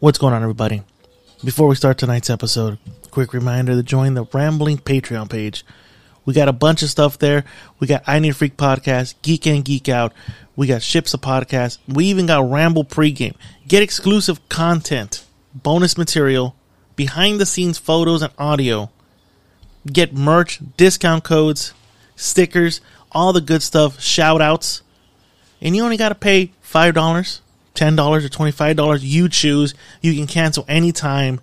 What's going on, everybody? Before we start tonight's episode, quick reminder to join the Rambling Patreon page. We got a bunch of stuff there. We got I Need a Freak podcast, Geek and Geek Out. We got Ships of podcast. We even got Ramble pregame. Get exclusive content, bonus material, behind the scenes photos and audio. Get merch, discount codes, stickers, all the good stuff, shout outs. And you only got to pay $5, $10, or $25. You choose. You can cancel anytime.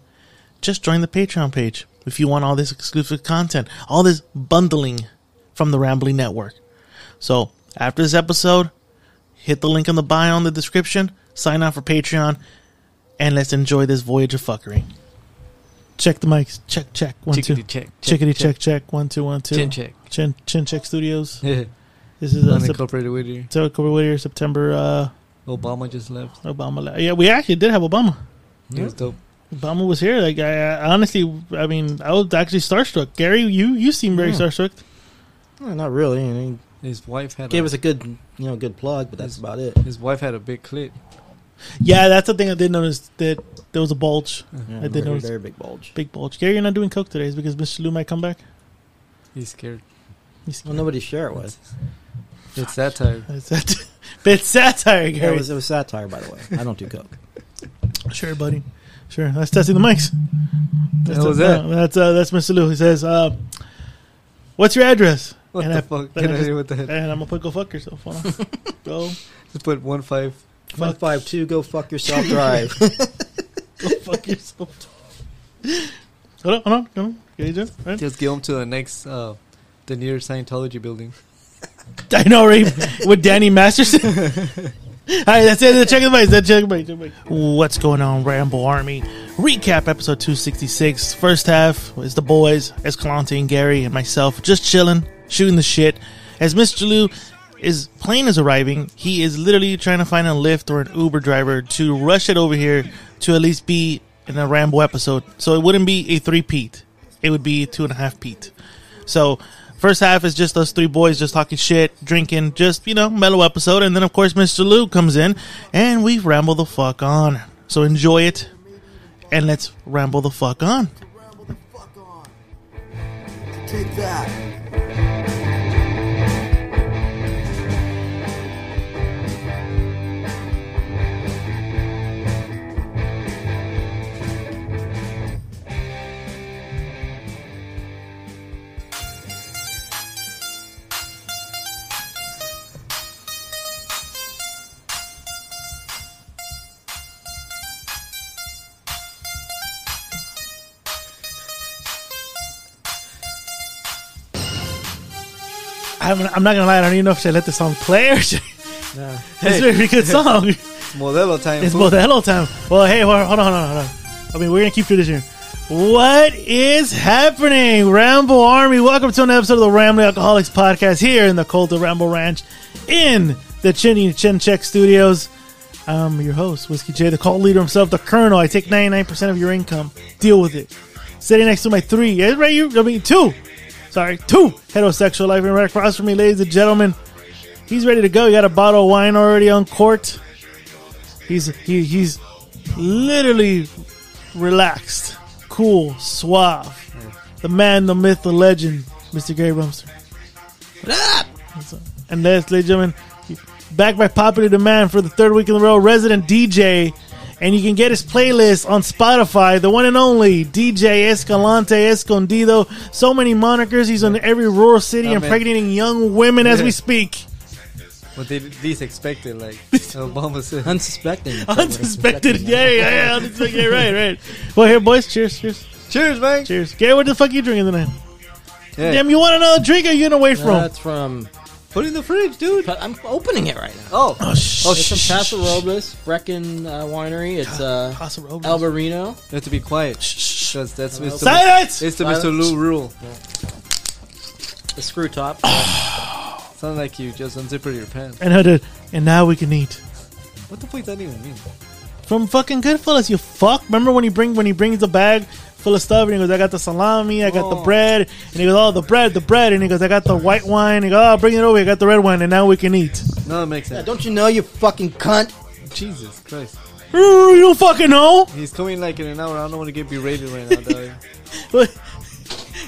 Just join the Patreon page if you want all this exclusive content, all this bundling from the Rambling Network. So after this episode, hit the link in the bio in the description, sign up for Patreon, and let's enjoy this voyage of fuckery. Check the mics. Check, check. One, two. Chickadee check. Chickadee check, check. One, two, one, two. Chin check. Chin, Chin Check Studios. Yeah. This is uh, Sep- Unincorporated with you. October, Whittier, September uh, Obama just left. Obama. la- Yeah, we actually did have Obama. He was dope. Obama was here. Like, I, I honestly, I mean, I was actually starstruck. Gary, you you seem very Hmm. Yeah. starstruck. Eh, not really. I mean, His wife had gave a, us a good, you know, good plug, but that's Yes. about it. his wife had a big clit. Yeah, that's the thing I did notice that there was a bulge, Yeah, did very, notice- very big bulge. big bulge. Gary, you're not doing coke today, is because Mr. Lou might come back. He's scared. He's- Well, nobody's sure it was. It's satire. That's that. Bit satire, Yeah, Gary. it was. It was satire, by the way. I don't do coke. Sure, buddy. Sure. That's testing the mics. That's That was uh, it. That's uh, that's Mr. Lou. He says, uh, "What's your address?" What And the I- fuck? then I Get out of just- here with that. And I'm gonna put go fuck yourself. Hold on. go, Just put one five. One five two, go fuck yourself. Drive. go fuck yourself. hold on, hold on, hold on. Get it done, right? Just get him to the next, uh, the near Scientology building. Dino Rape with Danny Masterson. All right, that's it. That's Check the mics. That's check the mics. check the mics. What's going on, Ramble Army? Recap episode 266. First half is the boys, Escalante and Gary and myself, just chilling, shooting the shit. As Mr. Lou is plane is arriving, he is literally trying to find a Lyft or an Uber driver to rush it over here to at least be in a Rambo episode. So it wouldn't be a three peat. It would be two and a half peat. So first half is just us three boys just talking shit, drinking, just you know, mellow episode, and then of course Mr. Lou comes in and we ramble the fuck on. So enjoy it and let's ramble the fuck on. Ramble the fuck on. Take that. I'm, I'm not gonna lie, I don't even know if should I let the song play or should No. it's a very good song. It's Modelo time. It's fool. both hello time. Well, hey, hold on, hold on, hold on, hold on. I mean, we're gonna keep tradition. What is happening, Ramble Army? Welcome to an episode of the Rambling Alcoholics Podcast here in the Cult of Ramble Ranch, in the Chinny Chin Check Studios. I'm your host, Whiskey J, the cult leader himself, the Colonel. I take 99% of your income. Deal with it. Sitting next to my three, yeah, right? You, I mean, two. Sorry, two heterosexual life, and right across from me, ladies and gentlemen, he's ready to go. He got a bottle of wine already on court. He's he, he's literally relaxed, cool, suave. The man, the myth, the legend, Mr. Gary Rumster. What's up? And last, ladies and gentlemen, back by popular demand for the third week in a row, resident DJ. And you can get his playlist on Spotify, the one and only DJ Escalante Escondido. So many monikers. He's in every rural city, Yeah, man. impregnating young women as Yeah. we speak. What they least expected, like Obama said. Unsuspecting. Unsuspected. Yeah, yeah, yeah. Unsuspected. Yeah, right, right. Well, here, boys. Cheers, cheers, Cheers, man. cheers. Gary, what the fuck you drinking tonight? Yeah. Damn, you want another drink or you gonna wait for him? That's from. Put it in the fridge, dude. I'm opening it right now. Oh, sh- oh, It's from shh. Casa Robles Brecken uh, Winery. It's uh, Casa Robles. Alvarino. You have to be quiet. That's that's Mr. Lu- Silence! It's the Mr. Lou rule. The screw top. Sound like you just unzipped your pants. And I did. And now we can eat What the fuck does that even mean? from fucking Goodfellas. You fuck. Remember when he bring when he brings a bag full of stuff and he goes, "I got the salami, I got the Oh. bread," and he goes, "Oh, the bread, the bread," and he goes, "I got the white wine." And he goes, "Oh, bring it over. I got the red wine, and now we can eat." No, it makes Yeah, sense. don't you know you fucking cunt? Jesus Christ. You don't fucking know. He's coming like in an hour. I don't want to get berated right now, dog.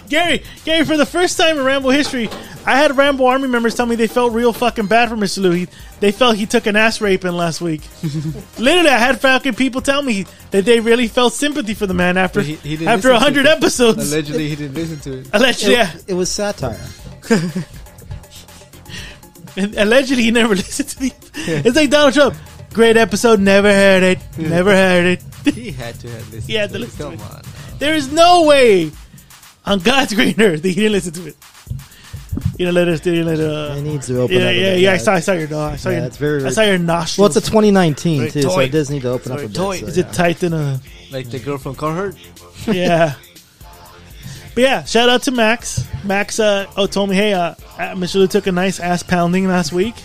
Gary, Gary, for the first time in Rambo history, I had Rambo Army members tell me they felt real fucking bad for Mr. Lou. He, they felt he took an ass raping last week. Literally, I had fucking people tell me that they really felt sympathy for the man after He- he didn't after listen to hundred it. episodes. Allegedly, he didn't listen to it. Allegedly, yeah. It, it was satire. allegedly, he never listened to the. It's like Donald Trump. Great episode, never heard it, never heard it. He had to have listened. He had to to it. listen to Come it. on. There is no way on God's green earth that he didn't listen to it. You know, let us. You know, let uh, It needs to open yeah, up. a yeah, bit, yeah. I saw, I saw your dog. I saw Yeah, your. it's very- I saw your nostrils. Well, it's a 2019 Very too, so toy. it does need to open up a Very bit. toy. so, is yeah. it tight in a? Like the girl from Carhartt. Yeah. but yeah, shout out to Max. Max, uh, oh, told me, hey, uh, uh, Michelle took a nice ass pounding last week.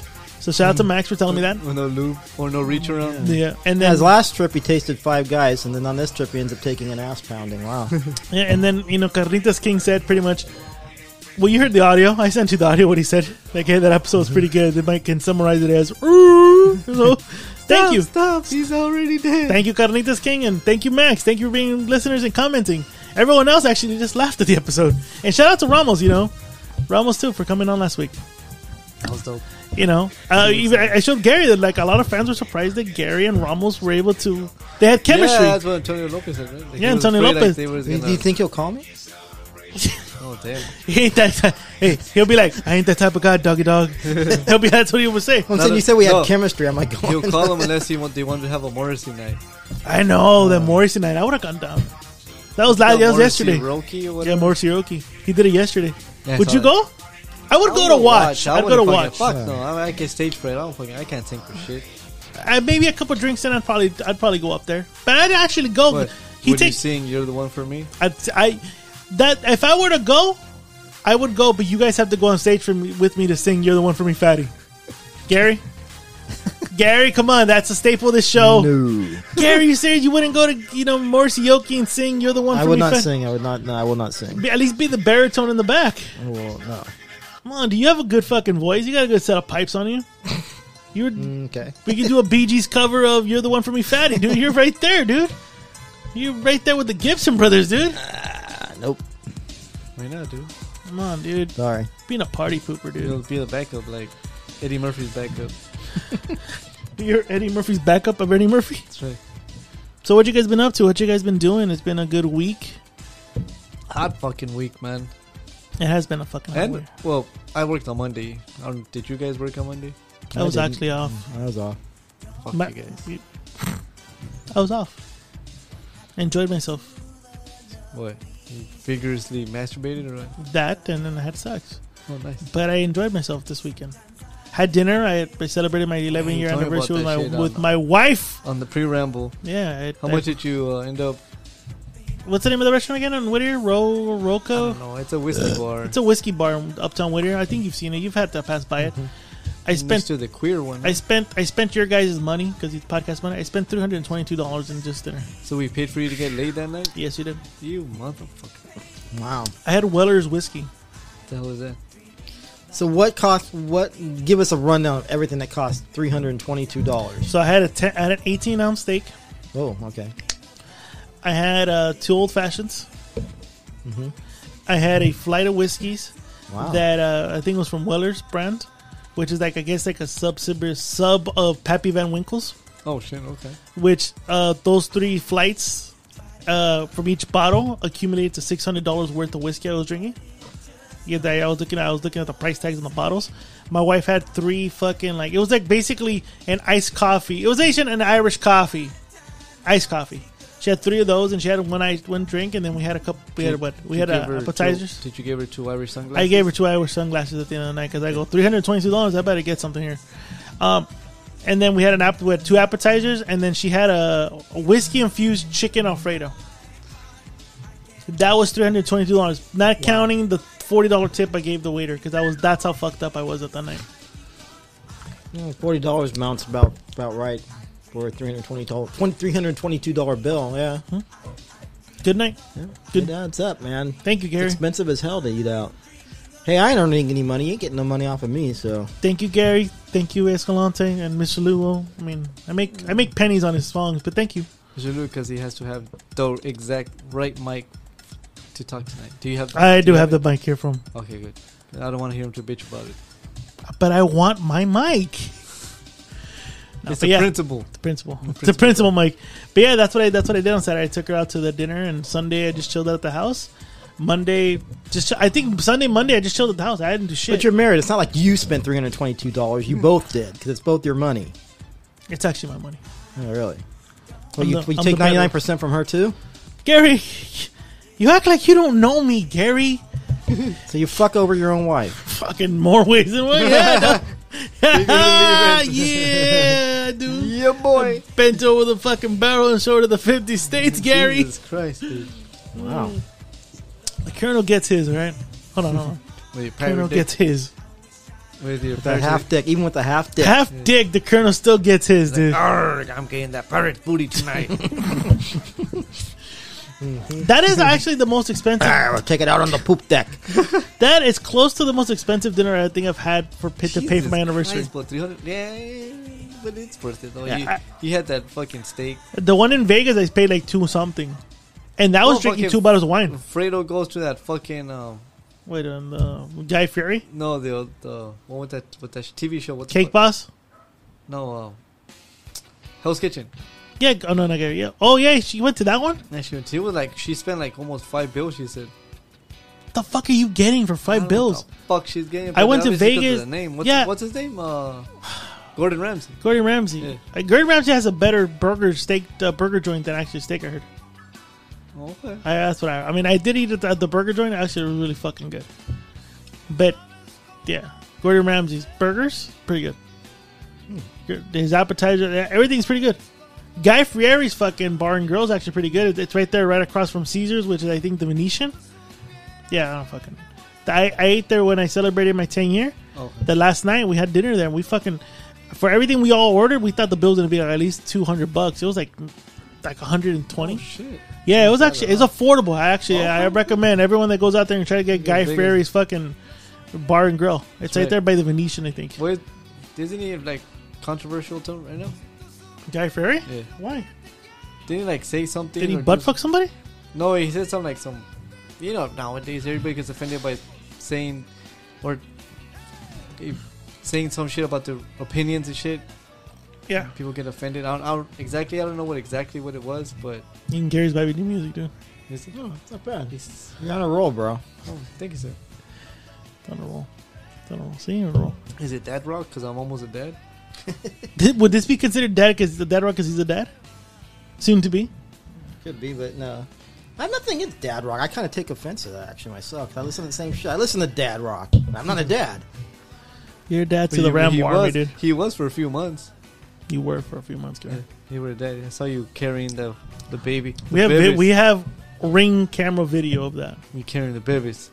So shout Mm-hmm. out to Max for telling me that. With no lube or no reach around. Yeah, and then His last trip, he tasted five guys, and then on this trip, he ends up taking an ass pounding. Wow. Yeah, and then you know, Carlitos King said pretty much. Well, you heard the audio. I sent you the audio. What he said, like, "Hey, that episode was pretty good." Mm-hmm. They might can summarize it as, "Ooh." so, "Thank you, Stop. He's already dead. thank you, Carlitos King, and thank you, Max. Thank you for being listeners and commenting." Everyone else actually just laughed at the episode, and shout out to Ramos. You know, Ramos too for coming on last week. that was dope. You know, uh, even, I I showed Gary that like a lot of fans were surprised that Gary and Ramos were able to. They had chemistry. Yeah, that's what Antonio Lopez said, right? Like, Yeah, he was Antonio afraid, like, Lopez. they were do, you- gonna- do you think he'll call me? Oh, damn. He ain't that. ti- hey, he'll be like, I ain't that type of guy, doggy dog. he'll be. That's what he would say. Well, No, since no, you said we no. had chemistry, I'm like, He'll going- call him unless he want, they want to have a Morrissey night. I know that Morrissey night. I would have gone down. That was last. That was Not Morrissey, Ah, yesterday. Rocky or Yeah, whatever. Morrissey Roki. He did it yesterday. Yeah, I would saw you that. go? I would go I don't to know, watch. I I'd go to wouldn't watch. fucking- Fuck no, I, I get stage fright. I don't fucking. I can't sing for shit. I, Uh, maybe a couple drinks and I'd probably I'd probably go up there. But I'd actually go. But he would you takes. sing? You're the one for me. I, I that if I were to go, I would go. But you guys have to go on stage for me, with me to sing. You're the one for me, fatty. Gary. Gary, come on! That's a staple of this show. No. Gary, you serious? You wouldn't go to you know Morris Yoki and sing? You're the one. I for would me not fa-" sing. I would not. No, I will not sing. Be- At least be the baritone in the back. Well, no. Come on, do you have a good fucking voice? You got a good set of pipes on you. You would. Mm, Okay. We could do a Bee Gees cover of "You're the One for Me, Fatty," dude. You're right there, dude. You're right there with the Gibson brothers, dude. Ah, nope. Why not, dude? Come on, dude. Sorry. Being a party pooper, dude. You'll be the backup, like Eddie Murphy's backup. You're Eddie Murphy's backup of Eddie Murphy. That's right. So, what you guys been up to? What you guys been doing? It's been a good week. Hot fucking week, man. It has been a fucking. And week. well, I worked on Monday. I don't, did you guys work on Monday? I was didn't. actually off. That was all. Fuck Ma- you guys. I was off. Enjoyed myself. What? You vigorously masturbated or what? that and then I had sex. Oh, nice. But I enjoyed myself this weekend. Had dinner. I, I celebrated my 11 year Tell me about anniversary with that my shit, with Anna. my wife. On the pre-ramble, Yeah. I, how I- much did you uh, end up? What's the name of the restaurant again? On Whittier, Ro I Roco. don't know. It's a whiskey bar. It's a whiskey bar in uptown Whittier. I think you've seen it. You've had to pass by it. Mm-hmm. I Next spent. to the queer one. I spent I spent your guys' money because it's podcast money. I spent three hundred and twenty-two dollars in just dinner. so we paid for you to get laid that night. Yes, you did. You motherfucker. What Wow. I had Weller's whiskey. the hell is that? So what cost? What? Give us a rundown of everything that cost three hundred and twenty-two dollars. So I had a ten, I had an eighteen ounce steak. Oh, okay. I had uh, two old fashions. Mm-hmm. Mhm. I had a flight of whiskeys. Ah. Wow. that uh, I think was from Weller's brand, which is like I guess like a sub sub of Pappy Van Winkle's. Oh shit. Okay. Which uh, those three flights uh, from each bottle accumulated to six hundred dollars worth of whiskey I was drinking. Yeah, that I was looking. At, I was looking at the price tags on the bottles. My wife had three fucking like it was like basically an iced coffee. It was Asian and Irish coffee, iced coffee. She had three of those, and she had one ice, one drink, and then we had a couple. We had Did- what? We did had you uh, give her two- appetizers. did you give her two Irish sunglasses? I gave her two Irish sunglasses at the end of the night because I go three hundred twenty-two dollars. I better get something here. Um, and then we had an app. We had two appetizers, and then she had a, a whiskey infused chicken alfredo. That was three hundred twenty-two dollars, not counting the forty-dollar tip I gave the waiter because I was that's how fucked up I was at that night. Yeah, Mm, Forty dollars mounts about about right for a three hundred twenty dollar three hundred twenty-two dollar bill. Yeah. Good night. yeah. Good- It adds up, man. Thank you, Gary. It's expensive as hell to eat out. Hey, I ain't earning any money. You ain't getting no money off of me, so Thank you, Gary. Thank you, Escalante and Mr. Luo. I mean, I make I make pennies on his songs, but thank you. Julu, because he has to have the exact right mic to talk tonight. Do you have? I do you have the mic here from, it? Okay, good. I don't want to hear him to bitch about it. but I want my mic. No, it's but a yeah. principle. The principal. Principal. The principal, Mike. But yeah, that's what I that's what I did on Saturday. I took her out to the dinner, and Sunday I just chilled out at the house. Monday, just I think Sunday, Monday I just chilled at the house. I didn't do But shit. Hmm. you're married. It's not like you spent three hundred twenty-two dollars. You both did because it's both your money. It's actually my money, Oh, really? I'm Well, you, the- you I'm take the better. ninety-nine percent from her too. Gary. You act like you don't know me, Gary. So you fuck over your own wife. Fucking more ways than one. Yeah, no. yeah, dude. Yeah, boy. Bent over the fucking barrel and short of the fifty states, Gary. Jesus Christ, dude. Hmm. Wow. The Colonel gets his right. Hold on, hold on. With your Colonel pirate dick. gets his With your That pirate half dick, even with the half dick. half dick. The Colonel still gets his, dude. dick. Arrgh, I'm getting that pirate booty tonight. "Ah." That is actually the most expensive. Ah, we'll take it out on the poop deck. That is close to the most expensive dinner I think I've had for pay, to pay for Jesus my anniversary. Christ, but 300 yeah, but it's worth it. Though. Yeah, you, I- you had that fucking steak. The one in Vegas I paid like two something, and that was Oh, drinking fucking- two bottles of wine. Fredo goes to that fucking um, Wait, on uh, Guy Fury, no the the one with that with that TV show. What the Cake fuck? Boss. No, um, Hell's Kitchen. Yeah, oh no, not Gary. Yeah. Oh yeah, she went to that one. And she, went- she was like she spent like almost five bills. She said The fuck are you getting for I five don't bills? know what the fuck, she's getting. I but went to obviously 'cause of Vegas- The name. What's, yeah. what's his name? Uh, Gordon Ramsay. Gordon Ramsay. Yeah. Uh, Gordon Ramsay has a better burger steak uh, burger joint than actually steak. I heard. Oh, okay. I, that's what I. I mean, I did eat at the, at the burger joint. Actually, it was really fucking good. But yeah, Gordon Ramsay's burgers pretty good. Good. His appetizer, yeah, everything's pretty good. Guy Fieri's fucking bar and grill is actually pretty good. It's right there, right across from Caesar's, which is I think the Venetian. Yeah, I don't fucking. I, I ate there when I celebrated my ten year. Oh, The last night we had dinner there. And we fucking for everything we all ordered, we thought the bill was gonna be like at least two hundred bucks. It was like like one hundred and twenty. oh shit. Yeah, it was actually it's affordable. I actually Oh, I recommend everyone that goes out there and try to get Guy Vegas. Fieri's fucking bar and grill. It's That's right right. there by the Venetian, I think. Where isn't he like controversial to right now? Guy Fieri? Yeah. Why? Didn't he like say something? Did he or do butt fuck somebody? No, he said something like some. You know, nowadays everybody gets offended by saying or if- saying some shit about their opinions and shit. Yeah. People get offended. I don't, I don't exactly. I don't know what exactly what it was, but Even Gary's baby new music, dude. it's, Oh, it's not bad. it's- You're on a roll, bro. oh, thank you, sir. It's on a roll. It's on a roll. See you're on a roll. Is it Dad Rock? Because I'm almost a dad. Did, would this be considered dad because the dad rock because he's a dad? Soon to be. Could be, but no. I have nothing against Dad Rock. I kind of take offense to that actually myself. 'cause I listen to the same shit. I listen to Dad Rock. I'm not a dad. Your dad to But the he- Ram he Army, was, dude. He was for a few months. You were for a few months, Gary. He were a dad. I saw you carrying the the baby. We The have vi- babies. we have ring camera video of that. you carrying the babies.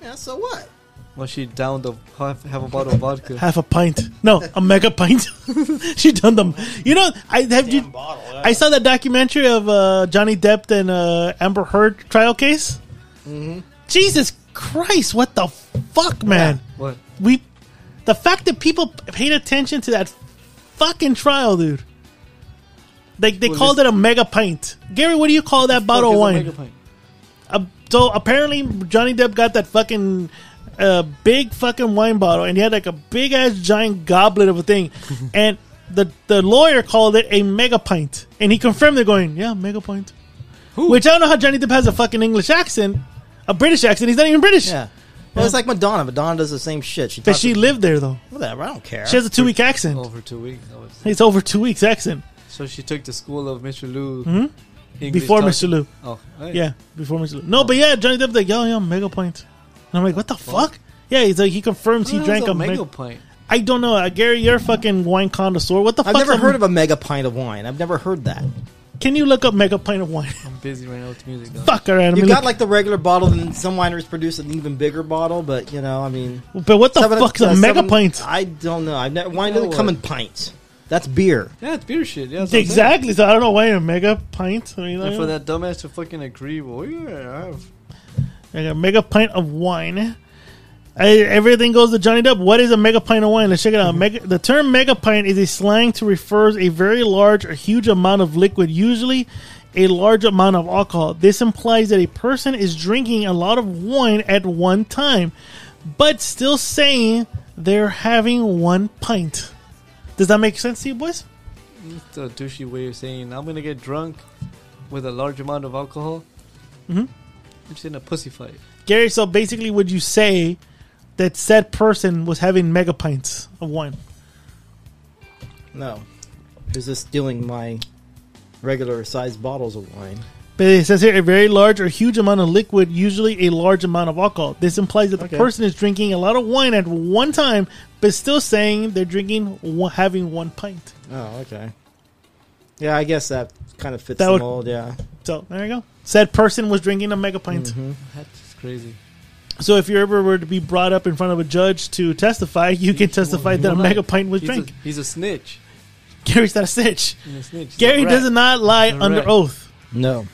Yeah. So what? Well, she downed a half, half a bottle of vodka. Half a pint. No, a mega pint. she done them. You know, I have you bottle. I saw that documentary of uh, Johnny Depp and uh, Amber Heard trial case. Mm-hmm. Jesus Christ, what the fuck, man? What? We, the fact that people paid attention to that fucking trial, dude. They they Well, called it a mega pint. Gary, what do you call that bottle of Fuck is a wine? mega pint? Uh, so apparently Johnny Depp got that fucking uh, big fucking wine bottle, and he had like a big ass giant goblet of a thing, and the the lawyer called it a mega pint, and he confirmed they're going, yeah, mega pint. Who? Which I don't know how Johnny Depp has a fucking English accent, a British accent. He's not even British, Yeah. Well, it's like Madonna. Madonna does the same shit. She but talks she lived there though. whatever. I don't care. She has a two week accent. Over Oh, two weeks. That was- It's over two weeks accent So she took the school of Mr. Lu English Hmm? before talk- Mr. Lou. Oh, hey. Yeah, before Mr. Lou. No, but yeah, Johnny Depp like, yo, yeah, mega pint, and I'm like, what the fuck? Yeah, he's like he confirms he What drank is a mango mega. pint. I don't know, uh, Gary. You're a fucking wine connoisseur. What the I've fuck? never heard of a mega pint of wine. I've never heard that. Can you look up mega pint of wine? I'm busy right now with music. Though. fuck, all right. I You mean, got like the regular bottle, and some wineries produce an even bigger bottle. But you know, I mean, but what the seven- fuck's a uh, mega seven- pint? I don't know. I've never wine You know doesn't come what? in pints. That's beer. Yeah, it's beer shit. Yeah, that's what I'm saying. Exactly. So I don't know why a mega pint. I mean, And I for that dumbass to fucking agree, well, yeah, I have got a mega pint of wine. I, everything goes to Johnny Depp. What is a mega pint of wine? Let's check it out. Mega, the term mega pint is a slang to refers a very large or huge amount of liquid, usually a large amount of alcohol. This implies that a person is drinking a lot of wine at one time, but still saying they're having one pint. Does that make sense to you, boys? It's a douchey way of saying I'm gonna get drunk with a large amount of alcohol. Mhm. I'm just in a pussy fight. Gary, so basically, would you say that said person was having mega pints of wine? No. Is this stealing my regular sized bottles of wine? But it says here a very large or huge amount of liquid, usually a large amount of alcohol. This implies that the Okay. person is drinking a lot of wine at one time, but still saying they're drinking, one, having one pint. Oh, okay. Yeah, I guess that kind of fits That the would- mold. Yeah. So there you go. Said person was drinking a mega pint. Mm-hmm. That's crazy. So if you ever were to be brought up in front of a judge to testify, you can testify that a Well, mega not. pint was he's drank. A, he's a snitch. Gary's not a snitch. He's a snitch. He's a Gary rat. does not lie A under rat. oath. No.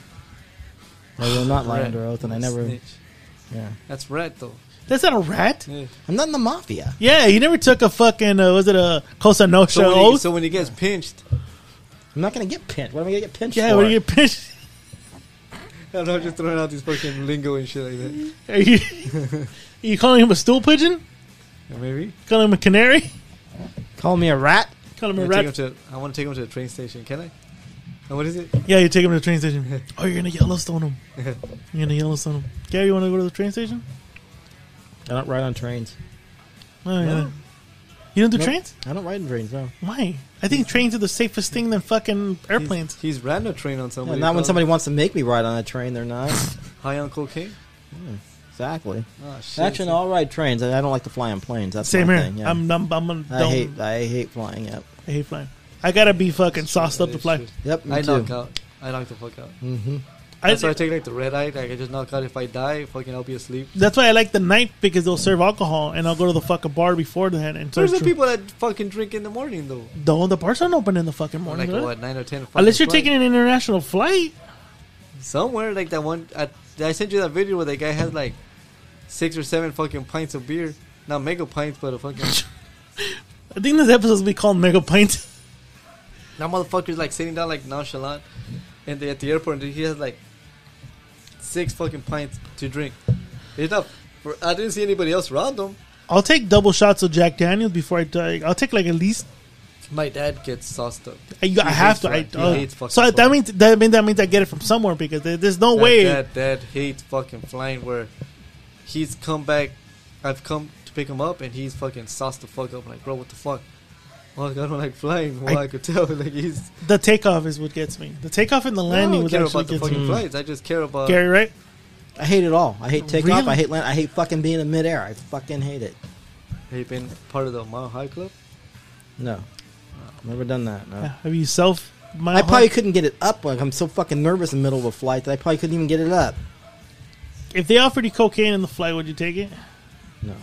I will not lie Rat. under oath, and I He's a never. Snitch. Yeah. That's rat though. That's not a rat. Yeah. I'm not in the mafia. Yeah, he never took a fucking uh, was it a Cosa Nostra So, when he, oath? so when he gets pinched, I'm not gonna get pinched. What am I gonna get pinched yeah, for? what are you pissed? I don't know, just throwing out these fucking lingo and shit like that. Are you, are you calling him a stool pigeon? Yeah, Maybe. Calling him a canary? Call me a rat? Calling I'm him a gonna rat? take him to- I want to take him to the train station. Can I? And what is it? Yeah, you take him to the train station. Oh, you're gonna Yellowstone him. You're gonna Yellowstone him. Gary, you want to go to the train station? I don't ride on trains. Oh, yeah. No. You don't do Nope. trains? I don't ride in trains. No. Why? I think trains are the safest thing than fucking airplanes. He's, he's ran a train on Yeah, somebody. not when probably. somebody wants to make me ride on a train. They're not. high on cocaine. exactly. Ah, shit. Actually, no, I'll ride trains. I I don't like to fly on planes. That's Same my here. Thing. Yeah. I'm, I'm, I'm, I'm I don't- hate. I hate flying. Yep. I hate flying. I gotta be fucking sauced up to Mm. Shit. fly. Yep. Me I too. knock out. I knock the fuck out. Mm-hmm. I, That's why I take like the red eye. Like I just knock out. If I die, fucking I'll be asleep. that's why I like the night because they'll serve alcohol and I'll go to the fucking bar before then. And There's serve drink- the people that fucking drink in the morning though. No, the bars aren't open in the fucking morning. like are what nine or ten. they? Unless fucking you're flight. taking an international flight. somewhere like that one. I, I sent you that video where the guy had like six or seven fucking pints of beer. Not mega pints, but a fucking. I think this episode's be called Mega Pint. That motherfucker's like sitting down like nonchalant, and they at the airport, and he has like six fucking pints to drink. It's not. for- I didn't see anybody else around him. I'll take double shots of Jack Daniels before I die. I'll take like at least My dad gets sauced up. I, I have to. I, hates flying. He uh, hates fucking so that flying. means that means that means I get it from somewhere because there, there's no That way. Dad, dad hates fucking flying. Where he's come back, I've come to pick him up, and he's fucking sauced the fuck up. Like, bro, what the fuck? Oh, I don't like flying. Well, I, could tell. Like, he's. The takeoff is what gets me. The takeoff and the landing I don't was care actually about the gets me. fucking flights. I just care about. Gary, right? I hate it all. I hate takeoff. Really? I hate land. I hate fucking being in midair. I fucking hate it. Have you been part of the Mile High Club? No. Never done that. No. Have you self? I probably couldn't get it up. Like I'm so fucking nervous in the middle of a flight that I probably couldn't even get it up. if they offered you cocaine in the flight, would you take it? No,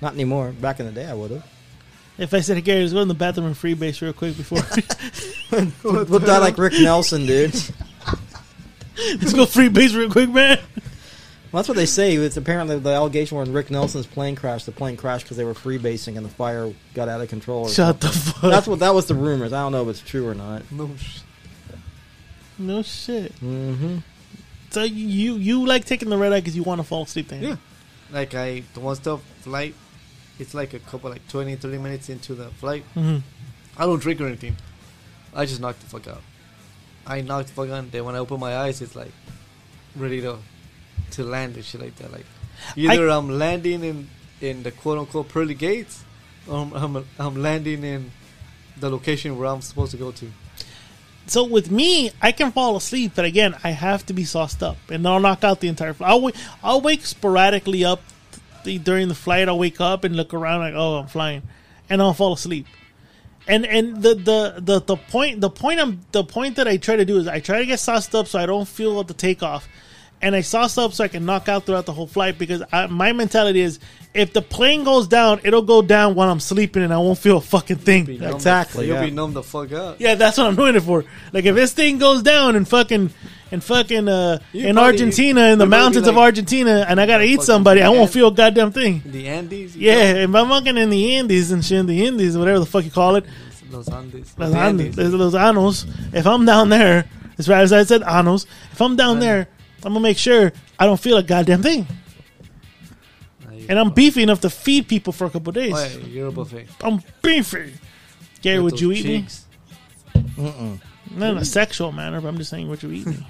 not anymore. Back in the day, I would have. If I said, hey, Gary, let's go in the bathroom and freebase real quick before We'll die like Rick Nelson, dude. well, let's go freebase real quick, man. that's what they say. It's apparently the allegation was Rick Nelson's plane crashed. The plane crashed because they were freebasing and the fire got out of control. Or something. Shut the fuck. That's what that was the rumors. I don't know if it's true or not. No. sh- no shit. Mm-hmm. So you you like taking the red eye because you want to fall asleep? Then Yeah. Like, I. The one stop flight, it's like a couple, like 20, 30 minutes into the flight. hmm I don't drink or anything. I just knock the fuck out. I knock the fuck out. Then when I open my eyes, it's like ready to to land and shit like that. Like either I, am landing in in the quote unquote pearly gates, or I'm, I'm I'm landing in the location where I'm supposed to go to. So with me, I can fall asleep, but again, I have to be sauced up, and I'll knock out the entire. Flight. I'll wake. I'll wake sporadically up the, during the flight. I'll wake up and look around like, oh, I'm flying, and I'll fall asleep. And and the the the, the point the point I'm the point that I try to do is I try to get sauced up so I don't feel the takeoff, and I sauce up so I can knock out throughout the whole flight because I, my mentality is if the plane goes down, it'll go down while I'm sleeping and I won't feel a fucking thing. Be numb the- Exactly, You'll yeah. be numb the fuck out. Yeah, that's what I'm doing it for. Like if this thing goes down and fucking in fucking uh, You in probably- Argentina, in the you probably mountains of like- Argentina, and I gotta eat Fucking somebody, I won't ant. feel a goddamn thing. The Andes. you Yeah, if I'm fucking in the Andes and shit, in the Indies, whatever the fuck you call it, know, Los Andes. Los the Andes, Los Anos. If I'm down there, as far as I said, Anos. If I'm down Anos. there, I'm gonna make sure I don't feel a goddamn thing, Nah, you- and I'm beefy enough to feed people for a couple days. Oh, yeah, you're a buffet. I'm beefy. Gary, Got would those you eat me? cheeks. Mm-mm. Not in a sexual manner, but I'm just saying, would you eat me?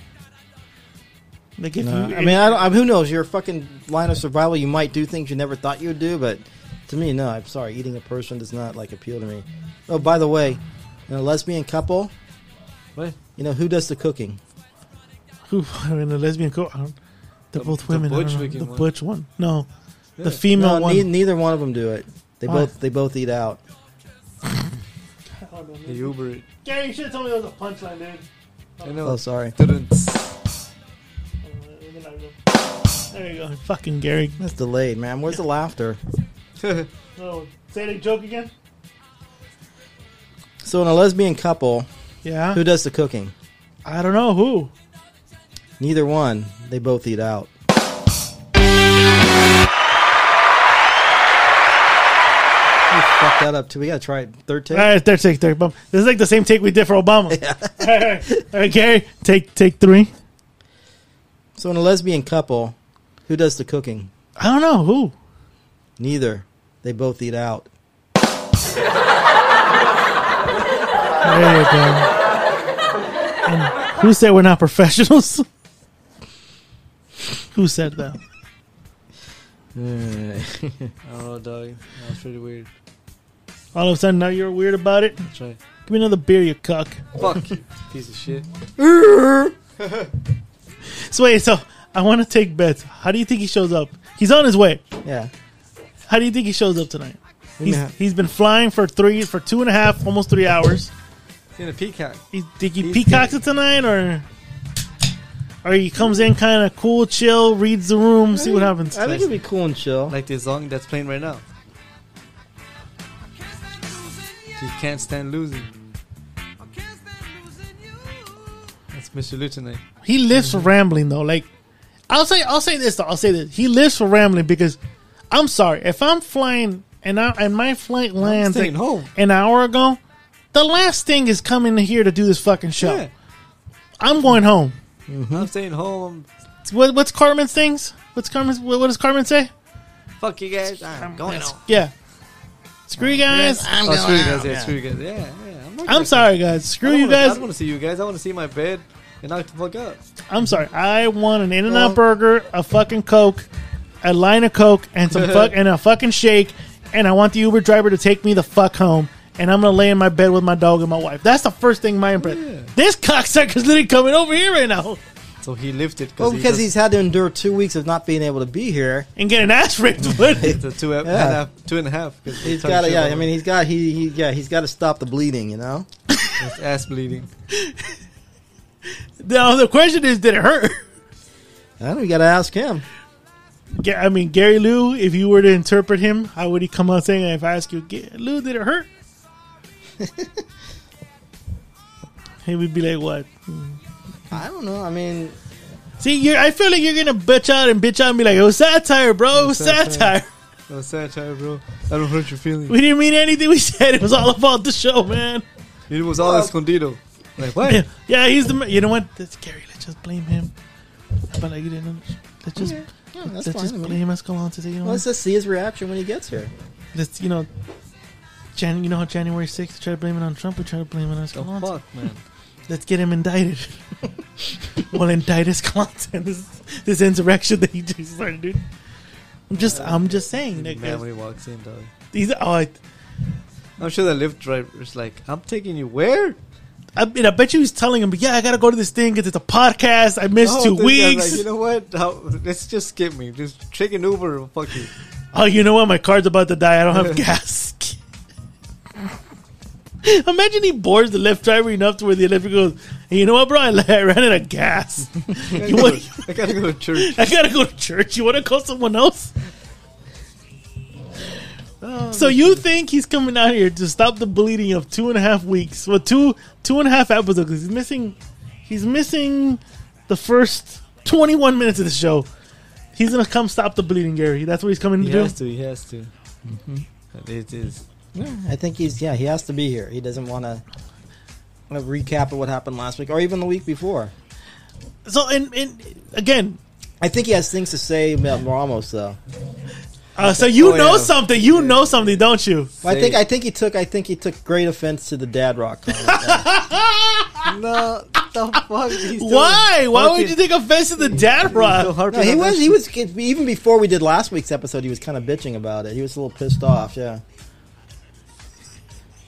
Like if Nah. you, I mean, I don't, I, who knows? You're a fucking line of survival. You might do things you never thought you would do, but to me, no. I'm sorry. Eating a person does not like appeal to me. Oh, by the way, in a lesbian couple, What? you know who does the cooking? who I mean, a lesbian co- I don't- they're The- both the women. I don't butch know. looking the one. butch one, no, Yeah. the female no, one. ne- neither one of them do it. They Why? both they both eat out. The Uber. it. Gary, you should have told me there was a punchline, dude. I Oh, know. sorry. Students. There you go, fucking Gary. That's delayed, man. Where's the laughter? No, say that joke again. So, in a lesbian couple, Yeah, who does the cooking? I don't know who. Neither one. They both eat out. We fucked that up too. We gotta try it. Third take. All right, third take, third bump. This is like the same take we did for Obama. all, right, all right. All right, Gary, take take three. So, in a lesbian couple, who does the cooking? I don't know who. Neither. They both eat out. There you go. And who said we're not professionals? who said that? Mm. I don't know, dog. That was pretty weird. All of a sudden, now you're weird about it. That's right. Give me another beer, you cuck. Fuck you, piece of shit. So wait, so I want to take bets. How do you think he shows up? He's on his way. yeah. How do you think he shows up tonight? He's, Yeah. he's been flying for three, for two and a half, almost three hours. He's in a peacock. He, think he He's peacocks it tonight, or or he comes in kind of cool, chill, reads the room, see what happens. I think it'd be cool and chill. Like the song that's playing right now. He can't stand losing. That's Mr. Lu tonight. He lives for rambling though. Like I'll say I'll say this though. I'll say this. He lives for rambling because I'm sorry. If I'm flying and I and my flight lands staying like, home. an hour ago, the last thing is coming here to do this fucking show. Yeah. I'm going home. I'm staying home. What, what's Carmen's things? What's Carmen's what, what does Carmen say? Fuck you guys. I'm going home. Yeah. Screw you guys. I'm, Oh, screw you guys. Yeah, screw you guys. Yeah, yeah. I'm, not gonna- sorry guys. Screw I don't you wanna- I guys. don't want to see you guys. I want to see my bed and knock the fuck up. I'm sorry. I want an In-N-Out Well- burger, a fucking Coke, a line of Coke, and some fuck and a fucking shake, and I want the Uber driver to take me the fuck home. And I'm gonna lay in my bed with my dog and my wife. That's the first thing my impression. Yeah. This cocksucker's literally coming over here right now So he lifted because Well, Oh, because he he's had to endure two weeks of not being able to be here. and get an ass raped. with it. just, the two, ep- Yeah. and a half, two and a half. 'cause He's turned got to. shit Yeah, I over. mean, he's got. He, he yeah, he's got to stop the bleeding. You know. His ass bleeding. now the question is, did it hurt? I don't. know, You got to ask him. Ga- I mean, Gary Lou, if you were to interpret him, how would he come out saying? If I ask you, "Ga- Lou, did it hurt? he would be like, what? I don't know. I mean, See, you're, I feel like you're gonna bitch out and bitch out and be like, "It was satire, bro. It was satire. satire. No satire, bro. I don't hurt your feelings. We didn't mean anything we said. It was all about the show, man." It was all escondido. Like what? Yeah, yeah, he's the. ma- You know what? That's Gary. Let's just blame him. But like, you didn't. Let's just yeah, Oh, that's let's fine. I just mean, blame Escalante. You know, let's what? just see his reaction when he gets here. let's you know. Jan, you know how January 6th, try to blame it on Trump, we try to blame it on The Escalante. fuck, man. Let's get him indicted. we'll indict Escalante and this, this insurrection that he just started, dude. I'm just, I'm just saying. Like, Man, when he walks in, dog. these, oh, I, I'm sure the lift driver's like, "I'm taking you where?" I mean, I bet you he's telling him, yeah, I gotta go to this thing because it's a podcast. I missed Oh, two this guy's weeks. Like, you know what? How- let's just skip me. Just take an Uber. and Fuck you. oh, you know what? My car's about to die. I don't have gas. Imagine he bores the lift driver enough to where the electric goes, hey, you know what, bro? I ran out of gas. you want, I gotta go to church. I gotta go to church. You wanna call someone else? So you think he's coming out here to stop the bleeding of two and a half weeks? Well, two two and a half episodes. 'cause He's missing. He's missing the first 21 minutes of the show. He's gonna come stop the bleeding, Gary. That's what he's coming He to has do. to. He has to. Mm-hmm. It is. Yeah, I think he's yeah he has to be here. He doesn't want to recap of what happened last week or even the week before. So, and, and again, I think he has things to say about Ramos though. uh, so you Oh, know yeah. something. You know something, don't you? Well, I Say- think I think he took I think he took great offense to the Dad Rock. Comment. No, the fuck. He's doing- Why? Why would Fucking- you take offense to the dad He's so rod? hard no, to he was understand. he was even before we did last week's episode. He was kind of bitching about it. He was a little pissed off. Yeah.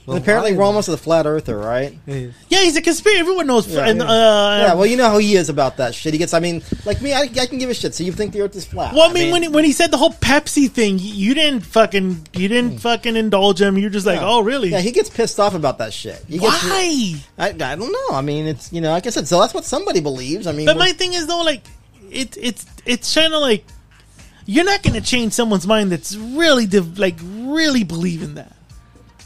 Well, and apparently why? Ramos is a flat earther, right? Hey, Yeah, he's a conspiracy. Everyone knows. Yeah, and, yeah. Uh, Yeah, well, you know how he is about that shit. He gets, I mean, like me, I, I can give a shit. So you think the Earth is flat? Well, I mean, when he, when he said the whole Pepsi thing, y- you didn't fucking you didn't fucking indulge him. You're just like, Mm. Yeah. oh, really? Yeah, he gets pissed off about that shit. He gets- Why? I, I don't know. I mean, it's you know, like I said, so that's what somebody believes. I mean, But we're- my thing is though, like, it it's it's kind of like you're not gonna change someone's mind that's really div- like really believing that.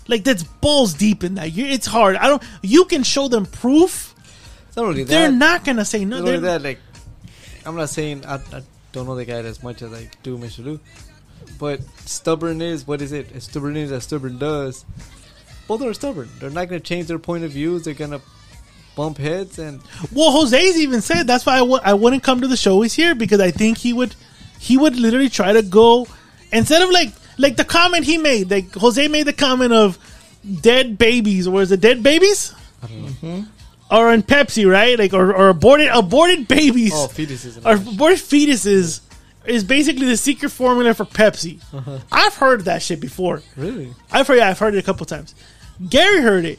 Like that's balls deep in that. You're, it's hard. I don't. You can show them proof. it's not only that. They're not gonna say no. Not They're, only that. Like, I'm not saying I, I don't know the guy as much as I do Mr. Lu, but stubborn is what is it? As stubborn is as stubborn does. Both are stubborn. They're not gonna change their point of views. They're gonna bump heads and Well, Jose's even said that's why I w- I wouldn't come to the show. He's here because I think he would, he would literally try to go instead of like like the comment he made. Like Jose made the comment of dead babies, or is it dead babies? Or in Pepsi, right? Like or, or aborted aborted babies oh fetuses. And or all that. aborted fetuses is basically the secret formula for Pepsi. I've heard that shit before. really? I've heard, yeah, I've heard it a couple times. Gary heard it.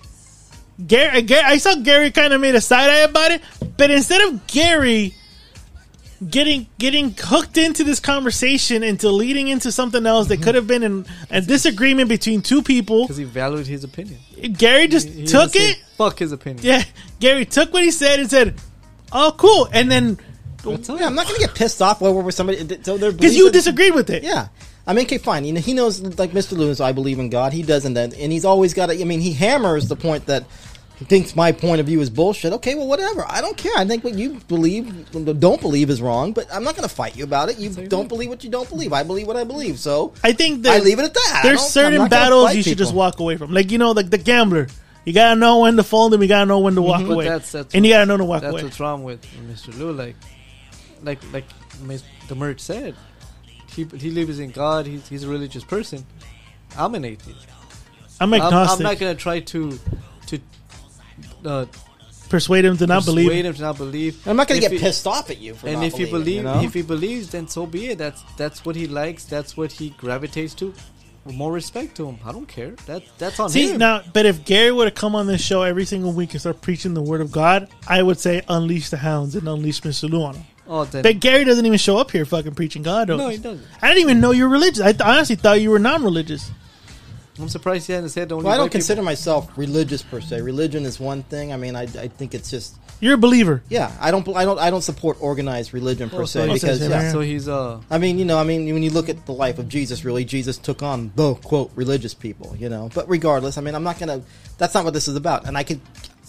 Gary, uh, Gary I saw Gary kind of made a side eye about it, but instead of Gary getting getting hooked into this conversation into leading into something else that could have been in a disagreement between two people, Because he valued his opinion. Gary just He took didn't say, it. Fuck his opinion. Yeah, Gary took what he said and said, "Oh, cool," and then That's all. yeah, I'm not gonna get pissed off over with somebody. So they're because you disagreed with it. Yeah. I mean, okay, fine. You know, he knows, like Mr. Lewis, I believe in God. He doesn't, and and he's always got to. I mean, he hammers the point that he thinks my point of view is bullshit. Okay, well, whatever. I don't care. I think what you believe, don't believe, is wrong. But I'm not going to fight you about it. You don't believe what you don't believe. I believe what I believe. So I think that I leave it at that. I There's don't- I'm certain not gonna battles fight you should people. just walk away from. Like you know, like the gambler. You gotta know when to fold him. You gotta know when to walk But away, Mm-hmm. that's- that's and you what- gotta know to walk That's away. what's wrong with Mr. Liu. Like, like, like Ms. the merch said, he he believes in God. He's he's a religious person. I'm an atheist. I'm I'm, I'm agnostic. not gonna try to to uh, persuade him to not believe. persuade him to not believe. I'm not going If to get he- pissed off at you. For And not if he believing, believes, you know? if he believes, then so be it. That's that's what he likes. That's what he gravitates to. More respect to him. I don't care. That that's on See him. now, but if Gary would have come on this show every single week and start preaching the word of God, I would say unleash the hounds and unleash Mr. Lou on him. oh, then But Gary doesn't even show up here fucking preaching God. no, he No, doesn't. I didn't even know you were religious. I th- honestly thought you were non-religious. I'm surprised he hasn't said. Only well, I don't white people- consider myself religious per se. Religion is one thing. I mean, I, I think it's just You're a believer. yeah. I don't I don't I don't support organized religion per Oh, se so he's- because yeah. yeah. So he's uh. I mean, you know, I mean, when you look at the life of Jesus, really, Jesus took on the quote religious people, you know. But regardless, I mean, I'm not gonna. That's not what this is about. And I could,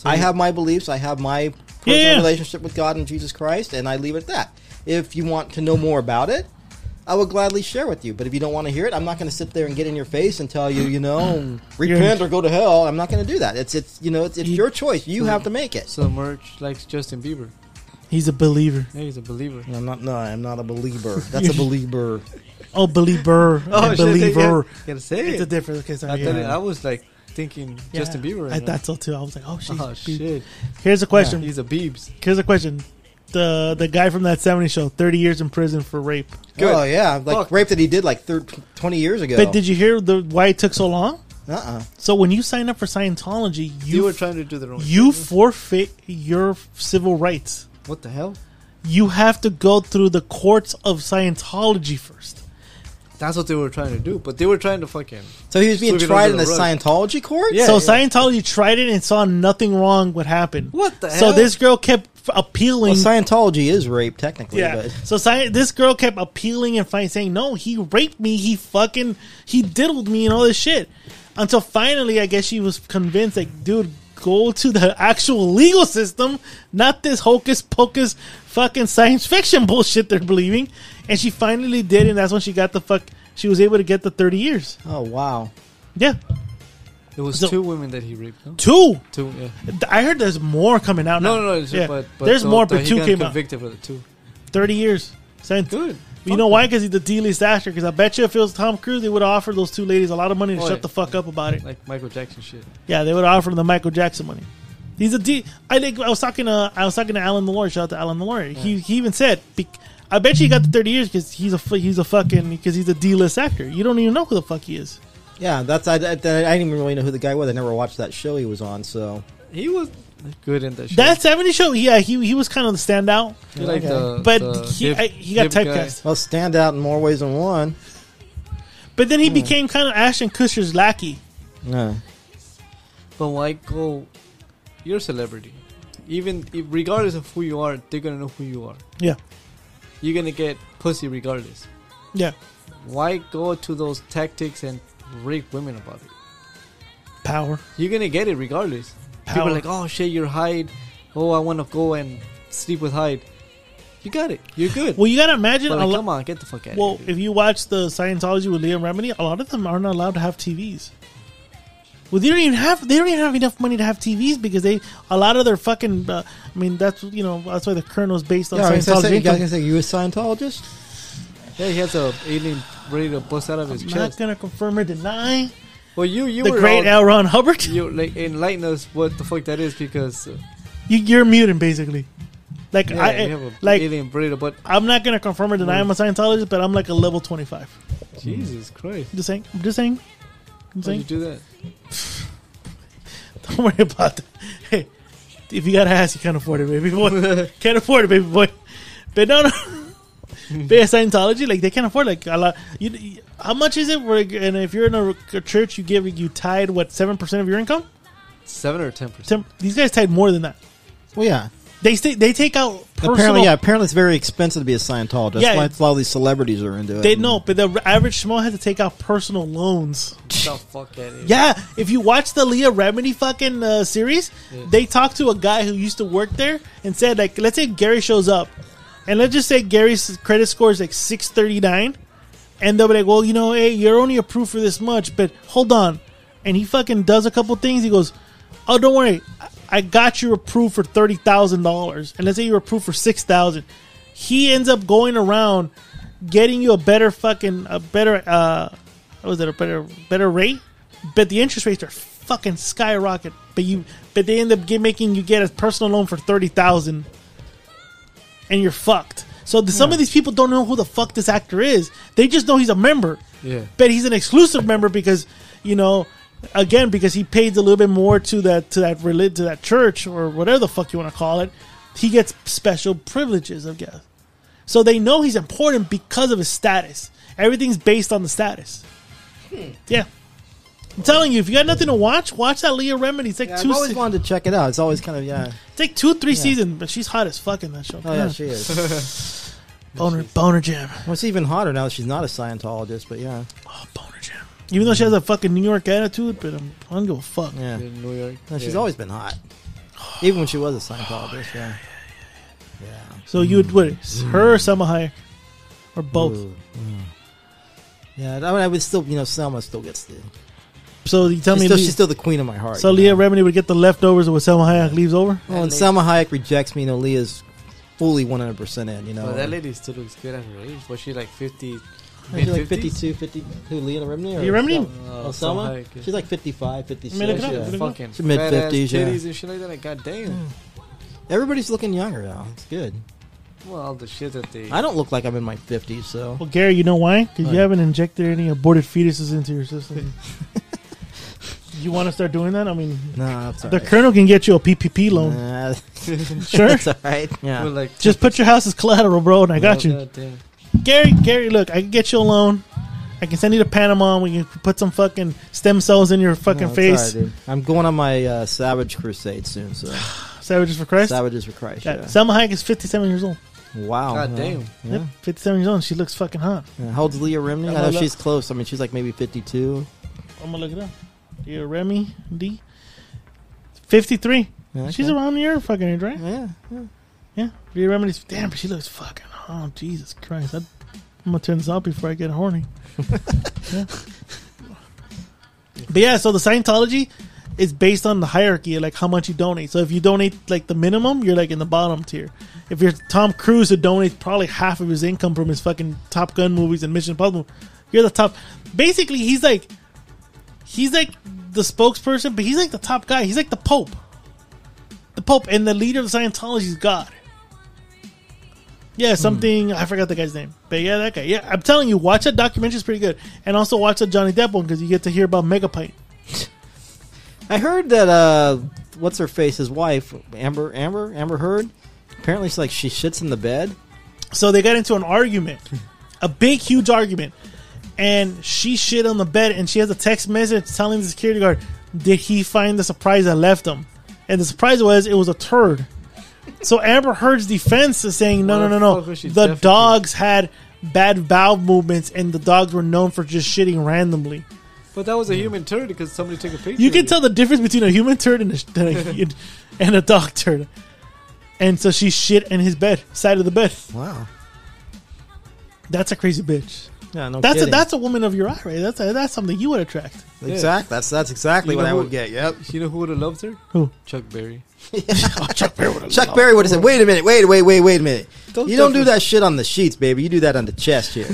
I have my beliefs. I have my personal Yeah, yeah. relationship with God and Jesus Christ, and I leave it at that. If you want to know more about it, I would gladly share with you. But if you don't want to hear it, I'm not going to sit there and get in your face and tell you, you know, repent or go to hell. I'm not going to do that. It's it's you know, it's, it's your choice. You have to make it. So merch likes Justin Bieber. He's a believer. Yeah, he's a believer. I'm not. No, I'm not a believer. That's a believer. Oh, believer. oh, believer. Shit, gotta say It's a it. different. Okay, sorry. I, thought it- Yeah. I was like thinking Yeah, Justin Bieber. I thought so too. I was like, oh, she's Oh shit, Here's a question. he's a Biebs. Here's a question. The the guy from that 70 show, 30 years in prison for rape. Good. Oh yeah, like Fuck. rape that he did like thir- twenty years ago. But did you hear the why it took so long? uh-uh. So when you sign up for Scientology, You, you were trying to do the wrong. you forfeit your civil rights. what the hell? You have to go through the courts of Scientology first. That's what they were trying to do, but they were trying to fucking. So he was being Sweep it tried under in the the rug. Scientology court. Yeah, so yeah. Scientology tried it and saw nothing wrong what happened. What the so hell? this girl kept appealing Well, Scientology is rape technically, Yeah. but So sci- this girl kept appealing and fighting, saying, "No, he raped me. He fucking he diddled me and all this shit." Until finally, I guess she was convinced, like, dude, go to the actual legal system, not this hocus pocus fucking science fiction bullshit they're believing. And she finally did, and that's when she got the fuck. She was able to get the thirty years. Oh wow. Yeah, It was So- two women that he raped. No? two. Two. Yeah. Th- I heard there's more coming out. No, now. no, no. it's- Yeah. But, but there's so- more, so but he two got came out. convicted for the two. Thirty years. Sent. Good. You know why? Because he's the D-list actor. Because I bet you if it was Tom Cruise, they would have offered those two ladies a lot of money to Oh, shut yeah. the fuck up about it. Like Michael Jackson shit. Yeah, they would have offered him the Michael Jackson money. He's a D. I think I was talking to I was talking to Alan Mallory. Shout out to Alan Mallory. He he even said, bec- I bet you he got the thirty years because he's a fu- he's a fucking because he's a D-list actor. You don't even know who the fuck he is. Yeah, that's I, I, I didn't even really know who the guy was. I never watched that show he was on. So He was good in that shit. That seventy show, yeah, he he was kind of the standout, He uh, like the, but the he hip- I, he got hip guy. typecast. well, stand out in more ways than one. But Hmm. then he became kind of Ashton Kutcher's lackey. Yeah. But Michael, you're a celebrity. Even if, regardless of who you are, they're gonna know who you are. Yeah, You're gonna get pussy regardless. yeah, Why go to those tactics and rape women about it? power. You're gonna get it regardless. People Power. are like, oh shit, you're Hyde. Oh, I want to go and sleep with Hyde. You got it. You're good. Well, you gotta imagine. But a like, lo- come on, get the fuck out. Well, of here. if you watch the Scientology with Liam Remedy, a lot of them aren't allowed to have TVs. Well, they don't even have they don't even have enough money to have TVs because they a lot of their fucking. Uh, I mean, that's you know that's why the Colonel's based on Yeah, I was gonna Scientology. say, you guys income. gonna say you a Scientologist? yeah, he has a alien ready to bust out of his I'm not chest. gonna confirm or deny Well, you you the were great all- L. Ron Hubbard. You, you like enlighten us what the fuck that is because uh, you're muting basically. Like yeah, I you have a like alien burrito, but I'm not gonna confirm or deny I'm a Scientologist, but I'm like a level 25. Jesus Christ, Just saying. I'm just saying. I'm why saying. you do that? Don't worry about that. Hey, if you got to ask, you can't afford it, baby boy. can't afford it, baby boy. But no, no. but yeah, Scientology, like they can't afford like a lot. You, you- how much is it? Where, and if you're in a, a church, you give you tied what seven percent of your income. Seven or ten percent? Tem- These guys tied more than that. Well, yeah. They stay, they take out personal. Apparently, yeah. Apparently, it's very expensive to be a Scientologist. That's Yeah, why it- it's a lot of these celebrities are into it. They know, but the average schmo had to take out personal loans. the fuck that is. Yeah, if you watch the Leah Remedy fucking uh, series, Yeah. they talked to a guy who used to work there and said, like, let's say Gary shows up, and let's just say Gary's credit score is like six thirty nine, and they'll be like, well, you know, hey, you're only approved for this much, but hold on, and he fucking does a couple things. He goes, oh, don't worry, I- I got you approved for thirty thousand dollars, and let's say you're approved for six thousand. He ends up going around getting you a better fucking a better uh what was it a better better rate but the interest rates are fucking skyrocket but you but they end up get, making you get a personal loan for 30000 and you're fucked so the, some of these people don't know who the fuck this actor is they just know he's a member Yeah. but he's an exclusive member because you know again because he pays a little bit more to that to that relig- to that church or whatever the fuck you want to call it he gets special privileges i guess so they know he's important because of his status. Everything's based on the status. Yeah. I'm telling you, if you got nothing to watch, watch that Leah Remedy. It's like Yeah, I've two, always se- wanted to check it out. It's always kind of yeah. it's like two, three seasons, but she's hot as fuck in that show. Oh yeah, God. she is. boner, boner jam, well, it's even hotter now that she's not a Scientologist. But yeah, oh, boner jam. Even though she has a fucking New York attitude, but I'm, I don't give a fuck. yeah. In New York. No, she's Yeah. always been hot, even when she was a Scientologist. Yeah. Yeah. So you would what? Her or Selma Hayek, or both. Mm-hmm. Ooh. Mm. Yeah, I, mean, I would still, you know, Selma still gets the. So you tell she's, me, still, Leah- she's still the queen of my heart. so you know? Leah Remedy would get the leftovers of what Selma Hayek leaves over. Well, when Selma Hayek rejects me, you know, Leah's fully 100% in, you know. But that lady still looks good at her age. Was she like fifty? She's like mid- 50s? 52, 50. Who, Leah Remini? or Leah Remini? Selma? Oh, Selma Oh, Selma? Hayek, yeah. She's like 55, 56. I mean, look it up, yeah. look it up. Fucking She's mid-fifties, fat-ass yeah. titties and shit like that. Like, goddamn. Hmm. Everybody's looking younger now. It's good. Well, all the shit that they. Ah. I don't look like I'm in my 50s, so. Well, Gary, you know why? Because Why? you haven't injected any aborted fetuses into your system. you want to start doing that? I mean, Nah, that's all the right. colonel can get you a PPP loan. Nah, Sure. that's all right. We're Yeah. like, Just put your house as collateral, bro, and I got oh, you. goddamn. Gary, Gary, look, I can get you a loan. I can send you to Panama and we can put some fucking stem cells in your No, fucking it's face. all right, dude. I'm going on my uh, Savage Crusade soon, so. Savages for Christ. Savages for Christ. God, Yeah. Selma Hayek is 57 years old. Wow. God huh? damn. Yeah. Yep, 57 years old. And she looks fucking hot. Yeah. How old's Leah Remini? Yeah, I know look. she's close. I mean, she's like maybe 52. I'm going to look it up. Yeah, Remy D. 53. Yeah, She's okay. around your fucking age, right? Yeah, yeah. Yeah. Rhea Remedies. Damn, but she looks fucking. Oh, Jesus Christ. I, am going to turn this off before I get horny. Yeah. But yeah, so the Scientology is based on the hierarchy, like how much you donate. So if you donate like the minimum, you're like in the bottom tier. If you're Tom Cruise who donates probably half of his income from his fucking Top Gun movies and Mission Impossible, you're the top. Basically, he's like, he's like the spokesperson, but he's like the top guy. He's like the Pope. The Pope and the leader of Scientology is God. Yeah, something I forgot the guy's name, but yeah, that guy. Yeah, I'm telling you, watch that documentary; it's pretty good, and also watch the Johnny Depp one because you get to hear about Megapint. I heard that uh, what's her face, his wife, Amber, Amber, Amber Heard. Apparently, she's like she shits in the bed. So they got into an argument, a big, huge argument, and she shit on the bed, and she has a text message telling the security guard, "Did he find the surprise I left him?" And the surprise was it was a turd. So Amber Heard's defense is saying, "No, Well, no, no, of no. course she The definitely- dogs had bad bowel movements, and the dogs were known for just shitting randomly." But that was a human turd because somebody took a picture. Hmm. You of can it. tell the difference between a human turd and a, than a and a dog turd. And so she shit in his bed, side of the bed. Wow. That's a crazy bitch. Yeah, no That's a, kidding. that's a woman of your eye, right? That's a, that's something you would attract. exactly that's that's exactly You what know I who- would get. Yep. You know who would have loved her? Who? Chuck Berry. Chuck Berry would have said, "Wait a minute, wait, wait, wait, wait a minute. Don't you don't do definitely- that shit on the sheets, baby. You do that on the chest here,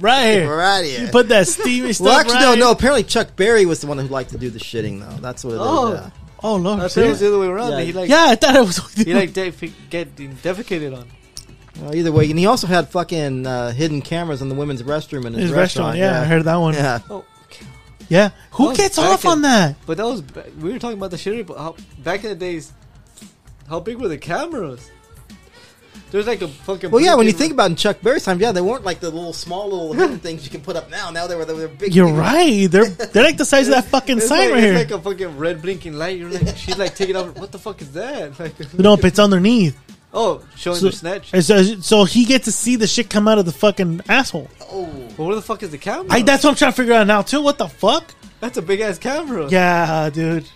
Right here. right here." Put that steamy stuff well, actually, right. no, no. Apparently, Chuck Berry was the one who liked to do the shitting, though. That's what it is. Oh. yeah. Oh, Lord. I thought it was seriously? the other way around. Yeah. He like yeah, I thought it was. he like defi- getting defecated on. Well, either way, and he also had fucking uh, hidden cameras in the women's restroom in his, his restaurant. Yeah, I heard that one. Yeah. yeah. Oh, Who That was gets back off in- on that? but that was ba- we were talking about the shitter. But how, back in the days, how big were the cameras? There's like a fucking. Well, yeah. When you freaking- think about in Chuck Berry's time, yeah, they weren't like the little small little hidden things you can put up now. Now they were they were big. You're big- right. They're they're like the size of that fucking it's sign like, right here. it's like a fucking red blinking light. You're like, she's like taking off. What the fuck is that? Like, nope, it's underneath. oh, showing So- the snatch. And So, so he gets to see the shit come out of the fucking asshole. Oh, But where the fuck is the camera? I, that's what I'm trying to figure out now too. What the fuck? That's a big ass camera. Yeah, dude.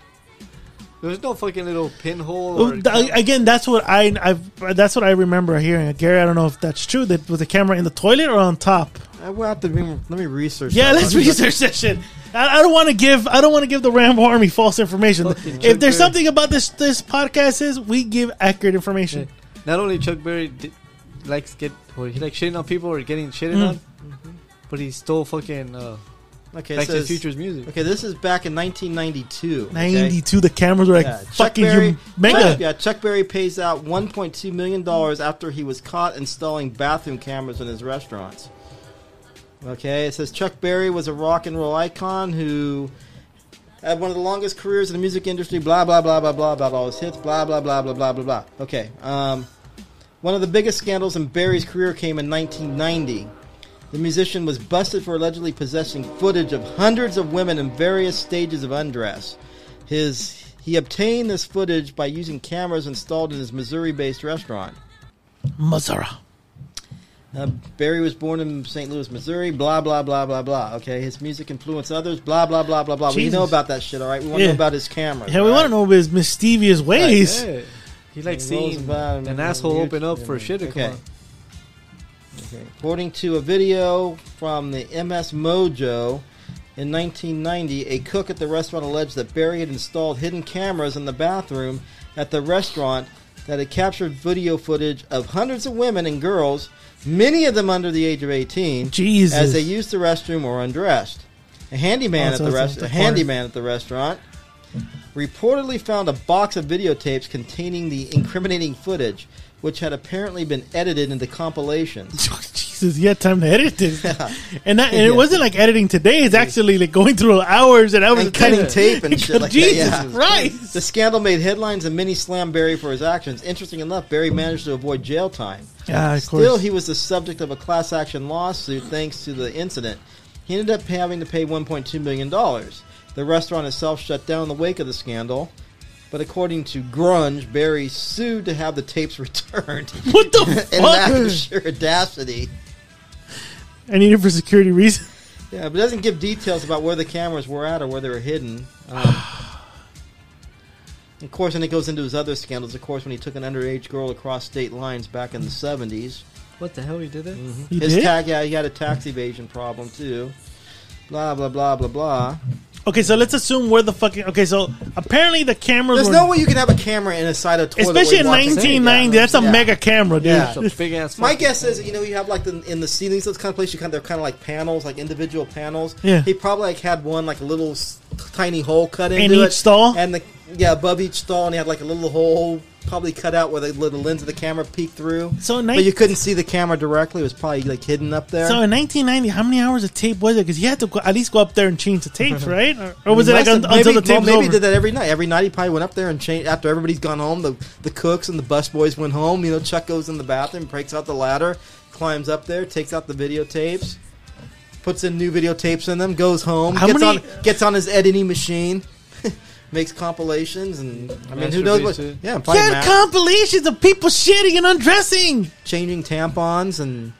There's no fucking little pinhole. Or Th- Again, that's what I I've, that's what I remember hearing. Gary, I don't know if that's true. That was the camera in the toilet or on top? I will Uh, have to be, let me research. Yeah, that let's one. research that shit. I, I don't want to give I don't want to give the Rambo Army false information. Fucking if Gary. there's something about this this podcast is we give accurate information. Not only Chuck Berry did, likes get or he like shitting on people or getting shitted Mhm. on, Mm-hmm. but he stole fucking uh, Okay, it Back to the says- Future's music. Okay, this is back in 1992. okay? Ninety two, the cameras were like Yeah, Chuck fucking Berry- hum- mega. Chuck- yeah, Chuck Berry pays out 1.2 million dollars after he was caught installing bathroom cameras in his restaurants. Okay, it says Chuck Berry was a rock and roll icon who had one of the longest careers in the music industry. Blah blah blah blah blah about all his hits. Blah blah blah blah blah blah blah. Okay, um, one of the biggest scandals in Berry's career came in 1990. The musician was busted for allegedly possessing footage of hundreds of women in various stages of undress. His he obtained this footage by using cameras installed in his Missouri-based restaurant. Mazara. Uh, Barry was born in St. Louis, Missouri. Blah blah blah blah blah. Okay, his music influenced others. Blah blah blah blah blah. We Jesus. know about that shit, all right? We want to Yeah. know about his cameras. Yeah, we all want right? to know his mischievous ways. yeah. He like Rolls seeing about him an and asshole YouTube. open up for shit to Okay. come out. Okay. According to a video from the MS Mojo in 1990, a cook at the restaurant alleged that Barry had installed hidden cameras in the bathroom at the restaurant that had captured video footage of hundreds of women and girls, many of them under the age of 18, Jesus. as they used the restroom or undressed. A handyman Oh, at so the it's rest, not the a handyman at the restaurant reportedly found a box of videotapes containing the incriminating footage, which had apparently been edited into compilations. Jesus, you had time to edit this, and that, and Yeah. it wasn't like editing today. It's actually like going through hours and hours And of time. cutting tape and shit like that, Jesus yeah. Christ! The scandal made headlines and many slammed Barry for his actions. Interesting enough, Barry managed to avoid jail time. Yeah, of course. Still, he was the subject of a class action lawsuit thanks to the incident. He ended up having to pay $1.2 million. The restaurant itself shut down in the wake of the scandal. But according to Grunge, Barry sued to have the tapes returned what the in lack of fuck? sheer audacity. I need it for security reasons. Yeah, but it doesn't give details about where the cameras were at or where they were hidden. Um, Of course, and it goes into his other scandals. Of course, when he took an underage girl across state lines back in the seventies. What the hell? He did it? He his did? ta- yeah, he had a tax evasion problem too. Blah blah blah blah blah. Okay, so let's assume we're the fucking. Okay, so apparently the cameras. There's were, no way you can have a camera in a side of toilet. especially in where you walk- 1990. That's a Yeah. mega camera, dude. Yeah. It's a big ass. My guess is, you know, you have like the, in the ceilings, those kind of places. You kind of, they're kind of like panels, like individual panels. Yeah. He probably like had one like a little s- tiny hole cut into each it, stall? and the yeah above each stall, and he had like a little hole probably cut out where the, where the lens of the camera peeked through. So in but you couldn't see the camera directly; it was probably like hidden up there. So in 1990, how many hours of tape was it? Because you had to go, at least go up there and change the tapes, right? Or, or was it like Must un, have- until the maybe- well, tape was maybe over? he did that every night. Every night he probably went up there and changed. After everybody's gone home, the the cooks and the busboys went home. You know, Chuck goes in the bathroom, breaks out the ladder, climbs up there, takes out the videotapes, puts in new videotapes in them, goes home, How gets many- on gets on his editing machine, makes compilations, and I mean, who knows what? Masterpieces. Yeah, probably Yeah, ma- compilations of people shitting and undressing, changing tampons and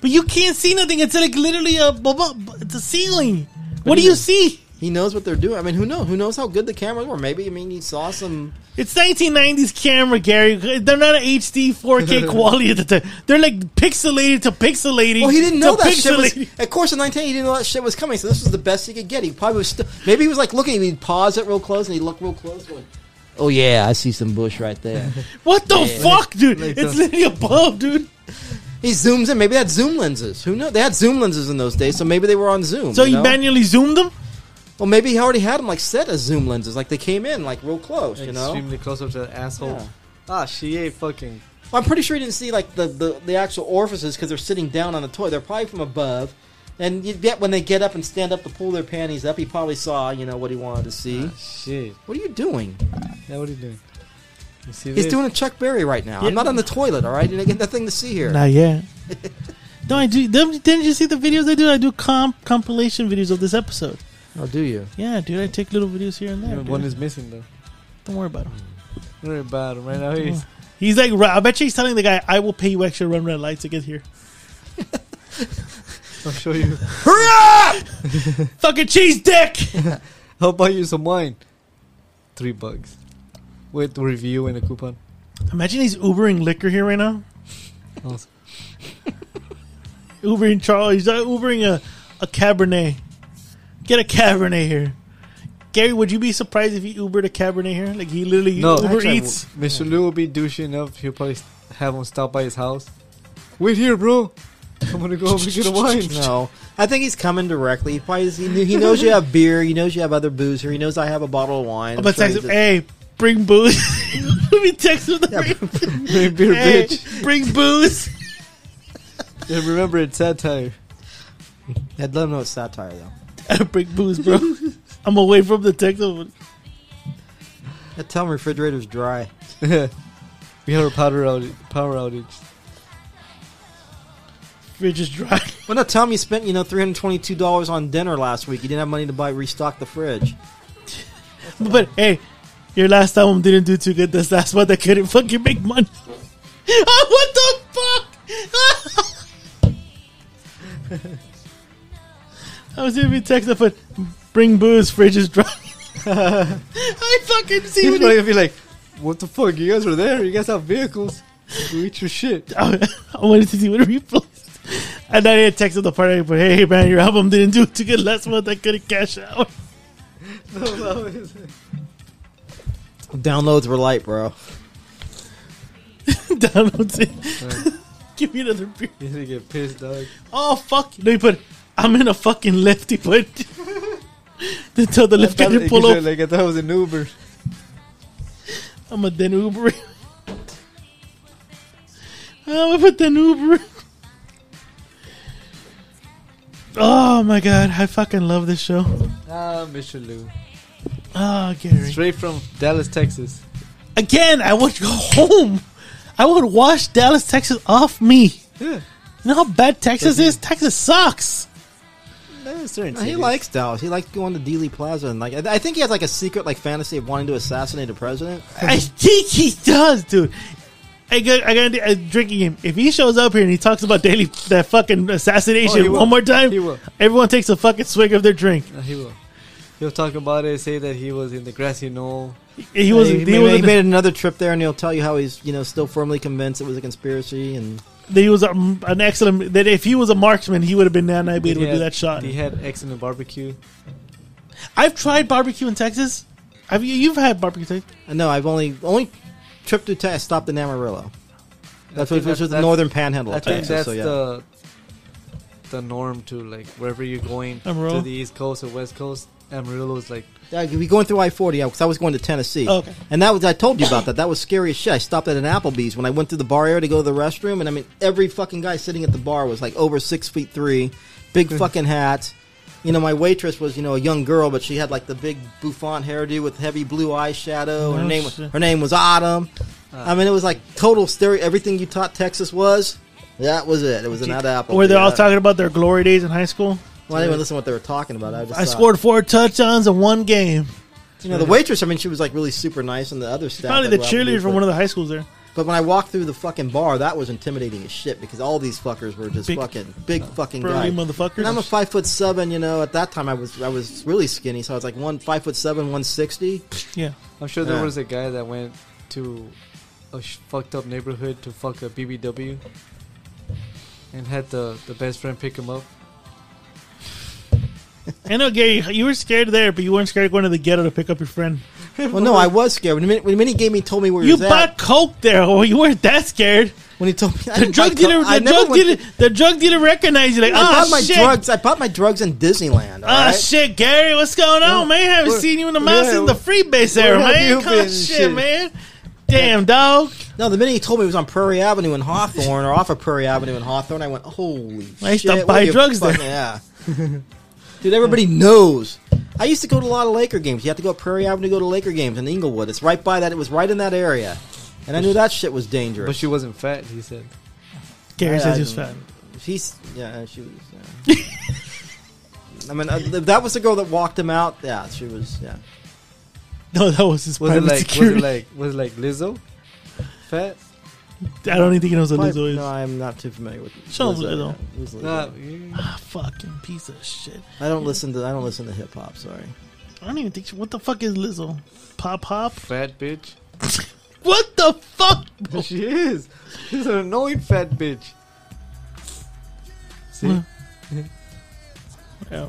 but you can't see nothing. It's like literally a bu- bu- bu- it's a ceiling. What do do you you see? he knows what they're doing. I mean, who knows? Who knows how good the cameras were? Maybe I mean, he saw some. It's 1990s camera, Gary. They're not an HD 4K quality at the time. They're like pixelated to pixelating. Well, he didn't to know that shit pixelating. was. Of course, in 19, he didn't know that shit was coming. So this was the best he could get. He probably was. St- Maybe he was like looking. He'd pause it real close and he'd look real close. Going, oh yeah, I see some bush right there. What the Yeah. fuck, dude? Like it's the- literally above, dude. he zooms in. Maybe they had zoom lenses. Who knows? They had zoom lenses in those days, so maybe they were on zoom. So you he know? manually zoomed them. Well, maybe he already had them like set as zoom lenses. Like they came in like real close. You know. extremely close up to the asshole. Yeah. Ah, she ain't fucking. Well, I'm pretty sure he didn't see like the the, the actual orifices because they're sitting down on the toy. They're probably from above. And yet, when they get up and stand up to pull their panties up, he probably saw, you know, what he wanted to see. Shit. What are you doing? Now what are you doing? You see He's this? doing a Chuck Berry right now. Yeah. I'm not on the toilet, all right? And I get nothing to see here. Not yet. no, I do. them- Didn't you see the videos I do? I do comp compilation videos of this episode. Oh, do you? Yeah, dude, I take little videos here and there. Yeah, One dude. is missing though. Don't worry about him. Very bad right now. He's He's like, I bet you he's telling the guy, "I will pay you extra to run red lights to get here." I'll show you. Fucking cheese dick. I'll buy you some wine. Three bucks. With review and a coupon. Imagine he's Ubering liquor here right now. Awesome. Ubering Charlie. He's uh, Ubering a, a Cabernet. Get a Cabernet here. Gary, would you be surprised if he Ubered a Cabernet here? Like he literally No, Uber actually, Eats. Mr. Lou will be douchey enough. He'll probably have him stop by his house. Wait here, bro. I'm gonna go over and get a wine. No. I think he's coming directly. He probably is, he, knew, he knows you have beer. He knows you have other booze here. He knows I have a bottle of wine. I'm gonna sure text him, he's- hey, bring booze. Let me text him the Bring beer, hey, bitch. bring booze. And remember, it's satire. I'd let him know it's satire, though. bring booze, bro. I'm away from the text. I'm- I'd tell him refrigerator's dry. we had a power outage. Power outage. Fridge is dry. Well, no, tell him you spent, you know, $322 on dinner last week. You didn't have money to buy, restock the fridge. But hey, your last album didn't do too good. That's that's why they couldn't fucking make money. oh, what the fuck? I was gonna be texting, but bring booze. Fridge is dry. I fucking see He's what he probably gonna be like, "What the fuck? You guys were there. You guys have vehicles. Go eat your shit." I wanted to see what replays. And I didn't text him the party, but hey, man, your album didn't do too good last month. I couldn't cash out. Downloads were light, bro. Downloads it. Give me another beer. He's gonna get pissed, dog. Oh, fuck. No, he put, I'm in a fucking lift. He put, then tell the lift guy to pull up. Like I thought it was an Uber. I'm a den Uber. Ah, I'm a den Uber. Oh my god, I fucking love this show. Ah, Mr. Lou, Oh, Gary. straight from Dallas, Texas. again, I would go home. I would wash Dallas, Texas off me. You Yeah, know how bad Texas is? Texas sucks. no, certain. No, he cities. likes Dallas. He likes going to Dealey Plaza and like I I think he has like a secret like fantasy of wanting to assassinate a president. I think he does, dude. I got, I got a drinking game. If he shows up here and he talks about daily that fucking Oh, he assassination will. one more time, He will. everyone takes a fucking swig of their drink. No, he will. He'll talk about it, say that he was in the grassy knoll. He was he, he, made, was he made another trip there, and he'll tell you how he's you know still firmly convinced it was a conspiracy. And he was a, an excellent. That if he was a marksman, he would have been down there, be able He to do had- that shot. He had excellent barbecue. I've tried barbecue in Texas. Have you? You've had barbecue, in Texas? uh, no, I've only only trip to Texas stopped in Amarillo. That's I what think which was the that's- northern panhandle. I of think that's Texas, so, yeah. the the norm to like wherever you're going Amarillo? to the East Coast or West Coast. Amarillo is like Yeah, Uh, we going through I forty because I was going to Tennessee. Oh, okay. and that was I told you about that. That was scary as shit. I stopped at an Applebee's when I went through the bar area to go to the restroom, and I mean every fucking guy sitting at the bar was like over six feet three, big fucking hat. You know, my waitress was you know a young girl, but she had like the big bouffant hairdo with heavy blue eyeshadow. and her Oh, name was shit. Uh. her name was Autumn. I mean, it was like total stereo. Everything you taught Texas was. That was it. It was an Applebee's. Where they're all I- talking about their glory days in high school. Well, I didn't even listen to what they were talking about. I just I thought- scored four touchdowns in one game. You know, the waitress, I mean, she was like really super nice, and the other staff. Probably that the were out there, cheerleader from but- one of the high schools there. But when I walked through the fucking bar, that was intimidating as shit because all these fuckers were just Big- fucking big fucking burly guys. motherfuckers. And I'm a five foot seven. You know, at that time I was I was really skinny, so I was like one five foot seven, one sixty. Yeah. I'm sure there Yeah. was a guy that went to a sh- fucked up neighborhood to fuck a BBW and had the, the best friend pick him up. I know, Gary, you were scared there, but you weren't scared going to the ghetto to pick up your friend. Well, no, I was scared when the minute, when the minute he gave me told me where You he was bought at. coke there, or you weren't that scared. When he told me I The didn't buy drug co- dealer, I the never drug went- dealer, the drug dealer recognized you. Like, I ah, bought my shit, drugs. I bought my drugs in Disneyland. all ah, right? shit, Gary, what's going on, man? Haven't Where- seen you in the mouse yeah, in the freebase area, where have man. you Come on, been, shit, shit? man. Damn, dog. No, the minute he told me it was on Prairie Avenue in Hawthorne or off of Prairie Avenue in Hawthorne, I went, holy I used shit. to what buy are you drugs there. fucking- Yeah. Dude, everybody knows. I used to go to a lot of Laker games. You had to go up Prairie Avenue to go to Laker games in Inglewood. It's right by that. It was right in that area. And I knew that shit was But dangerous. she wasn't fat, he said. Gary Yeah, says I he was fat. didn't- He's, yeah, she was. Yeah. I mean, uh, if that was the girl that walked him out. Yeah, she was, yeah. No, that was his Was it private like security. was it like was it like Lizzo? Fat? I don't even think it was a My- Lizzo. no, I'm not too familiar with Sounds Lizzo. Lizzo. Yeah, it was Lizzo. Nah, you- Ah, fucking piece of shit. I don't listen to I don't listen to hip hop. Sorry. I don't even think. She, what the fuck is Lizzo? Pop, pop. fat bitch. What the fuck? She is. She's an annoying fat bitch. See? Yeah.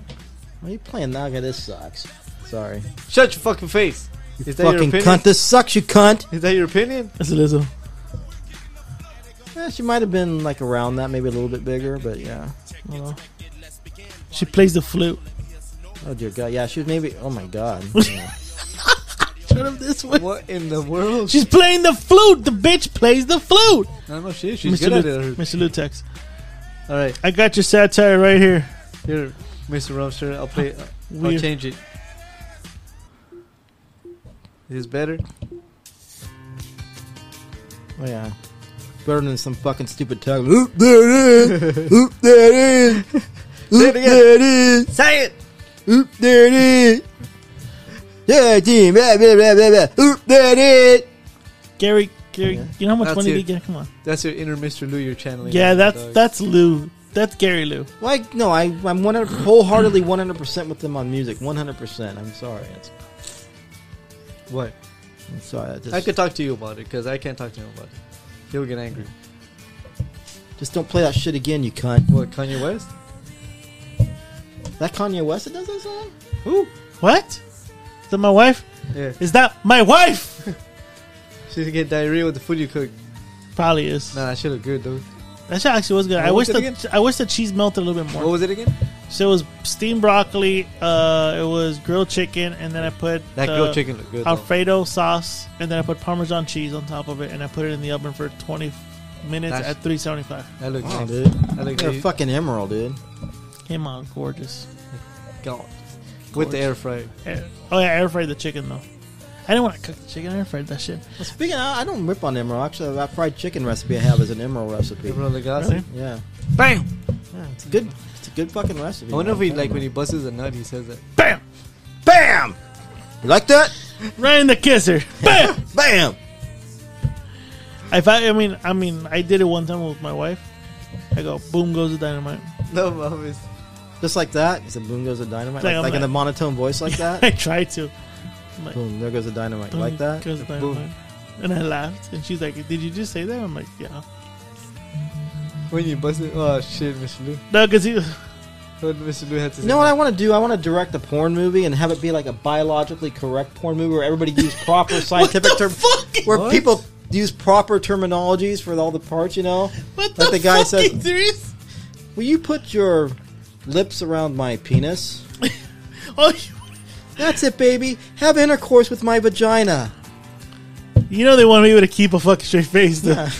Why are you playing Naga? This sucks. Sorry. Shut your fucking face. Is that your Fucking opinion? cunt. This sucks, you cunt. Is that your opinion? That's Lizzo. Eh, she might have been like around that, maybe a little bit bigger, but yeah. I don't know. She plays the flute. Oh dear God. Yeah, she was maybe. Oh my God. Turn up this way. What in the world? She's playing the flute. The bitch plays the flute. I don't know if she is. She's Mr. good at Lu- it. Mr. Lutex. Alright, I got your satire right here. here, Mr. Rumster, I'll play Ah, I'll Weird. Oh, change it. Is this better? Oh yeah. Better than some fucking stupid tongue. Oop, there it is. Oop, there it is. Oop, there it is. Say it! Oop, there it is. Yeah, team. Blah, blah, blah, blah, blah. Oop, there it is. Gary, Gary, Yeah. you know how much That's money it. we get? Come on. That's your inner Mr. Lou you're channeling. Yeah, right now, that's dog. that's Lou. That's Gary Lou. Like no, I I'm one hundred wholeheartedly one hundred percent with them on music. One hundred percent. I'm sorry. It's, What? I'm sorry. I just, I could talk to you about it because I can't talk to him about it. He'll get angry. Just don't play that shit again, you cunt. What, Kanye West? That Kanye West that does that song? Who? What? Is that my wife? Yeah. Is that my wife? She's gonna get diarrhea with the food you cook. Probably is. Nah, that shit look good, though. That shit actually was good. I wish What was it Oh. the I wish the cheese melted a little bit What more. was it again? So it was steamed broccoli. Uh, it was grilled chicken, and then I put That uh, grilled chicken looked good. though. Alfredo sauce, and then I put Parmesan cheese on top of it, and I put it in the oven for 20 minutes That's- at 375. That looked Wow, nice. dude. That looked You're a good. fucking emerald, dude. Came out gorgeous. God. With the air fryer. Air- Oh yeah, I air fried the chicken though. I didn't want to cook the chicken. I air fried that shit. Well, speaking of, I don't rip on emerald. Actually, that fried chicken recipe I have is an emerald recipe. Remember the gas? Really? Yeah. Bam! Yeah, it's good. It's a good fucking recipe. I wonder if man. he, like, when he busts a nut, he says that. Bam! BAM! You like that? Right in the kisser. Bam! BAM! if I, I mean, I mean, I did it one time with my wife. I go, boom goes the dynamite. No, mom, it's Just like that. He said, boom goes the Like, dynamite. Like, I'm like in like- a monotone voice like that. I tried to. I'm like, boom, there goes the dynamite. "Boom, Like that. goes the Boom. dynamite." And I laughed, and she's like, "Did you just say that?" I'm like, "Yeah." When you bust it, oh shit, Mr. Lou. No, because he. What Mr. Lou had to say. You know what I want to do? I want to direct a porn movie and have it be like a biologically correct porn movie where everybody use proper scientific terms. Where What? people use proper terminologies for all the parts, you know? What Like the guy fuck says- is serious? Will you put your lips around my penis? Oh, you- That's it, baby. Have intercourse with my vagina. you know they want me to keep a fucking straight face. Though. Yeah.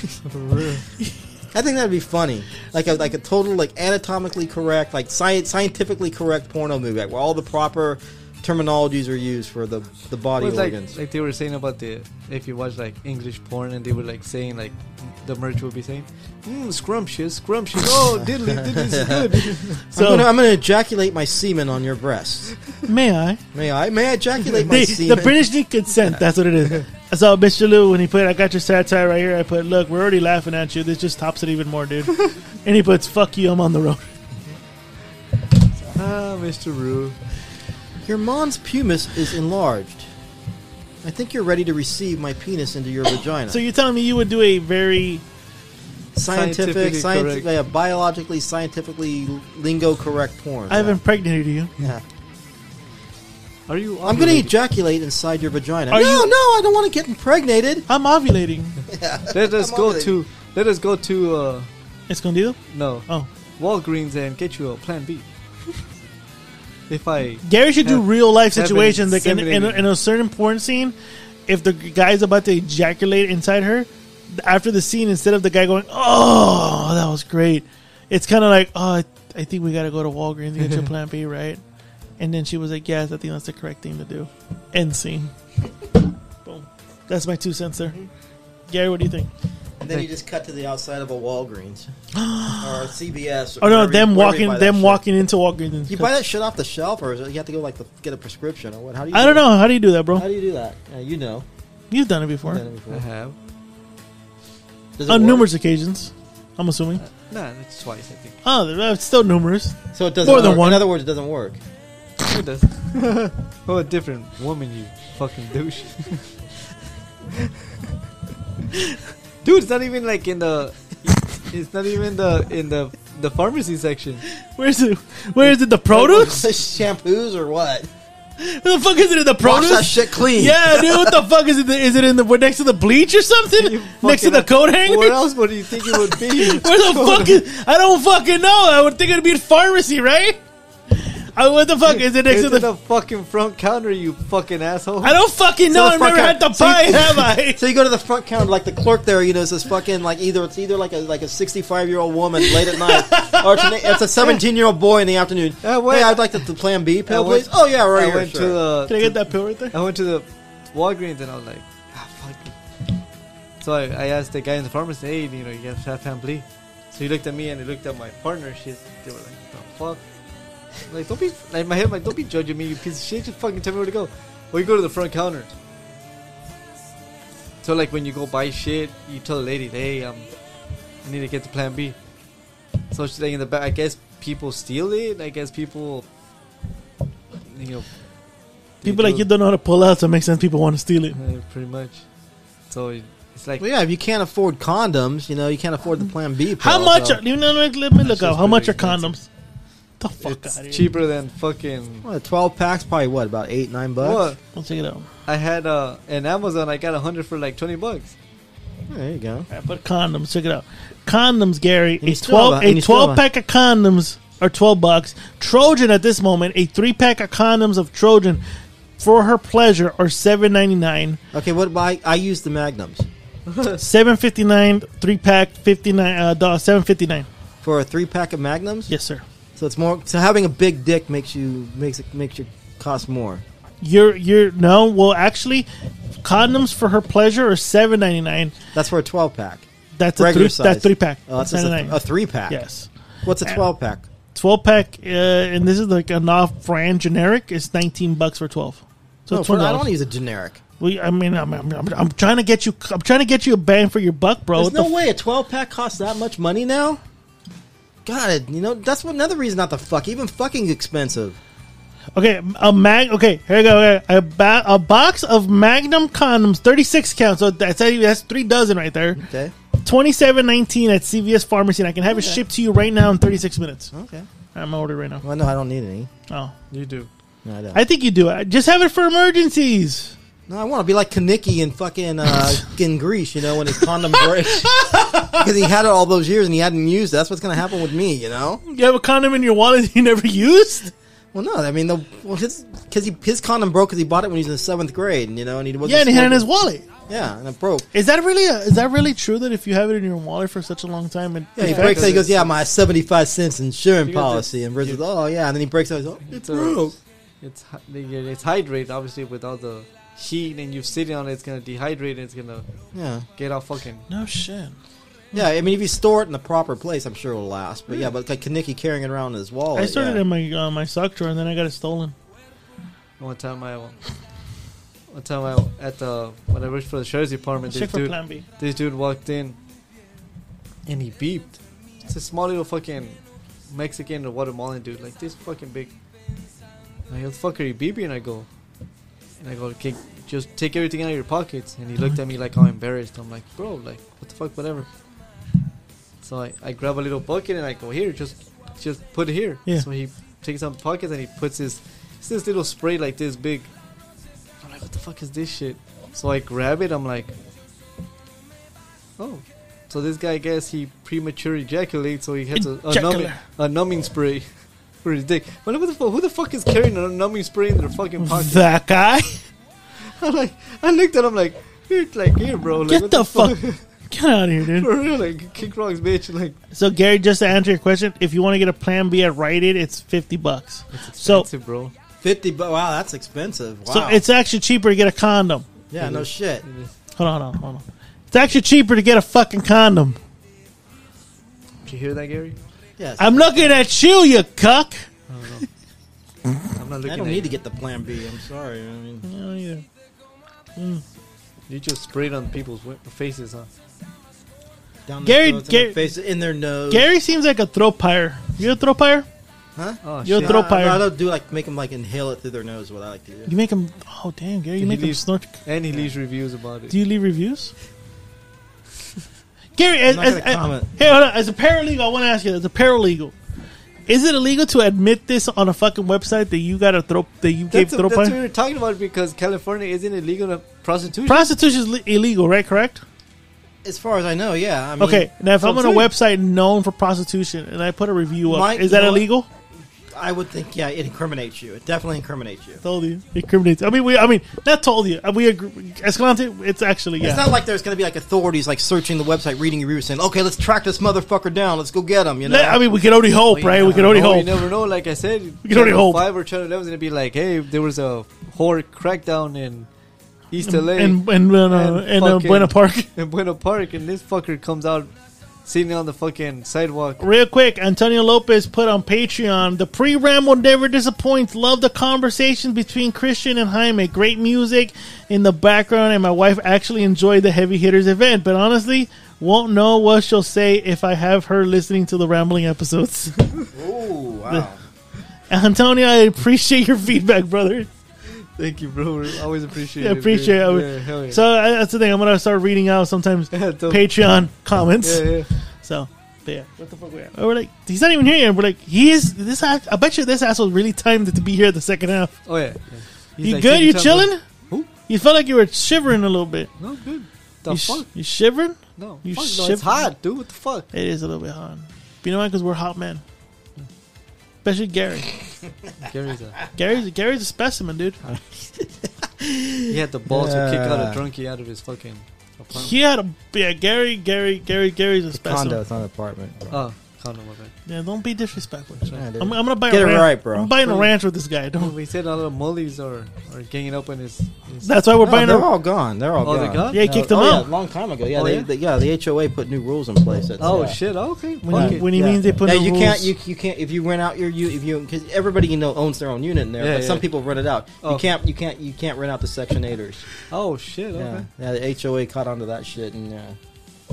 I think that'd be funny, like a like a total like anatomically correct, like science scientifically correct porno movie, like, where all the proper terminologies are used for the the body Well, like, organs. like they were saying about the if you watch like English porn and they were like saying like the merch would be saying mm, scrumptious scrumptious oh diddly diddly's good So I'm, gonna, I'm gonna ejaculate my semen on your breast. may I? May I? May I ejaculate my They, the semen? British need consent. That's what it is. I saw Mr. Lou when he put, I got your satire right here. I put, look, we're already laughing at you. This just tops it even more, dude. and he puts, fuck you, I'm on the road. ah Mr. Roo your mom's pumice is enlarged. I think you're ready to receive my penis into your vagina. So you're telling me you would do a very. scientific, Scientifically scientific, correct. yeah, biologically, scientifically, lingo correct porn. I have impregnated you. Yeah. are you I'm gonna ovulating? ejaculate inside your vagina. Are no, you- no, I don't want to get impregnated. I'm ovulating. let us I'm go ovulating. to let us go to uh Escondido? no Oh. Walgreens and get you a Plan B if I Gary should do Have- real life have been situations. Like in, in, a, inseminated. in a certain porn scene, if the guy's about to ejaculate inside her, after the scene, instead of the guy going, "Oh, that was great," it's kind of like, "Oh, I, I think we got to go to Walgreens to get your Plan B, right?" And then she was like, "Yes, I think that's the correct thing to do." End scene. Boom. That's my two cents Mm-hmm. there. Gary, what do you think? And then you just cut to the outside of a Walgreens or a CVS. Or Oh no, wherever them you- wherever you walking, buy that them shit. walking into Walgreens. You buy that shit off the shelf, or is it, you have to go like the, get a prescription, or what? How do you? I don't do that? know. How do you do that, How bro? do you do that? Yeah, you know, You've done it You've before done it I before. have Does it on work? numerous occasions. I'm assuming. nah that's twice I think Oh, they're- uh, still numerous. So it doesn't more than work. one. In other words, it doesn't work. Who does? oh, a different woman, you fucking douche. Dude, it's not even like in the. It's not even the in the the pharmacy section. Where's it? Where is it? The produce? shampoos, or what? What the fuck is it in the Wash that produce? shit clean. Yeah, dude. What the fuck is it? Is it in the? We're next to the bleach or something? You Next to fucking- the coat hanger? Where else would you think it would be? Where the fuck is? I don't fucking know. I would think it'd be in pharmacy, right? I, what the fuck is it next It's to in the? the fucking front counter, you fucking asshole. I don't fucking know. So I've the fuck never I- had the so you- pie, have I? So you go to the front counter, like the clerk there, you know, is this fucking like either it's either like a like a sixty five year old woman late at night, or it's, an, it's a seventeen year old boy in the afternoon. Uh, what- hey, I'd like the, the Plan B I pill, went- please. Oh yeah, right I here. went sure. to uh, the. Can I get to- that pill right there? I went to the Walgreens and I was like, ah, fuck. it." So I, I asked the guy in the pharmacy, hey, you know, you have have Plan B?" So he looked at me and he looked at my partner. She's, they were like, the fuck? I'm like, don't be, like, in my head, I'm like, don't be judging me, you piece of shit. Just fucking tell me where to go. Or you go to the front counter. So, like, when you go buy shit, you tell the lady, hey, um, I need to get the plan B. So she's like, in the back, I guess people steal it. I guess people, you know. they People like do- you don't know how to pull out, so it makes sense. People want to steal it. uh, pretty much. So it- it's like Well, yeah, if you can't afford condoms, you know, you can't afford the Plan B. Pill, How much? so- Are, you know, let me look That's up. just How much are pretty condoms? The fuck out it's of here. cheaper than fucking. What, Twelve packs, probably what about eight, nine What? bucks. Let's check it out. I had uh, an Amazon. I got a hundred for like twenty bucks. Yeah, there you go. All right, but condoms, check it out. Condoms, Gary. And A you still twelve, have a- and a you still twelve have a- pack of condoms are twelve bucks. Trojan at this moment, a three pack of condoms of Trojan for her pleasure are seven ninety nine, Okay, what? I, I use the magnums seven fifty nine, three pack fifty nine, uh, dollar seven fifty nine. for a three pack of magnums. Yes, sir. So it's more. So having a big dick makes you makes it makes you cost more. You're you're no. Well, actually, condoms for her pleasure are seven ninety nine. That's for a twelve pack. That's a Regular three. size. That's three pack. Oh, that's just $7.99. a, three pack. yes. What's a twelve pack? 12 pack, uh, and this is like an off brand generic, is 19 bucks for 12. So No, it's for, $20. I don't want to use a generic. Well, I mean, I'm, I'm, I'm, I'm trying to get you. I'm trying to get you a bang for your buck, bro. There's What the no way a 12 pack costs that much money now. God, you know that's what- another reason not to fuck. Even fucking expensive. Okay, a mag. Okay, here we go. okay. A, ba- a box of Magnum condoms, thirty six count. So that's that's three dozen right there. Okay. Twenty seven nineteen at CVS Pharmacy, and I can have it Okay. shipped to you right now in thirty six minutes. Okay. I'm ordered right now. Well, no, I don't need any. Oh, You do. No, I don't. I think you do. it. Just have it for emergencies. No, I want to be like Kanicki in fucking uh, in Greece, you know, when his condom breaks because he had it all those years and he hadn't used. it. That's what's gonna happen with me, you know. You have a condom in your wallet you never used. Well, no, I mean, the, well, his because he his condom broke because he bought it when he was in the seventh grade, and you know, and he was Yeah, and he had it in his wallet. yeah, and it broke. Is that really a, is that really true that if you have it in your wallet for such a long time, it, Yeah, he Yeah, breaks it. He because goes, "Yeah, my seventy-five cents insurance Because policy," it's- and Riz is, you- "Oh yeah," and then he breaks out. He's, oh, it It's a- broke. It's hy- it's hydrate obviously with all the heat and you sitting on it. It's gonna dehydrate and it's gonna Yeah, get all fucking. no shit. yeah. I mean, if you store it in the proper place, I'm sure it'll last. But yeah, but like Kanicki carrying it around in his Oh, wallet. I started yeah. in my uh, my sock drawer and then I got it stolen. One time I, one time I at the when I worked for the sheriff's department, Check this for dude, Plan B. this dude walked in, and he beeped. It's a small little fucking Mexican or Guatemalan dude, like this fucking big. And I go, "The fuck are you beeping?" I go, and I go, okay, just take everything out of your pockets. And he looked at me like I'm embarrassed. I'm like, bro, like what the fuck, whatever. So I, I grab a little bucket and I go here, just just put it here. Yeah. So he takes out the pockets and he puts his it's this little spray like this big. I'm like, what the fuck is this shit? So I grab it. I'm like, oh. So this guy, I guess he premature ejaculates, so he has a, a, numbing, Ejaculate. a numbing spray for his dick. But who the, fuck, who the fuck is carrying a numbing spray in their fucking pocket? That guy. I'm like, I looked at him like, dude, like here, bro. Like, Get what the fuck- Get out of here, dude. For real, like kick rocks, bitch. Like So Gary, just to answer your question, if you want to get a Plan B at Rite Aid, it's fifty bucks. So expensive, bro. fifty. But wow, that's expensive. Wow. so it's actually cheaper to get a condom. yeah, no shit. Hold on, hold on, hold on. It's actually cheaper to get a fucking condom. Did you hear that, Gary? Yes, I'm looking at you, you cuck. I don't know. I'm not looking. I don't at need to you. get the Plan B. I'm sorry. I mean. Oh, yeah. You just sprayed on people's wi- faces, huh? down Gary- their throats, Gary- in their face, in their nose. Gary seems like a throw pyre. You a throw pyre? huh? Oh You're shit! throw I- pirate. I, don't do like make them like inhale it through their nose. What I like to do. You make him. Oh damn, Gary, you He make him leaves- snort. and he leaves reviews about it. Do you leave reviews? Gary, as, not as, gonna as- comment. hey, hold on. As a paralegal, I want to ask you: As a paralegal, is it illegal to admit this on a fucking website that you got a throw that you gave that's, throw that's what we pyre? were talking about because California isn't illegal to prostitution. Prostitution is li- illegal, right? Correct. As far as I know, yeah. I mean, okay. Now, if so I'm on a it's like- website known for prostitution and I put a review up, Mike, is that you know what? illegal? I would think yeah, it incriminates you. It definitely incriminates you. Told you, it incriminates. I mean, we. I mean, not told you. Uh, We agree. Escalante. It's actually yeah. It's not like there's going to be like authorities like searching the website, reading your reviews, saying, "Okay, let's track this motherfucker down. Let's go get him." You know. Let- I mean, we can only hope, Well, you right? We never can only know, You hope. never know. Like I said, We can only Channel hope. Five or Channel Eleven is gonna be like, hey, there was a whore crackdown in East LA And and uh, And and uh, fucking- Buena Park. in Buena Park, and this fucker comes out sitting on the fucking sidewalk. Real quick, Antonio Lopez put on Patreon the pre ramble never disappoints. Love the conversation between Christian and Jaime. Great music in the background, and my wife actually enjoyed the heavy hitters event. But honestly, won't know what she'll say if I have her listening to the rambling episodes. oh wow. Antonio, I appreciate your feedback, brother. Thank you, bro. I Always appreciate Yeah, it. appreciate dude. it. Yeah, hell yeah. So uh, that's the thing. I'm gonna start reading out sometimes Yeah, dope. Patreon comments. yeah, yeah. So, but yeah. What the fuck we at? We're like, he's not even here yet. We're like, he is. This, ass- I bet you this asshole really timed it to be here the second half. Oh yeah. yeah. He's you like, good? "Take You your time, bro." chilling? You felt like you were shivering a little bit. No, good. The you, sh- fuck? you shivering? No. you fuck, no, shiver- it's hot, dude. What the fuck? It is a little bit hot. But you know why? Because we're hot men. Especially Gary. Gary's a- Gary's Gary's a specimen, dude. he had the balls to kick out Yeah. a drunkie out of his fucking apartment. He had a yeah. Gary, Gary, Gary, Gary's a specimen. Condo, it's not an apartment. Oh, condom, my bad. Yeah, don't be disrespectful. Yeah, dude. I'm, I'm gonna buy a Get it ranch. right, bro. I'm buying a ranch with this guy. Don't. We said all the mullies are, are ganging up on his. his That's why we're No, buying they're a. all gone. They're all Oh, gone. they're gone? Yeah, he No, kicked them oh, yeah, out. a long time ago. Yeah, Oh, they, yeah? They, yeah, the HOA put new rules in place. That's- oh yeah. shit! Okay. Fuck When, it. he, when he Yeah. means they put Now, in you rules. can't you, you can't if you rent out your you if you because everybody you know owns their own unit in there Yeah, but some yeah. people rent it out Oh. you can't you can't you can't rent out the section eighters oh shit! yeah Okay. yeah the HOA caught onto that shit and yeah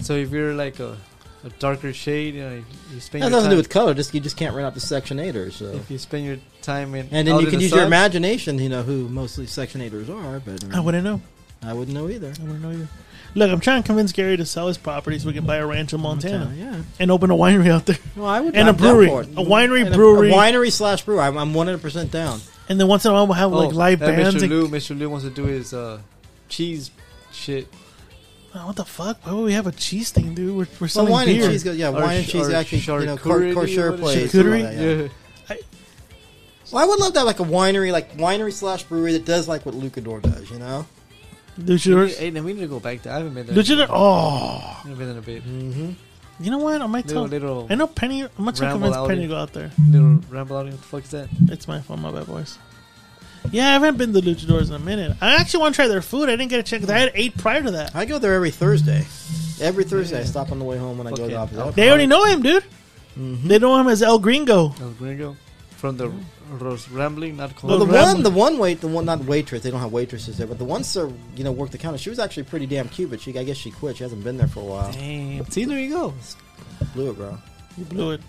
So if you're like a a darker shade. You know, you, you spend That your has nothing to do time, with color. Just you just can't rent out to Section Eighters. So. if you spend your time in And then out you in can the use your sun, imagination. You know who mostly Section Eighters are, but um, I wouldn't know. I wouldn't know either. I wouldn't know either. Look, I'm trying to convince Gary to sell his property so we can buy a ranch in Montana, yeah. and open a winery out there, Well, I would. And a I'm down brewery. for it. A winery, And a- brewery. a winery slash brewery. I'm, I'm 100% down. and then once in a while we'll have like oh, live that bands. Mr. And, Liu, Mr. Liu wants to do his uh, cheese shit. Oh, what the fuck? Why would we have a cheese thing, dude? We're, we're So selling wine beer. and cheese goes. Yeah, Or wine and sh- cheese or actually. You know, cor- charcuterie, corsair what is it? plays. and all Charcuterie? that, Yeah. yeah. Well, I would love to have like a winery, like winery slash brewery that does like what Lucador does. You know. Luchador. Hey, then we need to go back there. I haven't been there. Luchador. Oh, I haven't been there in a bit. Mm-hmm. you know what? I might Little, tell. little, I know Penny. I'm not trying to Ramble convince outing. Penny to go out there. little ramble out. What the fuck's that? It's my fault, my bad, boys. Yeah, I haven't been to Luchadors in a minute. I actually want to try their food. I didn't get a check because I had eight prior to that. I go there every Thursday. Every Thursday, I stop on the way home when I go Fucking to the office. alcohol. They already know him, dude. Mhm. They know him as El Gringo. El Gringo from the Mm-hmm. Rose Rambling, not Well, Well, the called. Ramblin'. one, the one wait, the one not waitress. They don't have waitresses there, but the one sir, you know, worked the counter. She was actually pretty damn cute, but she, I guess, she quit. She hasn't been there for a while. Damn. See, there you go. Blew it, bro. You blew it.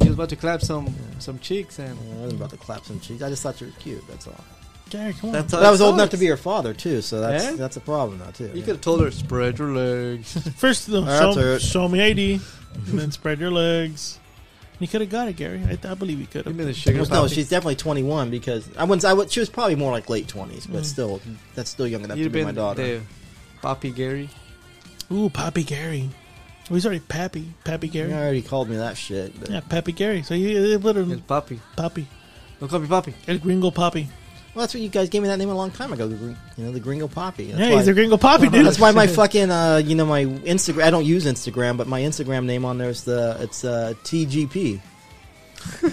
He was about to clap some some cheeks, and I wasn't about to clap some cheeks. I just thought you were cute. That's all. Gary, come on. that's But how I it was old starts. enough to be her father too, so that's Yeah? that's a problem now too. You could have told her spread your legs. First, though, That's show, it. show me ID, and then spread your legs. You could have got it, Gary. I, I believe you could Give have. me the sugar. Well, no, poppy. she's definitely 21 because I wouldn't. I would. She was probably more like late 20s, but still, that's still young enough You'd to have be been my daughter. the Poppy Gary. Ooh, Pappy Gary. Well, he's already Pappy. Pappy You Gary. Yeah, already called me that shit. But. Pappy Gary. So you they put It's him Poppy. Pappy. Don't call me Poppy. El Gringo Pappy. Well, that's what you guys gave me that name a long time ago. the gr- You know, the Gringo Poppy. That's yeah, why- he's a Gringo Pappy, dude. That's why my fucking uh, you know my Instagram. I don't use Instagram, but my Instagram name on there is the it's uh, TGP.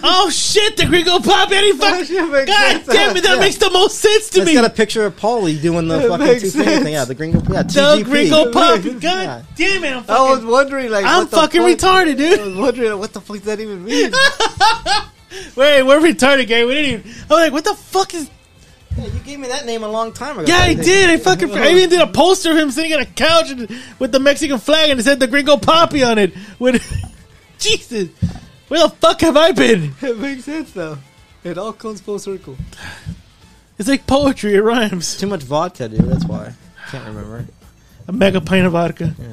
oh, shit, the Gringo Pappy. I didn't Oh, fuck- God damn it, that Yeah. makes the most sense to It's me. got a picture of Paulie doing the That fucking makes two finger sense. thing. Yeah, the Gringo. Yeah, The TGP. Gringo Pappy. God Yeah. damn it. I'm I was fucking, wondering, like, I'm what the fucking fuck? retarded, dude. I was wondering what the fuck does that even mean. Wait, we're retarded, Gary. We didn't even. I'm like, what the fuck is. Yeah, you gave me that name a long time ago. Yeah, I Like, did. I fucking. I even did a poster of him sitting on a couch and, with the Mexican flag and it said the Gringo Poppy on it. With Jesus, where the fuck have I been? it makes sense though. It all comes full circle. It's like poetry. It rhymes. Too much vodka, dude. That's why. Can't remember. A mega pint of vodka. Yeah.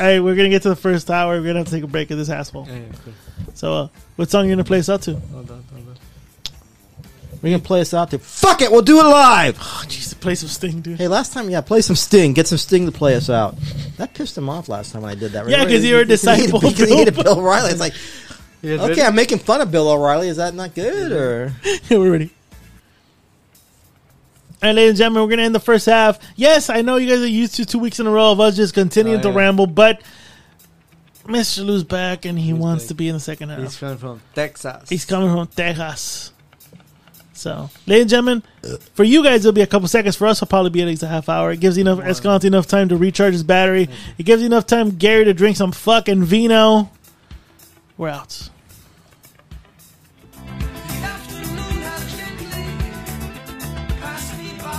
All right, we're gonna get to the first hour. We're gonna have to take a break of this asshole. Yeah, Oh, yeah, cool. So, uh, what song you gonna play us out to? Hold on, hold on. We're gonna play us out to. Fuck it, we'll do it live. Oh, Jesus, play some Sting, dude. Hey, last time, yeah, play some Sting. Get some Sting to play us out. That pissed him off last time when I did that. Yeah, 'cause you were a disciple of Because he hated Bill. Bill O'Reilly. It's like, Yeah, okay, I'm making fun of Bill O'Reilly. Is that not good? Or Yeah, we're ready. All right, ladies and gentlemen, we're going to end the first half. Yes, I know you guys are used to two weeks in a row of us just continuing Oh, to yeah. ramble, but Mr. Lou's back and he Lou's wants back. to be in the second half. He's He's, coming from Texas. coming from Texas. So, ladies and gentlemen, for you guys, it'll be a couple seconds. For us, it'll probably be at least a half hour. It gives enough Escalante enough time to recharge his battery. It gives enough time Gary to drink some fucking vino. We're out. Afternoon has gently passed me by.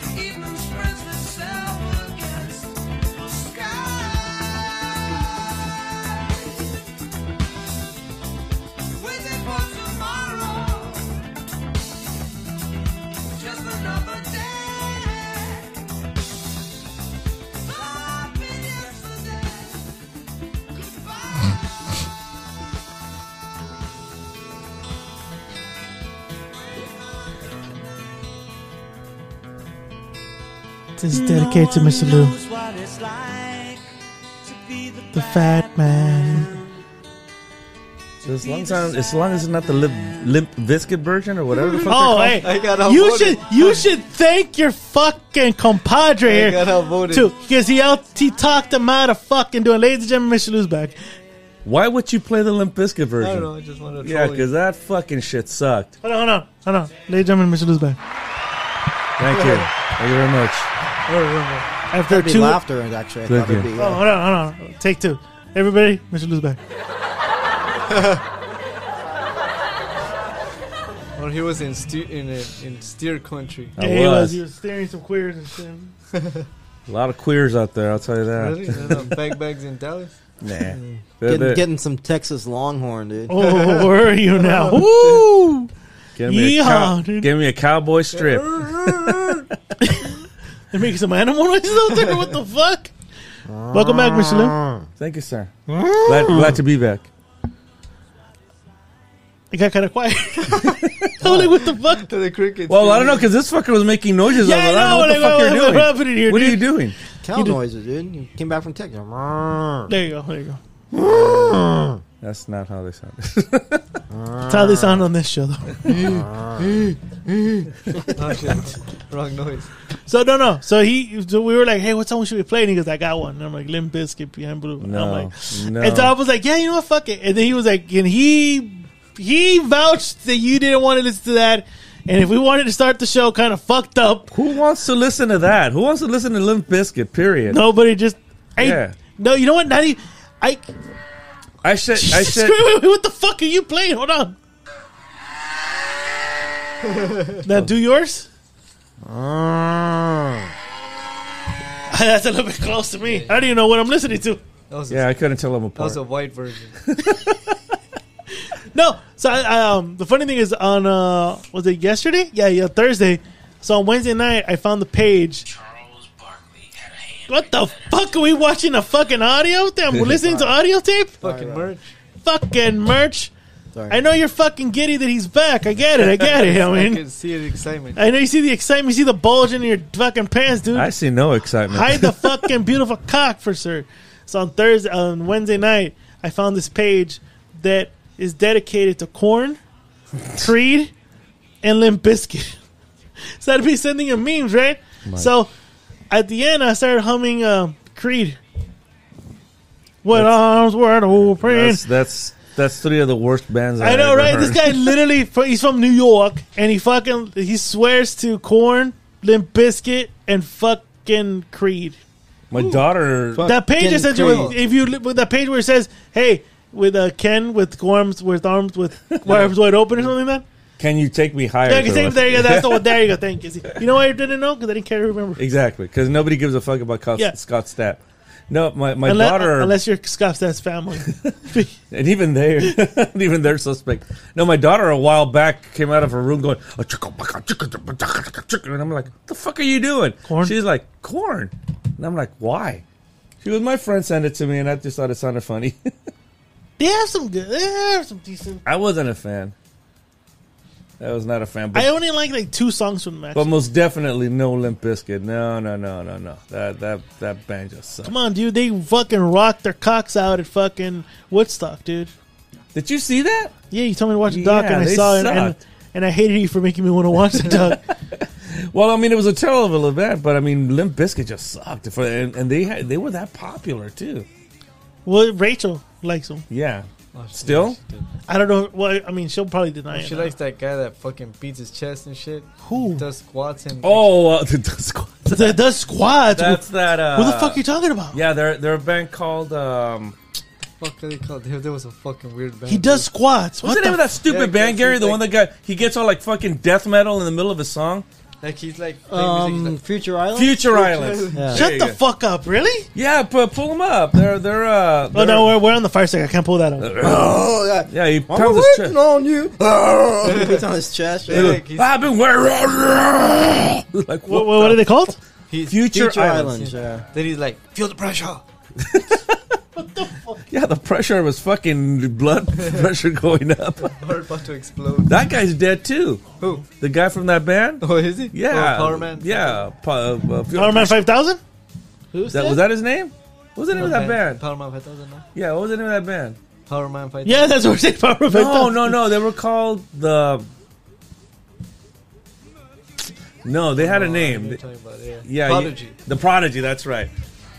The evening spreads itself against the sky. Waiting for tomorrow, just another day. I've been yesterday. Goodbye. This is dedicated to Mr. Lou, what it's like to be the, the fat man. So as long as, I'm- as long as it's not the limp, limp biscuit version or whatever the fuck. Oh, they're hey, I got outvoted. you should you should thank your fucking compadre I here got outvoted. too, because he out he talked him out of fucking doing. Ladies and gentlemen, Mr. Lou's back. called. Why would you play the limp biscuit I version? don't know. I just wanted to Yeah, troll you. because that fucking shit sucked. Hold on, hold on, hold on. Ladies and gentlemen, Mr. Lou's back. Thank you. Thank you very much. Or rumor. After there'd be two, oh, laughter. And actually, I Thank thought it'd be. uh, you. hold on, hold on. Take two. Everybody, Mr. Lou's back. Or he was in steer in a, in steer country. I he was. He was steering some queers and shit. A lot of queers out there, I'll tell you that. Really? There's no bag bags in Dallas? Nah. They're- Getting, they're- getting some Texas Longhorn, dude. Oh, where are you now? Woo! give, me a cow- Yeehaw, dude. give me a cowboy strip. They're making some animal noises out there. What the fuck? Welcome back, Mr. Lim. Thank you, sir. Glad, glad to be back. It got kind of quiet. I was like, what the fuck? To the crickets. Well, I don't know because this fucker was making noises. Yeah, over I there. know. I don't know what the Like, what- fuck you're doing. What happened here? What are you dude? doing? Cow You did- noises, dude. You came back from Texas. There you go. There you go. That's not how they sound. That's how they sound on this show, though. Oh, shit. Wrong noise. So no, no. So he, so we were like, "Hey, what song should we play?" And he goes, "I got one." And I'm like, "Limp Bizkit, Behind Blue." And I'm No, like, no. And so I was like, "Yeah, you know what? Fuck it." And then he was like, "And he, he vouched that you didn't want to listen to that." And if we wanted to start the show kind of fucked up, Who wants to listen to that? Who wants to listen to Limp Biscuit? Period. nobody just. I, Yeah. No, you know what? Not even. I. I said. I Jesus said. Christ, wait, wait, what the fuck are you playing? Hold on. now do yours. That's a little bit close to me. I don't even know what I'm listening to. That was, Yeah, a, I couldn't tell them that apart. was a white version. No, so I, I, um, the funny thing is on uh, was it yesterday? Yeah, yeah, Thursday. So on Wednesday night, I found the page. Charles Barkley had a hand. What the fuck are we watching a fucking audio? Damn, we're listening to audio tape. Fucking merch. Fucking merch. Sorry. I know you're fucking giddy that he's back. I get it. I get it. I I mean, can see the excitement. Eh, I know you see the excitement, you see the bulge in your fucking pants, dude. I see no excitement. Hide the fucking beautiful cock for sure. So on Thursday, on Wednesday night, I found this page that is dedicated to Corn, Creed, and Limp Bizkit. So I'd be sending him memes, right? So at the end, I started humming um, Creed. What arms were open? that's, that's that's three of the worst bands. I I've know, ever right? This guy heard. literally, fr- he's from New York, and he fucking he swears to Corn, Limp Biscuit, and fucking Creed. My daughter. That page Fucking essentially, Creed. if you li- with that page where it says, "Hey, with uh, Ken with arms with arms with arms wide open" or something like Can you take me higher? that. Yeah, you can say, Thoreau? there you go. That's the one. There you go. Thank you. See, you know why I didn't know? Because I didn't care to remember. Exactly, because nobody gives a fuck about Scott, Yeah. Scott Stapp. No, my, my Unless, daughter, unless you're Scott's dad's family. and even they, even they're suspect. No, my daughter a while back came out of her room going, "Ah, chicka, baka, chicka, chicka, chicka, chicka," and I'm like, "What the fuck are you doing?" Corn? She's like, "Corn," and I'm like, "Why?" She goes, "My friend sent it to me, and I just thought it sounded funny." they have some good. They have some decent. I wasn't a fan. I was not a fan, I but, only like like two songs from Max. but most definitely no Limp Bizkit. No, no, no, no, no. That that that band just sucked. Come on, dude. They fucking rocked their cocks out at fucking Woodstock, dude. Did you see that? Yeah, you told me to watch the doc, Yeah, and I they saw it, and, sucked. and I hated you for making me want to watch the doc. Well, I mean, it was a terrible event, but I mean, Limp Bizkit just sucked, for, and, and they had, they were that popular too. well, Rachel likes him. Yeah, Oh, she Still? likes- I don't know. Well, I mean, she'll probably deny She it. likes that guy that fucking beats his chest and shit. Who? Does squats and. Oh, uh, the, the squad. the, the squads. That's Who, that. Uh, who the fuck are you talking about? Yeah, they're they're a band called. Um, Fuck, are they called? There, there was a fucking weird band. He does squats. What what's the name of that stupid Yeah, band, that's Gary? The like- one that got he gets all like fucking death metal in the middle of a song. dude. Like, he's like. playing music, Um, he's Future Island. Oh, Future Islands. Yeah. There Shut you the go. fuck up, really? Yeah, pu- pull them up. They're they're. Uh, Oh, they're no, we're, we're on the fire stick. I can't pull that up. Oh, yeah. yeah, he I'm pounds his waiting chest. on you. It's on his chest. Yeah. Like, he's- I've been wearing like What, what, what are they called? he's, Future, Future Islands. Islands. Yeah. Then he's like, feel the pressure. Yeah, the pressure was fucking blood pressure going up. We're about to explode. That guy's dead too. Who? The guy from that band. Oh, is he? Yeah, Oh, Power Man. Yeah, Pa- uh, uh, Power Man 5000? Who's That, was that his name? What was the name of that band? Power Man 5000, no? Yeah, what was the name of that band? Power Man 5000. Yeah, that's what we're saying. Power Man No, 5000. no, no. They were called the. No, they Oh, had a name. Talking about, yeah. Yeah, he- Prodigy. the prodigy. That's right.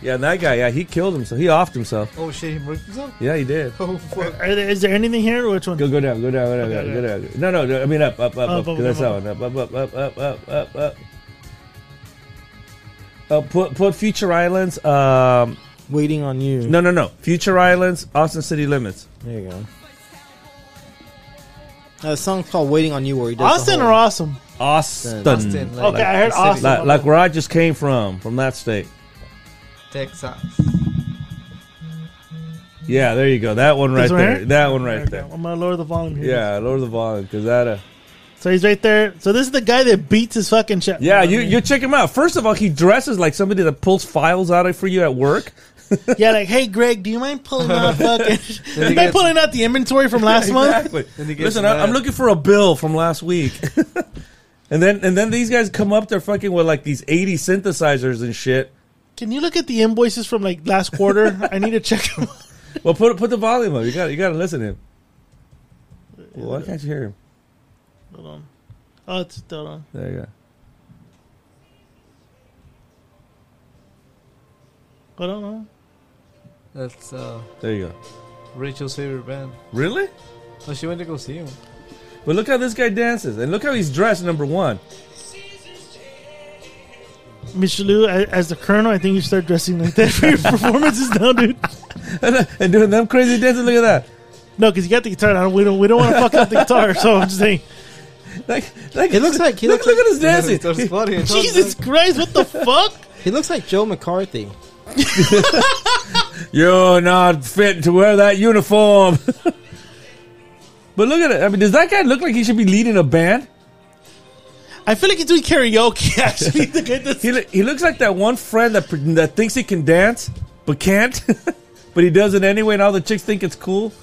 Yeah, that guy. Yeah, he killed himself. He offed himself. Oh shit, he murked himself? Yeah, he did. Oh fuck. Are there, is there anything here? Which one? Go, go down, go down, go down, go down, go down. No, no, no. I mean up, up, up, Up, up. 'cause up, that's that up, one. Up, up, up, up, up, up, up, up. Uh, put put Future Islands. Um, Waiting on you. no, no, no. Future Islands, Austin City Limits. There you go. That song's called "Waiting on You," where he does the Austin whole- or Awesome? Austin. Austin, like, Okay, I heard the city. Austin. Like, like where I just came from, from that state. Texas. Yeah, there you go. That one right This one there. here? That one right There there. we go. I'm gonna lower the volume here. Yeah, lower the volume because that. Uh, So he's right there. So this is the guy that beats his fucking shit. yeah, know you what I you check him out. First of all, he dresses like somebody that pulls files out of- for you at work. mean? yeah, like hey Greg, do you mind pulling out fucking? do you mind gets- pulling out the inventory from last month? Exactly. And he gets Listen, I, mad. I'm looking for a bill from last week. and then and then these guys come up. They're fucking with like these 80 synthesizers and shit. Can you look at the invoices from like last quarter? I need to check them. Well, put put the volume up. You got you got to listen to him. Well, why can't you hear him? Hold on. Oh, it's still on. There you go. Hold on, hold on. That's uh, There you go. Rachel's favorite band. Really? Oh, she went to go see him. But look how this guy dances, and look how he's dressed. Number one. Michelou, a- as the colonel, I think you start dressing like that for your performances now, dude. and, and doing them crazy dances. Look at No, because you got the guitar down. We don't, we don't want to fuck up the guitar, so I'm just saying. that. Like, like It looks like- he look, looks look at his dancing. Starts squatting and talking. Jesus Christ, what the fuck? He looks like Joe McCarthy. You're not fit to wear that uniform. but look at it. I mean, does that guy look like he should be leading a band? I feel like he's doing karaoke, actually. Look at this. He, lo- he looks like that one friend that pre- that thinks he can dance but can't, but he does it anyway, and all the chicks think it's cool.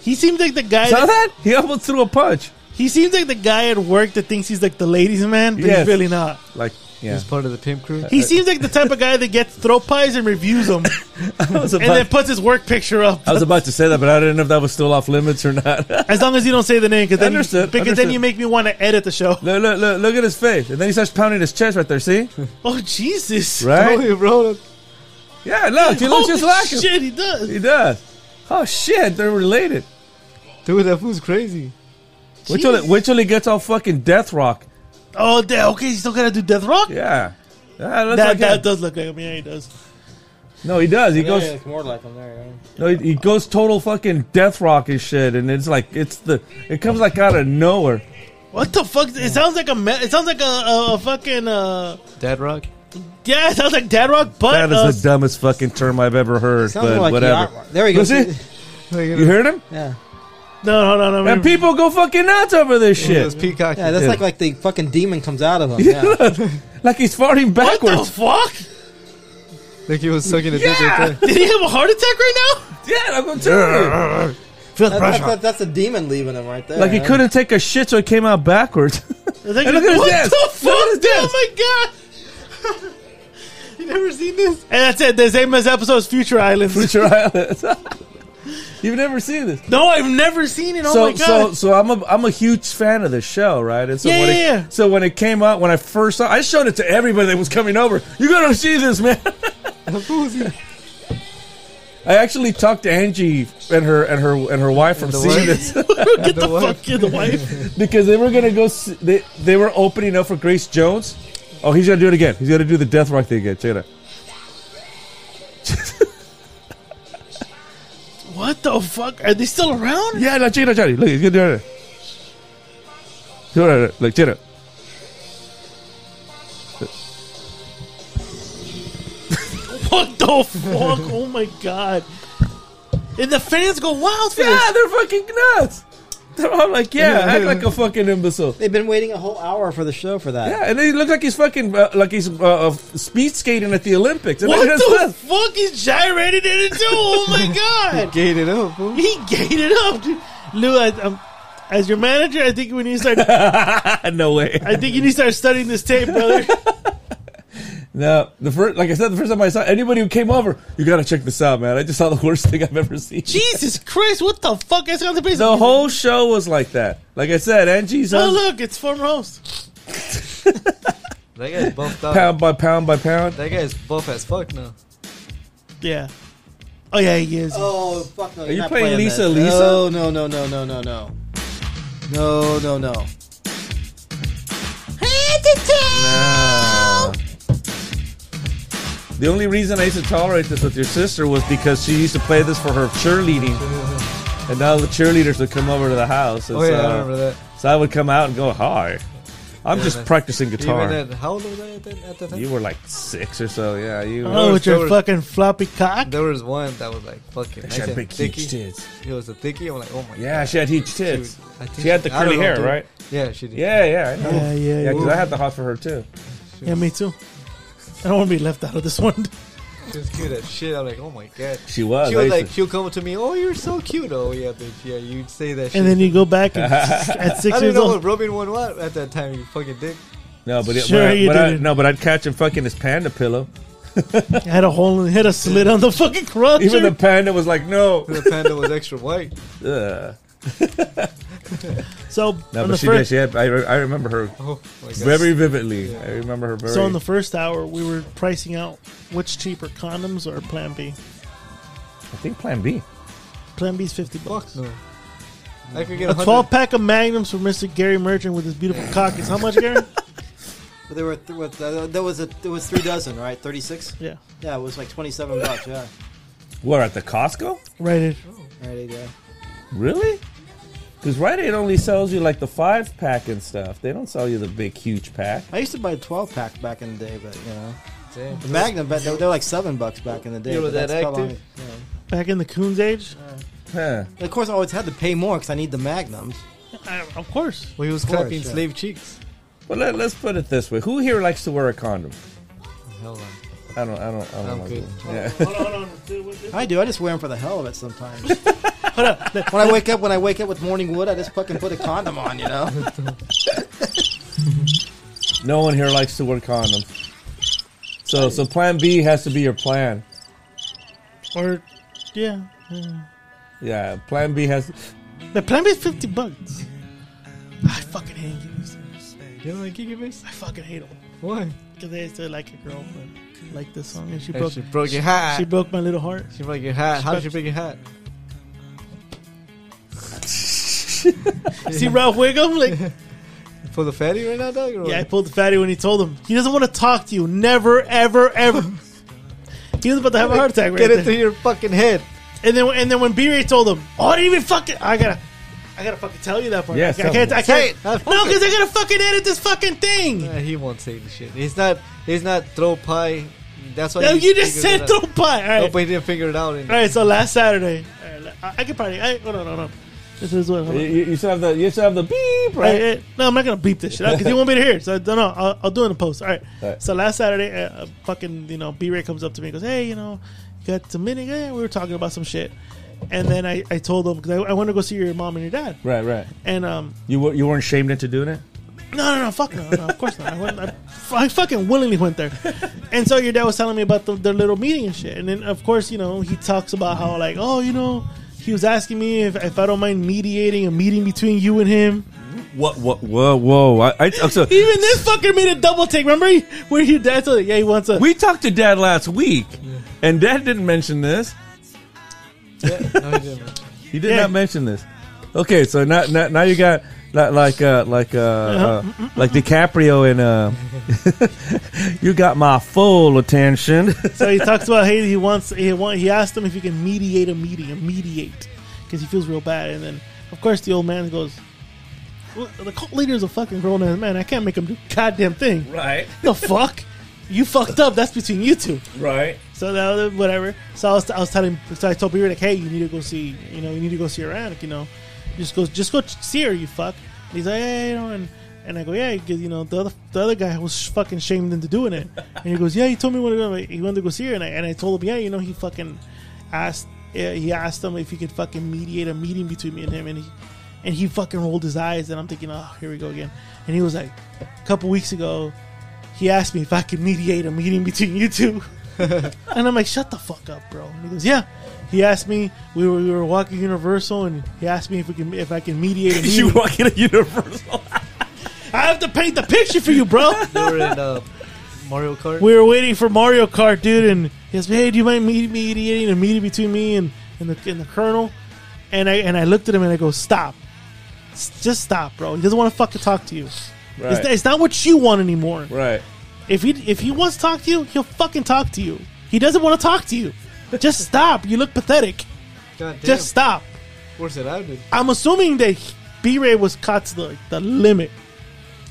He seems like the guy. Saw That, that? He almost threw a punch. he seems like the guy at work that thinks he's like the ladies' man, but Yes. he's really not. Like, yeah. He's part of the pimp crew. He seems like the type of guy that gets throw pies and reviews them, I was, and then about, puts his work picture up. I was about to say that, but I didn't know if that was still off limits or not. look, As long as you don't say the name, because then Understood, because then understood. you make me want to edit the show. look, look, look at his face. And then he starts pounding his chest right there, see? Oh Jesus! Oh, Right? he wrote it. Yeah, look, he looks Holy just like him. shit, he does. He does. Oh shit, they're related. Dude, that fool's crazy. Wait till, Jeez. it, wait till he gets all fucking death rock. Oh, da- okay, he's still gonna do Death Rock. Yeah. Yeah, it looks that like that him. does look like him. Yeah, he does. no, he does. He Yeah, goes. yeah, it's more like him there. yeah. No, he, he goes total fucking death rock and shit, and it's like it's the it comes like out of nowhere. What the fuck? It sounds like a me- it sounds like a, a, a fucking uh Dad Rock. yeah, it sounds like Dad Rock, but That uh, is the dumbest fucking term I've ever heard. Sounds But more like whatever. Yacht- There he goes. Was it? You heard him? Yeah, no, no, no, no. And people go fucking nuts over this Those shit. peacock. yeah. That's Yeah. like like the fucking demon comes out of him. Yeah. Like he's farting what the backwards. fuck? Like he was sucking a dick Yeah. right there. Did he have a heart attack right now? Yeah, I'm gonna tell you. Feel That- that- that- that's a demon leaving him right there. Like he yeah. couldn't take a shit, so it came out backwards. It's like, Hey, look at his what dance. the fuck? Look at his dude? dance. Oh my god! you never seen this? And that's it. The same as episode is Future Islands. Future Islands. You've never seen this. No, I've never seen it. Oh so my so god! so I'm a I'm a huge fan of the show, right? And so Yeah, when yeah, it, yeah. so when it came out, when I first saw, I showed it to everybody that was coming over. You gotta see this, man. I actually talked to Angie and her and her and her wife from The seeing wife. this Get the, the wife. fuck in the wife. because they were gonna go. See, they they were opening up for Grace Jones. Oh, he's gonna do it again. He's gonna do the Death Rock thing again. Check it out. What the fuck? Are they still around? Yeah, no, check it out, Johnny. Look, he's gonna do it. Do it. Look, check it out. What the fuck? oh my god! And the fans go wild for this. Yeah, they're fucking nuts. They're all like, yeah, act like a fucking imbecile. They've been waiting a whole hour for the show for that. Yeah, and he looks like he's fucking uh, like he's uh, uh, speed skating at the Olympics. And What that's the us. fuck? He gyrated in it too. Oh my god! Gate it up, fool. He gated up, dude. Lou, I, um, as your manager, I think we need to start. no way. I think you need to start studying this tape, brother. No, the first, like I said, the first time I saw anybody who came over, you gotta check this out, man. I just saw the worst thing I've ever seen. Jesus Christ! What the fuck? That's gonna be The whole show was like that. Like I said, Angie's Oh hus- look, it's former host. That guy's buffed up. pound by pound by pound. That guy's buff as fuck now. Yeah. Oh yeah, he is. Oh fuck no! Are you playing Lisa That. Lisa? No, no, no, no, no, no, no, no, no, no. No. The only reason I used to tolerate this with your sister was because she used to play this for her cheerleading, and now the cheerleaders would come over to the house. And Oh yeah, so, I remember that. so I would come out and go, "Hi, I'm just practicing Even guitar. at, how old was I at that, at that time? You were like six or so. Yeah, you. Oh, with there your was- fucking floppy cock. There was one that was like fucking. She had big huge thicky. tits. It was a thicky. I'm like, oh my Yeah, god. she had huge She was- tits. I think She had the I don't curly know, hair, dude. right? Yeah, she did. Yeah, yeah, I know. Yeah, yeah, yeah. Because yeah. I had the hot for her too. Yeah, me too. I don't want to be left out of this one. She was cute as shit. I'm like, oh my god. She was. She I was used like, to- she'll come to me. Oh, you're so cute. Oh yeah, bitch. Yeah, you'd say that. shit. And then you go back and, at I six didn't years know old. what Robin one was at that time. You fucking dick. no, but, it, Sure but, I- you but I, didn't. no, but I'd catch him fucking his panda pillow. I had a hole in had a slit on the fucking crotch. Even the panda was like, no. The panda was extra white. Ugh. so No, on but the she did. first, She had. I, re- I remember her Oh my god. very vividly. I remember her very. so in the first hour we were pricing out which cheaper condoms or Plan B. I think Plan B. Plan B's fifty bucks. Fuck no. I could get A a twelve hundred. pack of Magnums for Mister Gary Merchant with his beautiful cock is how much, Gary? But there were th- what, uh, there was a there was three dozen, right? Thirty six. yeah, Yeah, it was like twenty seven bucks. Yeah. Where at the Costco? rated. Right, yeah. Really? Because Rite Aid only sells you like the five pack and stuff. They don't sell you the big huge pack. I used to buy a twelve pack back in the day, but you know, Damn. the Magnum, but they're, they're like seven bucks back in the day. You were but that that's probably- active? yeah. Back in the coon's age, Huh. And Of course, I always had to pay more because I need the Magnums. I, Uh, of course. Well, he was Of course, clapping yeah. slave cheeks. But let, let's put it this way: Who here likes to wear a condom? Hold on. I don't. I don't. I don't I'm know. good. Yeah. I do. I just wear them for the hell of it sometimes. uh, when I wake up, when I wake up with morning wood, I just fucking put a condom on. You know. No one here likes to wear condoms. So, so Plan B has to be your plan. Or yeah, Yeah, Plan B has. the Plan B is fifty bucks. I fucking hate these. You know, like Geeky Base? I fucking hate them. Why? Because they used to like a girl, but like this song, and she And broke. she broke your hat. She broke my little heart. She broke your hat. How did she break your hat? See Ralph Wiggum? Like, For the fatty right now, dog? Or yeah, I what? pulled the fatty when he told him he doesn't want to talk to you. Never, ever, ever. He was about to have a heart attack right Get it there. through your fucking head. And then, and then when B-Ray told him, "Oh, I didn't even fucking," I gotta, I gotta fucking tell you that part. Yeah, I, tell can't. me. I Say can't. it. No, because I gotta fucking edit this fucking thing. Uh, he won't say the shit. He's not. He's not throw pie. That's why. No, he you just said figured it throw out. pie. All No, right, but he didn't figure it out. And all right. So last Saturday, all right, I, I could probably. I, oh, hold on, hold on. This is what. Hold You, on. you still have the. You still have the beep, right? I- I- no, I'm not gonna beep this shit out because you won't be to hear. it. So I don't know. I'll, I'll do it in post. All right. All right. So last Saturday, uh, uh, fucking you know, B Ray comes up to me and goes, "Hey, you know, you got some minute? Yeah, we were talking about some shit." And then I, I told him because I, I want to go see your mom and your dad. Right, right. And um, You were- you weren't shamed into doing it. no, no, no, fuck no, no of course not. I, went, I, I fucking willingly went there. And so your dad was telling me about the, their little meeting and shit. And then, of course, you know, he talks about how, like, oh, you know, he was asking me if, if I don't mind mediating a meeting between you and him. What? What? Whoa! Whoa! I, I, so, Even this fucker made a double take. Remember he- where your dad told him, yeah, he wants a. we talked to Dad last week, and Dad didn't mention this. yeah, no, he didn't. man. He did Yeah. not mention this. Okay, so now now, now you got li- like uh, like uh, uh, like DiCaprio and uh, you got my full attention. so he talks about hey, he wants he want, he asked him if he can mediate a meeting, and mediate, because he feels real bad. And then, of course, the old man goes, well, "The cult leader is a fucking grown ass man. I can't make him do goddamn thing." right, the fuck? You fucked up. That's between you two. right. So that was- whatever. So I was, I was telling, so I told Beer like, hey, you need to go see, you know, you need to go see her aunt, you know, just go, just go see her, you fuck. And he's like, hey, you know, and, and I go, yeah, because you know, the other, the other guy was fucking shamed into doing it, and he goes, yeah, he told me what to do. I'm like, he wanted to go see her, and I, and I told him, yeah, you know, he fucking asked, yeah, he asked him if he could fucking mediate a meeting between me and him, and he, and he fucking rolled his eyes, and I'm thinking, oh, here we go again, and he was like, a couple weeks ago, he asked me if I could mediate a meeting between you two. and I'm like, shut the fuck up, bro. And he goes, yeah. He asked me, we were, we were walking Universal, and he asked me if we can if I can mediate a You meeting. walk in a Universal. I have to paint the picture for you, bro. They were in uh, Mario Kart. we were waiting for Mario Kart, dude, and he goes, hey, do you mind me- mediating a meeting between me and, and the and the Colonel? And I and I looked at him and I go, stop, S- just stop, bro. He doesn't want to fucking talk to you. It's, Right, it's not what you want anymore. right. If he if he wants to talk to you, he'll fucking talk to you. He doesn't want to talk to you. Just stop. You look pathetic. God damn. Just stop. worse than I did. I'm assuming that B Ray was caught to the, the limit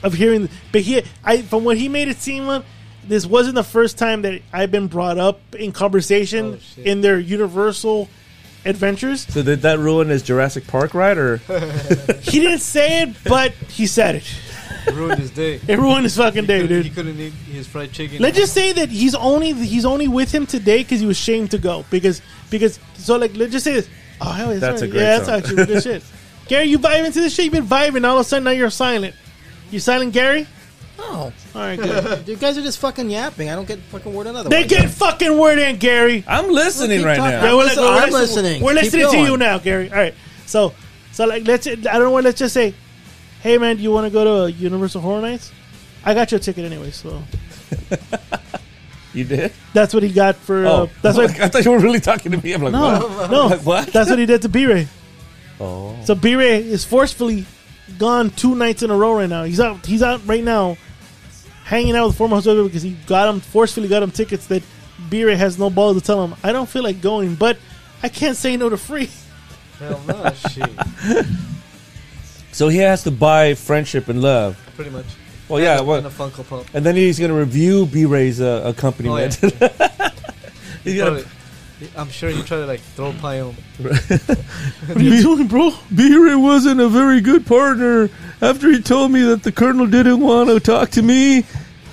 of hearing. But he, I from what he made it seem like, this wasn't the first time that I've been brought up in conversation Oh, shit. in their Universal adventures. So did that ruin his Jurassic Park ride, or He didn't say it, but he said it. ruined his day. It ruined his fucking day, He couldn't- He dude. couldn't eat his fried chicken. Let's just say that he's only he's only with him today because he was shamed to go because because so like let's just say this. Oh hell yeah, That's right. a great yeah, song. that's actually good shit. Gary, you vibing to this shit? You've been vibing. All of a sudden now you're silent. You silent, Gary? No, Oh All right, good. you guys are just fucking yapping. I don't get fucking word another. they way. get fucking word in, Gary. I'm listening Keep right talking. now. Yeah, Listen, li- I'm listening. We're Keep listening to going. you now, Gary. All right. So, so like, let's. I don't know. what- Let's just say, hey man, do you want to go to uh, Universal Horror Nights? I got you a ticket anyway, so You did? that's what he got for. Uh, Oh, that's what. I thought you were really talking to me. I'm like, what? No, no, Like, what? that's what he did to B-Ray. Oh, So B-Ray is forcefully gone two nights in a row right now. He's out. He's out right now, hanging out with former host because he got him forcefully got him tickets that B-Ray has no balls to tell him. I don't feel like going, but I can't say no to free. Hell no, shit. so he has to buy friendship and love. Pretty much. Well, yeah, And a- well- and a Funko Pop. And then he's going to review B Ray's uh, Oh, yeah. accompaniment. he's gonna- Probably- I'm sure you try to like throw pie on. What are you doing, bro? B-Ray wasn't a very good partner. After he told me that the colonel didn't want to talk to me,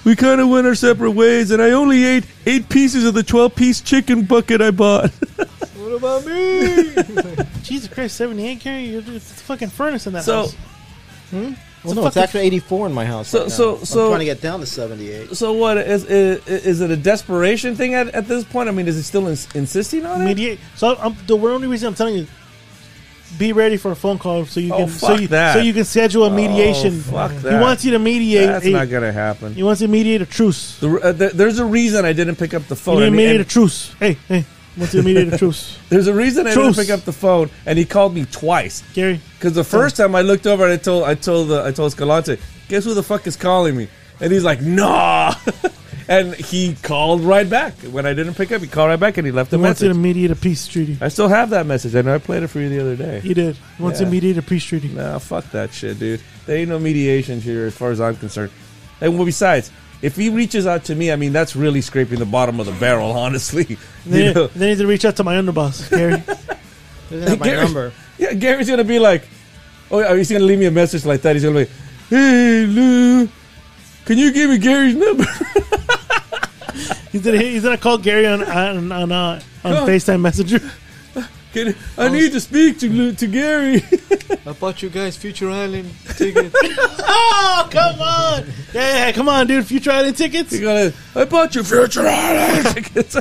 we kind of went our separate ways, and I only ate eight pieces of the 12-piece chicken bucket I bought. What about me? Jesus Christ, 78 Gary, you're- it's a fucking furnace in that So, house. Well, no, it's fucking- actually 84 in my house. So- right now. so- so- I'm trying to get down to 78. so what is is, is it a desperation thing at, at this point? I mean, is he still ins- insisting on it? Mediate. So I'm, the only reason I'm telling you, be ready for a phone call so you Oh, can so fuck you that. Oh, so you can schedule a mediation. fuck He that. wants you to mediate. That's a, not going to happen. he wants you to mediate a truce. The, uh, there- there's a reason I didn't pick up the You phone. need to and- mediate and a truce. Hey, hey, he wants you to mediate a truce, there's a reason I Truce. didn't pick up the phone, and he called me twice. Gary. Because the first time I looked over, and I told, I told, the, I told Escalante, guess who the fuck is calling me? And he's like, nah. and he called right back when I didn't pick up. He called right back and he left He a wants you to message. mediate a peace treaty. I still have that message. I know I played it for you the other day. He did. He wants you to Yeah. mediate a peace treaty. Nah, fuck that shit, dude. There ain't no mediation here, as far as I'm concerned. And well, besides, if he reaches out to me, I mean, that's really scraping the bottom of the barrel, honestly. Then, You know? then he needs to reach out to my underboss, Gary. He doesn't have my Gary- number. Yeah, Gary's gonna be like, oh, yeah, he's gonna leave me a message like that. He's gonna be, hey Lou, can you give me Gary's number? he's gonna he's gonna call Gary on on on, uh, on Come. Facetime Messenger. Can, I need to speak to Lou, to Gary. I bought you guys Future Island tickets. Oh, come on. Yeah, come on, dude. Future Island tickets. he's gonna, I bought you Future Island tickets.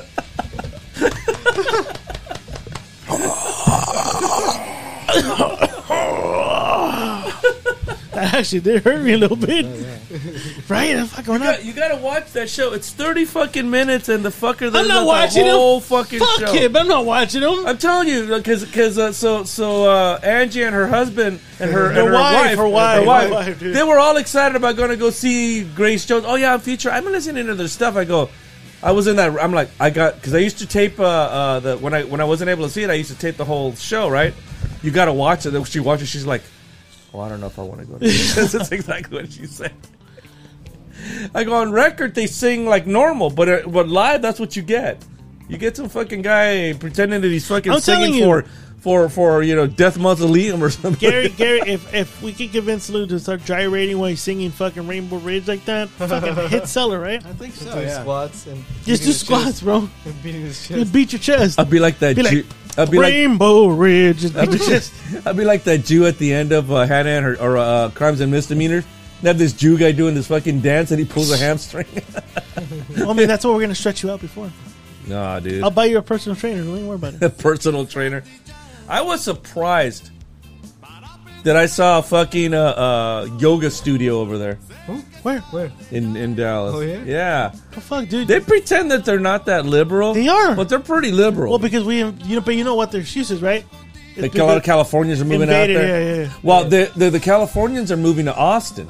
That actually did hurt me a little bit. right? I'm fucking not. you gotta watch that show. It's thirty fucking minutes, and the fucker. I'm not watching the whole him. fucking Fuck show. him. I'm not watching him. I'm telling you, because because uh, so so uh, Angie and her husband and her, and Her wife, her wife, her wife, her wife, her wife, dude. they were all excited about going to go see Grace Jones. Oh yeah, I'm feature. I'm listening to their stuff. I go, I was in that. I'm like, I got because I used to tape uh, uh, the when I when I wasn't able to see it, I used to tape the whole show. Right, you got to watch it. Then She watches. She's like, well, I don't know if I want to go. to this. That's exactly what she said. Like on record, they sing like normal, but uh, but live, that's what you get. You get some fucking guy pretending that he's fucking I'm telling singing you. for for for you know Death Mausoleum or something. Gary, Gary, if if we could convince Lou to start gyrating while he's singing fucking Rainbow Ridge like that, fucking hit seller, right? I think so. doing Oh, Yeah. squats and Just beating do his chest- squats, bro. and beating his You chest. beat your chest. I'll be like that. Be like, Jew, I'll be like Rainbow Ridge. Just beat your chest. I'll be like that Jew at the end of uh, Hannah and her or uh, Crimes and Misdemeanors. They have this Jew guy doing this fucking dance and he pulls a hamstring. Well, I mean, that's what we're gonna stretch you out before. nah, dude. I'll buy you a personal trainer. Don't even worry about it. a personal trainer. I was surprised that I saw a fucking uh, uh, yoga studio over there Where? Where? in, in Dallas. Oh, yeah? Yeah. The fuck, dude. They pretend that they're not that liberal. They are. But they're pretty liberal. well, because we, you know, but you know what their excuse is, right? It's like a lot of because- Californians are moving Invaded, out there. yeah, yeah, yeah. Well, The, the the Californians are moving to Austin,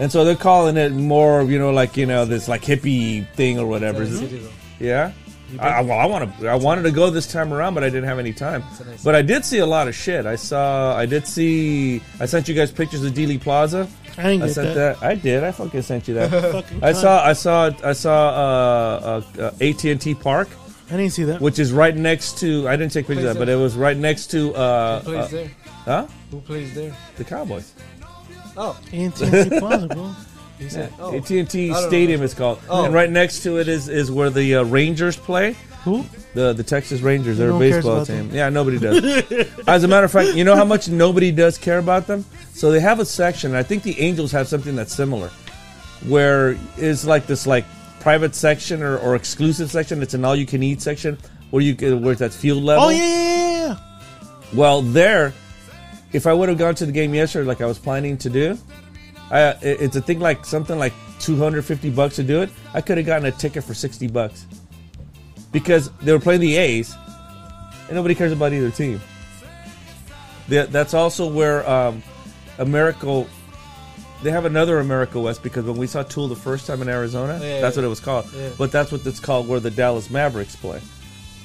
and so they're calling it more, you know, like you know this like hippie thing or whatever. Is it- City though. Yeah, I, I- well, I want to. I wanted to go this time around, but I didn't have any time. But I did see a lot of shit. I saw. I did see. I sent you guys pictures of Dealey Plaza. I didn't I get sent that. that. I did. I fucking sent you that. Fucking I cunt. saw. I saw. I saw uh, uh, uh, AT and T Park, I didn't see that. which is right next to. I didn't take pictures of that, but it was right next to. Uh, Who plays uh, there? huh? Who plays there? The Cowboys. Oh, AT&T Plaza, bro. he Yeah. said. Oh, AT and T I don't know. Stadium is called, Oh. and right next to it is is where the uh, Rangers play. Who? The the Texas Rangers, they're a one cares baseball about team. them. Yeah, nobody does. As a matter of fact, you know how much nobody does care about them? So they have a section, and I think the Angels have something that's similar. Where is like this like private section or, or exclusive section, it's an all you can eat section where you can where it's at field level. Oh yeah, yeah, yeah, yeah. Well, there, if I would have gone to the game yesterday, like I was planning to do, I, it- it's a thing like something like 250 bucks to do it. I could have gotten a ticket for 60 bucks because they were playing the A's, and nobody cares about either team. That- That's also where um, America. They have another America West because when we saw Tool the first time in Arizona, Yeah, that's yeah. what it was called. Yeah. But that's what it's called where the Dallas Mavericks play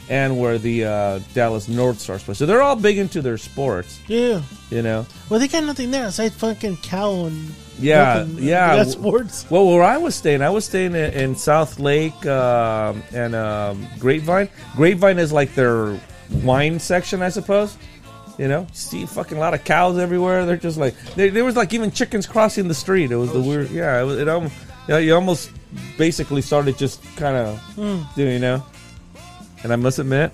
and where the uh, Dallas North Stars play. So they're all big into their sports, Yeah. you know. Well, they got nothing there aside fucking cow and Yeah, nothing. uh, yeah. They got sports. Well, where I was staying, I was staying in, in South Lake um, and um, Grapevine. Grapevine is like their wine section, I suppose. You know, see fucking lot of cows everywhere. They're just like there, there was like even chickens crossing the street. It was the weird, yeah. It, was, it almost, you, know, you almost basically started just kind of doing, you know. And I must admit,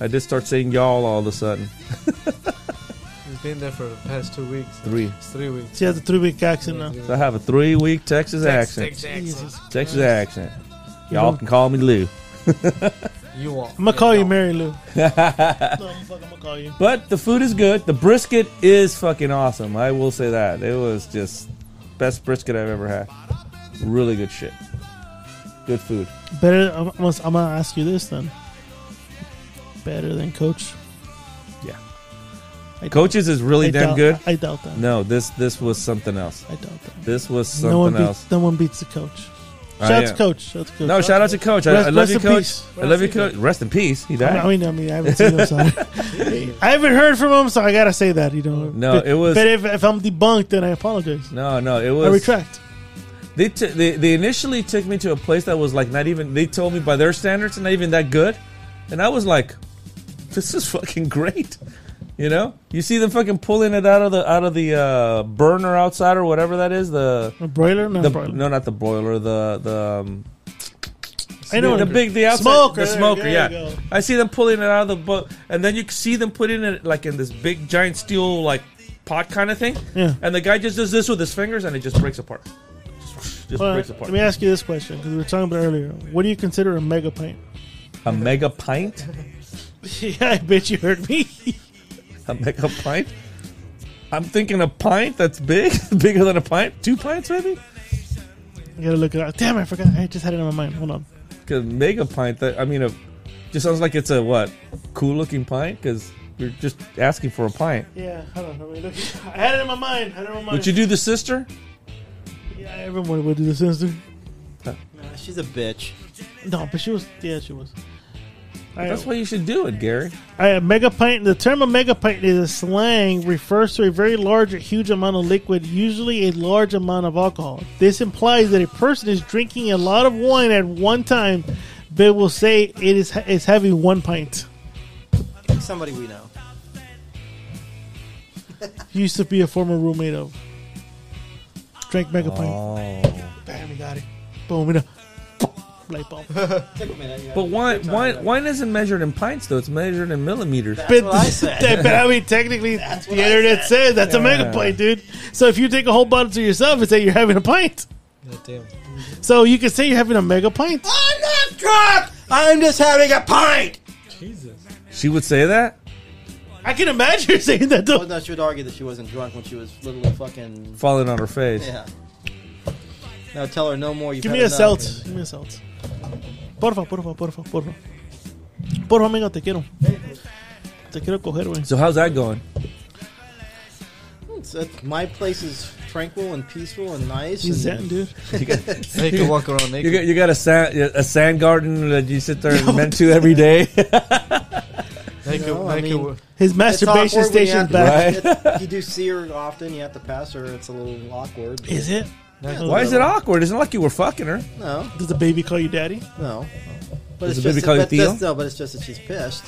I did start saying y'all all of a sudden. he's been there for the past two weeks. Three. It's three weeks. She has a three week accent now. So I have a three-week Texas accent. Jesus. Texas accent. Y'all can call me Lou. You want? I'm gonna call you Mary Lou. no, I'm, fuck, I'm gonna call you. But the food is good. The brisket is fucking awesome. I will say that. It was just best brisket I've ever had. Really good shit. Good food. Better. I'm, I'm gonna- I'm gonna ask you this then. Better than Coach. Yeah. I doubt- Coaches is really I damn doubt- good. I doubt that. No, this this was something else. I doubt that. This was no one something else. beats. No one beats the coach. Oh, Shout out yeah. to coach. Shout out to coach. No, shout out to Coach. I, Rest- I love rest you, in Coach. peace. I love you, Coach. Rest in peace. He died. I mean, I mean, I haven't seen him. So I, I haven't heard from him, so I gotta say that. You know. No, But- it was- But if, if I'm debunked, then I apologize. no, no, it was. I retract. They, t- they they initially took me to a place that was like not even. They told me by their standards, not even that good, and I was like, "This is fucking great." You know, you see them fucking pulling it out of the out of the uh, burner outside or whatever that is. The A broiler, not the broiler. no, not the boiler. The the um, I know the big the outside Smoker, the there- smoker. there Yeah, you go. I see them pulling it out of the boat, and then you can see them putting it like in this big giant steel like pot kind of thing. Yeah. and the guy just does this with his fingers, and it just breaks apart. Just Hold on, breaks apart. Let me ask you this question because we were talking about it earlier. What do you consider a mega pint? A mega pint? yeah, I bet you heard me. A mega pint? I'm thinking a pint that's big, bigger than a pint. Two pints, maybe? I gotta look it up. Damn, I forgot. I just had it in my mind. Hold on. Because mega pint, that, I mean, a, just sounds like it's a what? Cool looking pint? Because you're just asking for a pint. Yeah, hold on. Let me look. I had it in my mind. I had it in my mind. Would you do the sister? yeah, everyone would do this. Sister. She's a bitch. No, but she was. Yeah, she was. All That's right. why you should do it, Gary. I, mega pint. The term a mega pint is a slang refers to a very large or huge amount of liquid, usually a large amount of alcohol. This implies that a person is drinking a lot of wine at one time, but will say it is is having one pint. Somebody we know. He used to be a former roommate of. Drank mega pint. Oh. Bam, we got it. Boom, we know. Light bulb. Take a minute. Yeah. But wine, wine, wine isn't measured in pints, though. It's measured in millimeters. But, what I said. that- but I mean, technically, the internet says that's a mega pint, dude. So if you take a whole bottle to yourself and say you're having a pint, God damn. so you can say you're having a mega pint. I'm not drunk. I'm just having a pint. Jesus. She would say that? I can imagine her saying that Well, though. no, she would argue that she wasn't drunk when she was little and fucking. Falling on her face. Yeah. Now tell her no more. You've Give had me a enough. celt. Give me a celt. Porfa, porfa, porfa, porfa. Porfa, amigo, te quiero. Te quiero coger, güey. So how's that going? It's- it's- uh, my place is tranquil and peaceful and nice. He's zen, and, dude. You got, So you can walk around you naked. got, you got a, sand, a sand garden that you sit there and mend to every day. Now you You can- know, now I you can mean- wa- His masturbation station's back. Right. you do see her often. You have to pass her. It's a little awkward. Is it? now you can- Why is it awkward? It's not like you were fucking her. No, Does the baby call you daddy? no. But Does it's the baby just call you but that's- Theo? No, but it's just that she's pissed.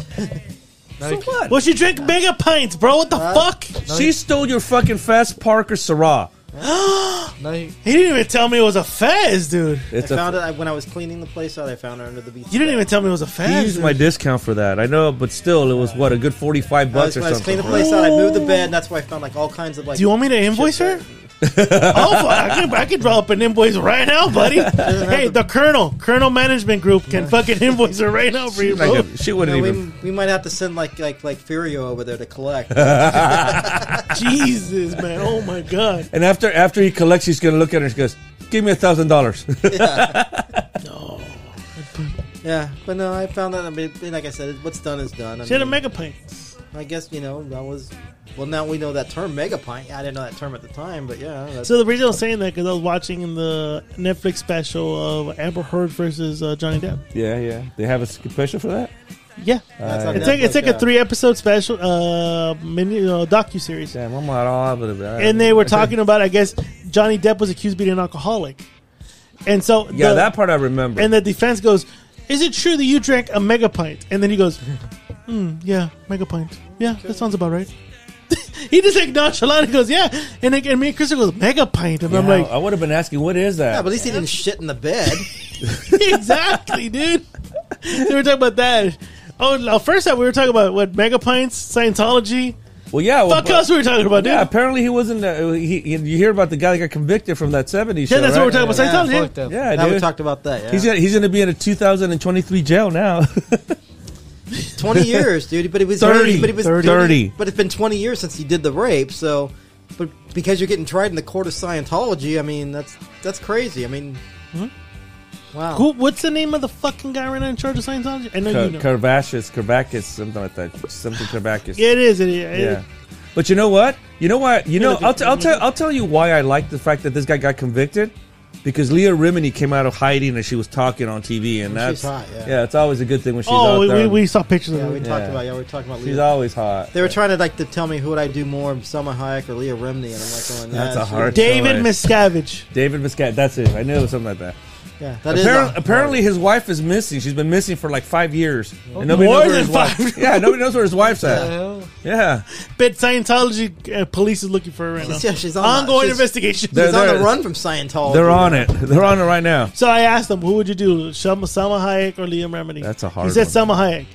now So you can- what? Well, she drank mega pints, bro. What the Uh, fuck? She stole your fucking Fast Parker Syrah. now you- He didn't even tell me it was a fez, dude. It's I a found it I, when I was cleaning the place out. I found her under the beach. You didn't even tell me it was a He fez. used my discount for that. I know, but still, it was what a good forty-five I was, bucks or when I was something. cleaning the place out, I moved the bed, and that's where I found like all kinds of like. Do you want me to invoice her? oh, fuck, I can, I can draw up an invoice right now, buddy. hey, the Colonel, Colonel Management Group can fucking invoice her right now for you, Like bro. a- she wouldn't No, we, even. we might have to send like like like Furio over there to collect. Jesus, man. Oh, my God. And after after he collects, he's gonna look at her. and She goes, "Give me a thousand dollars." yeah, but no, I found that. I mean, like I said, what's done is done. I, She had a mean, mega pint. I guess you know that was. Well, now we know that term mega pint. I didn't know that term at the time, but yeah. That's, So the reason I was saying that because I was watching in the Netflix special of Amber Heard versus uh, Johnny Depp. Yeah, yeah. They have a special for that. Yeah, that's not- it's that's like it's like a uh, three episode special uh, mini uh, docu series, Damn, I'm not all over the and they were talking about I guess Johnny Depp was accused of being an alcoholic, and so Yeah, the- that part I remember. and the defense goes, "Is it true that you drank a mega pint?" And then he goes, mm, "Yeah, mega pint. Yeah, that sounds about right." he just like nonchalant he goes, "Yeah," and, like, and me and Crystal goes, "Mega pint," and Yeah, I'm like, I would have been asking, "What is that?" Yeah, but at least he didn't shit in the bed. exactly, dude. They were talking about that. Oh, no, first time we were talking about what mega pints, Scientology. well, yeah. well, Fuck but- us, we were talking about, dude. Yeah, apparently he wasn't. Uh, he, he- you hear about the guy that got convicted from that '70s show? Yeah, that's what we're right? talking about. Yeah, Scientology. fuck that. Yeah, now dude. we talked about that. Yeah. he's gonna, he's gonna be in a 2023 jail now. twenty years, dude. But it was 30, but it was 30. But it's been twenty years since he did the rape. So, but because you're getting tried in the court of Scientology, I mean, that's that's crazy. I mean, Hmm? wow. Who, what's the name of the fucking guy right now in charge of Scientology? I know Car- you know. Carvacus, Carvacus, something like that. Something Carvacus. Yeah, it is. It, it, Yeah. But you know what? You know why? You know, look, I'll, t- I'll, tell. I'll tell you why I like the fact that this guy got convicted. Because Leah Remini came out of hiding and she was talking on TV, and that's She's hot, yeah. it's always a good thing when she's oh, out we, we, there. we saw pictures Yeah, of we it. talked about yeah, we were talking about she's Leah. always hot. They were trying to like to tell me who would I do more, Selma Hayek or Leah Remini, and I'm like, going, That's yeah, sure. a hard- David Sorry. Miscavige. David Muscat. That's it. I knew it was something like that. Yeah, that is Apparently, a- apparently his wife is missing. She's been missing for like five years, and nobody More knows where than his wife. five. Yeah, nobody knows where his wife's at. Hell, Yeah, But Scientology uh, police is looking for her right now. Yeah, she's on Ongoing she's- investigation. They're- She's on the they're- run from Scientology. they're on it. They're on it right now. So I asked him, who would you do, Selma, Selma Hayek or Liam Remini? That's a hard He said one. Selma Hayek.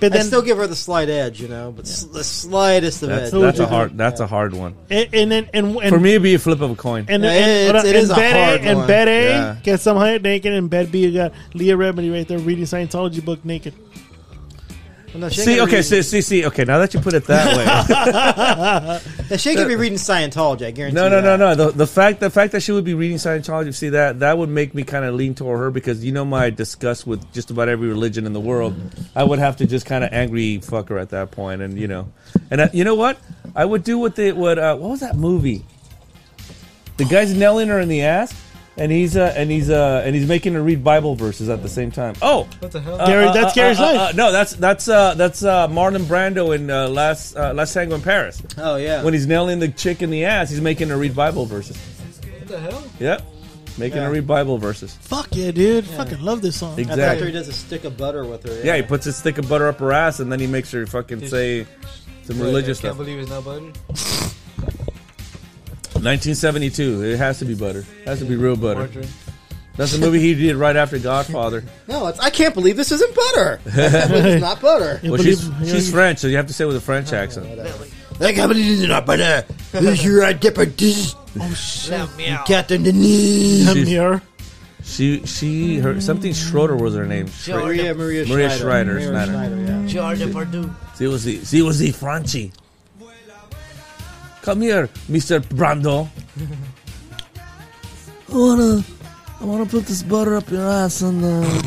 But I then still give her the slight edge, you know, but s- the slightest of edge. That's, that's a would you hard. That's a hard one. and and then and, and For me, it'd be a flip of a coin. and, Yeah, and, it's- it and is a bed hard A, and one. bed A Yeah. get some height naked, and bed B you got Leah Remini right there reading Scientology book naked. Well, no, she ain't See, gonna okay, read- see, see, see. Okay, now that you put it that way, Yeah, she ain't gonna be reading Scientology. I guarantee. no, no, no, that. no. The, the fact, the fact that she would be reading Scientology, see that that would make me kind of lean toward her because you know my disgust with just about every religion in the world. I would have to just kind of angry fuck her at that point, and you know, and I, you know what? I would do what they would. Uh, what was that movie? The guy's nailing her in the ass, and he's uh, and he's uh, and he's making her read Bible verses at the same time. Oh, what the hell? Gary, that's Gary's uh, life. uh, no, that's that's uh, that's uh, Marlon Brando in uh, Last uh, Last Tango in Paris. Oh yeah. When he's nailing the chick in the ass, he's making her read Bible verses. What the hell? Yep, making Yeah. her read Bible verses. Fuck yeah, dude! Fucking love this song. That's after he Exactly. does a stick of butter with her. Yeah, he puts his stick of butter up her ass, and then he makes her fucking Dude. say some religious I can't stuff. believe it's not butter. 1972. It has to be butter. It has to be real butter. Margarine. That's the movie he did right after Godfather. No, it's, I can't believe this isn't butter. I can't believe it's not butter. You Well, believe- she's you- she's French, so you have to say it with a French accent. I can't believe it's not butter. This is your this Oh shit! Captain Denise. I'm She's- here. She she her something Schroeder was her name. Maria Maria Maria Schneider. Schreider, Maria Schneider. yeah. George Pardue. She was the she was the Franchi. Come here, Mr. Brando. I wanna, I wanna put this butter up your ass and uh,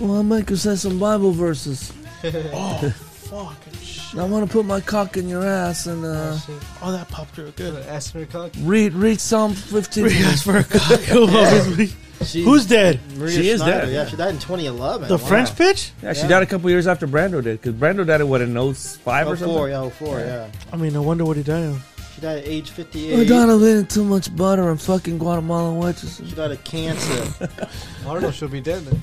I wanna make you say some Bible verses. fuck and shit. I want to put my cock in your ass and uh, Oh, that popped real good. Ask her cock. read read Psalm 15. Three guys for a cock. Who's dead? Maria She is Schneider, dead. Yeah, she died in 2011. The Wow. French bitch? Yeah, she died a couple years after Brando did, because Brando died at what in 05 Oh, or something. four, yeah, oh, four, yeah. I mean, no wonder what he died of. She died at age 58. Madonna eating too much butter and fucking Guatemalan waitresses. She died of cancer. Arnold should be dead then.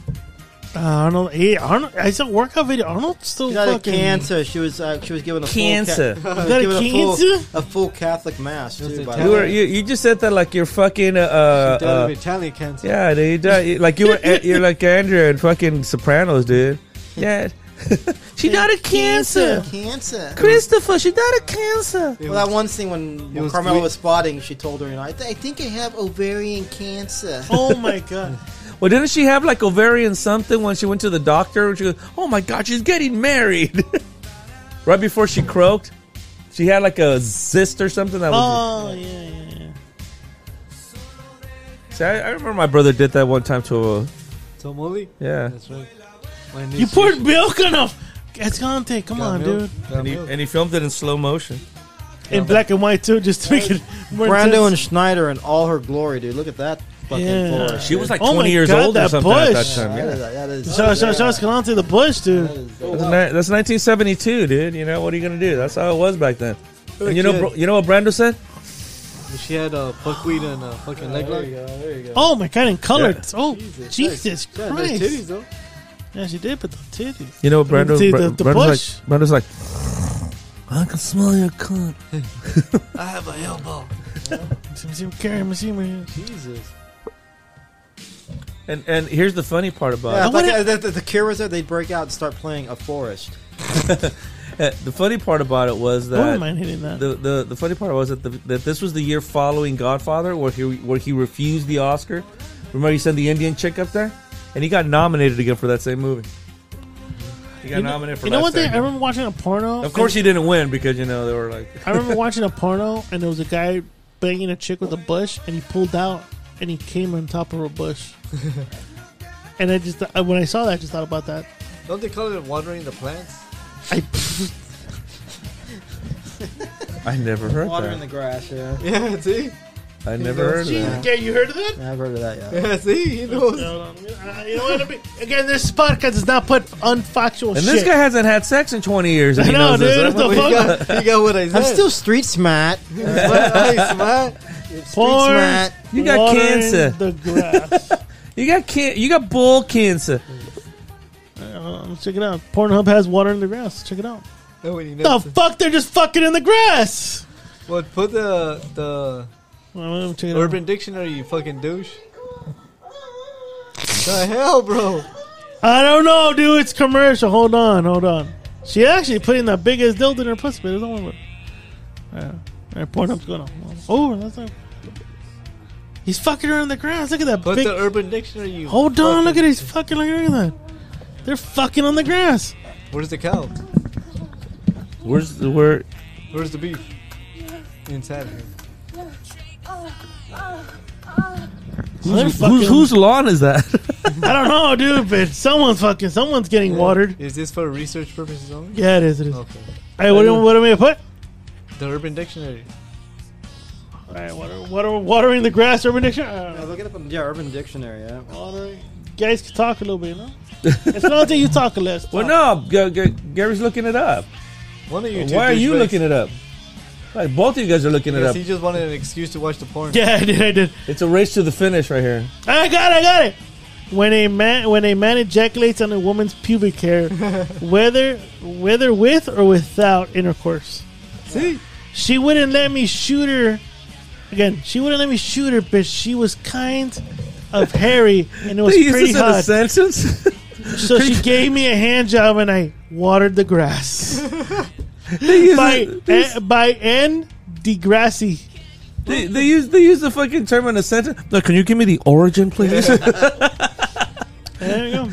Uh, Arnold, he, Arnold, I saw workout video. Arnold still She died of fucking cancer. She was uh, she was given a Cancer. Full ca- She died of given Uh, A cancer? full, a full Catholic mass She was too. By Italian. You the were way. you, you just said that like you're fucking uh, uh, dead of uh Italian cancer. yeah, dude, you died, you- like you were eh, you're like Andrea and fucking Sopranos, dude. Yeah, she died of cancer. Cancer. Christopher, she died of cancer. It Well, that was- one scene when, when was Carmela sweet. was spotting, she told her, "You know, I, th- I think I have ovarian cancer." Oh my god. Well, didn't she have like ovarian something when she went to the doctor? She goes, "Oh my god, she's getting married." right before she croaked, she had like a cyst or something that was. Oh, yeah, yeah, yeah. Oh. See, I, I remember my brother did that one time to a Tomoli. yeah, That's right. My niece, You she- poured she milk on Escante, come got on, milk. dude. Got and he, milk. and he filmed it in slow motion. In black and white, too, just to make it more Brando intense. and Schneider in all her glory, dude. Look at that fucking Yeah. force. She was like Oh my 20 years God, old or that something at that bush. time. Yeah. that is. Shout, shout, shout Escalante the Bush, dude. That's, ni- that's 1972, dude. You know what are you gonna do? That's how it was back then. And you know, kid. bro, you know what Brando said? She had a uh, buckwheat and a fucking leg lock. Oh my god, in color. Yeah. Oh, Jesus, Jesus. Yeah, nice Christ. titties though. Yeah, she did, but the titties. You know what I mean, Brando? see, Bra- the- the Brando's, like, Brando's like, I can smell your cunt. I have a elbow. Let me see him carry him, let me see him. Jesus. and and here's the funny part about Yeah, I I thought wouldn't- the, the, the Cure was there. They'd break out and start playing a forest. it. Uh, The funny part about it was I wouldn't that mind hitting that. the, the the funny part was that the, that this was the year following Godfather, where he where he refused the Oscar. Remember, he sent the Indian chick up there, and he got nominated again for that same movie. He got you know, nominated for. you know Last what? They, Stand. I remember watching a porno. Of course, he didn't win because you know they were like. I remember watching a porno, and there was a guy banging a chick with a bush, and he pulled out, and he came on top of her bush. and I just, I- when I saw that, I just thought about that. Don't they call it watering the plants? I, I never heard Water in that. the grass. Yeah, Yeah, see? I never heard of that. okay, you heard of that? I've heard of that. Yeah. Yeah, see? He knows. No, no, no. You know what I mean? Again, this podcast does not put unfactual And Oh, shit. this guy hasn't had sex in 20 years. And I he know, knows dude. This. What the He fuck? got, he got what I said. I'm still street smart. Smart, hey, smart. Street Porn. smart. You got Water in cancer. The grass. You got can- you got bull cancer. Uh, check it out. Pornhub has water in the grass. Check it out. No, when he The knows. fuck? They're just fucking in the grass. Well, put the the Well, check it out. Urban Dictionary, you fucking douche. the hell, bro? I don't know, dude. It's commercial. Hold on, hold on. She actually put in the biggest dildo in her pussy, but it don't work. Yeah. All right, Pornhub's going on. Oh, that's not. He's fucking her in the grass. Look at that Put big. the Urban Dictionary, you. hold on. Look fucking- at he's fucking. Look at that. They're fucking on the grass. Where's the cow? Where's the where? Where's the beef? Inside. here. They're Who's, fucking- whose lawn is that? I don't know, dude, but someone's fucking. Someone's getting watered. Is this for research purposes only? Yeah, it is. It is. Okay. Hey, what, do you- what am I gonna put? The Urban Dictionary. All right, water, water, watering the grass, urban dictionary. I don't know. Yeah, look it up on yeah, Urban Dictionary. Yeah. Watering. Guys can talk a little bit, you know? It's not until you talk less. well, no. G- G- Gary's looking it up. One of you. two Why are you douchebags. looking it up? Like both of you guys are looking it Yes, up. he just wanted an excuse to watch the porn. Yeah, I did. I did. It's a race to the finish right here. I got it. I got it. When a man when a man ejaculates on a woman's pubic hair, whether whether with or without intercourse, See? she wouldn't let me shoot her. Again, she wouldn't let me shoot her, but she was kind of hairy and it was They use pretty this in a hot. sentence. So she gave me a hand job and I watered the grass they use by it- they, eh, by N. DeGrassi. they, they use they use the fucking term in a sentence. Look, can you give me the origin, please? There you go.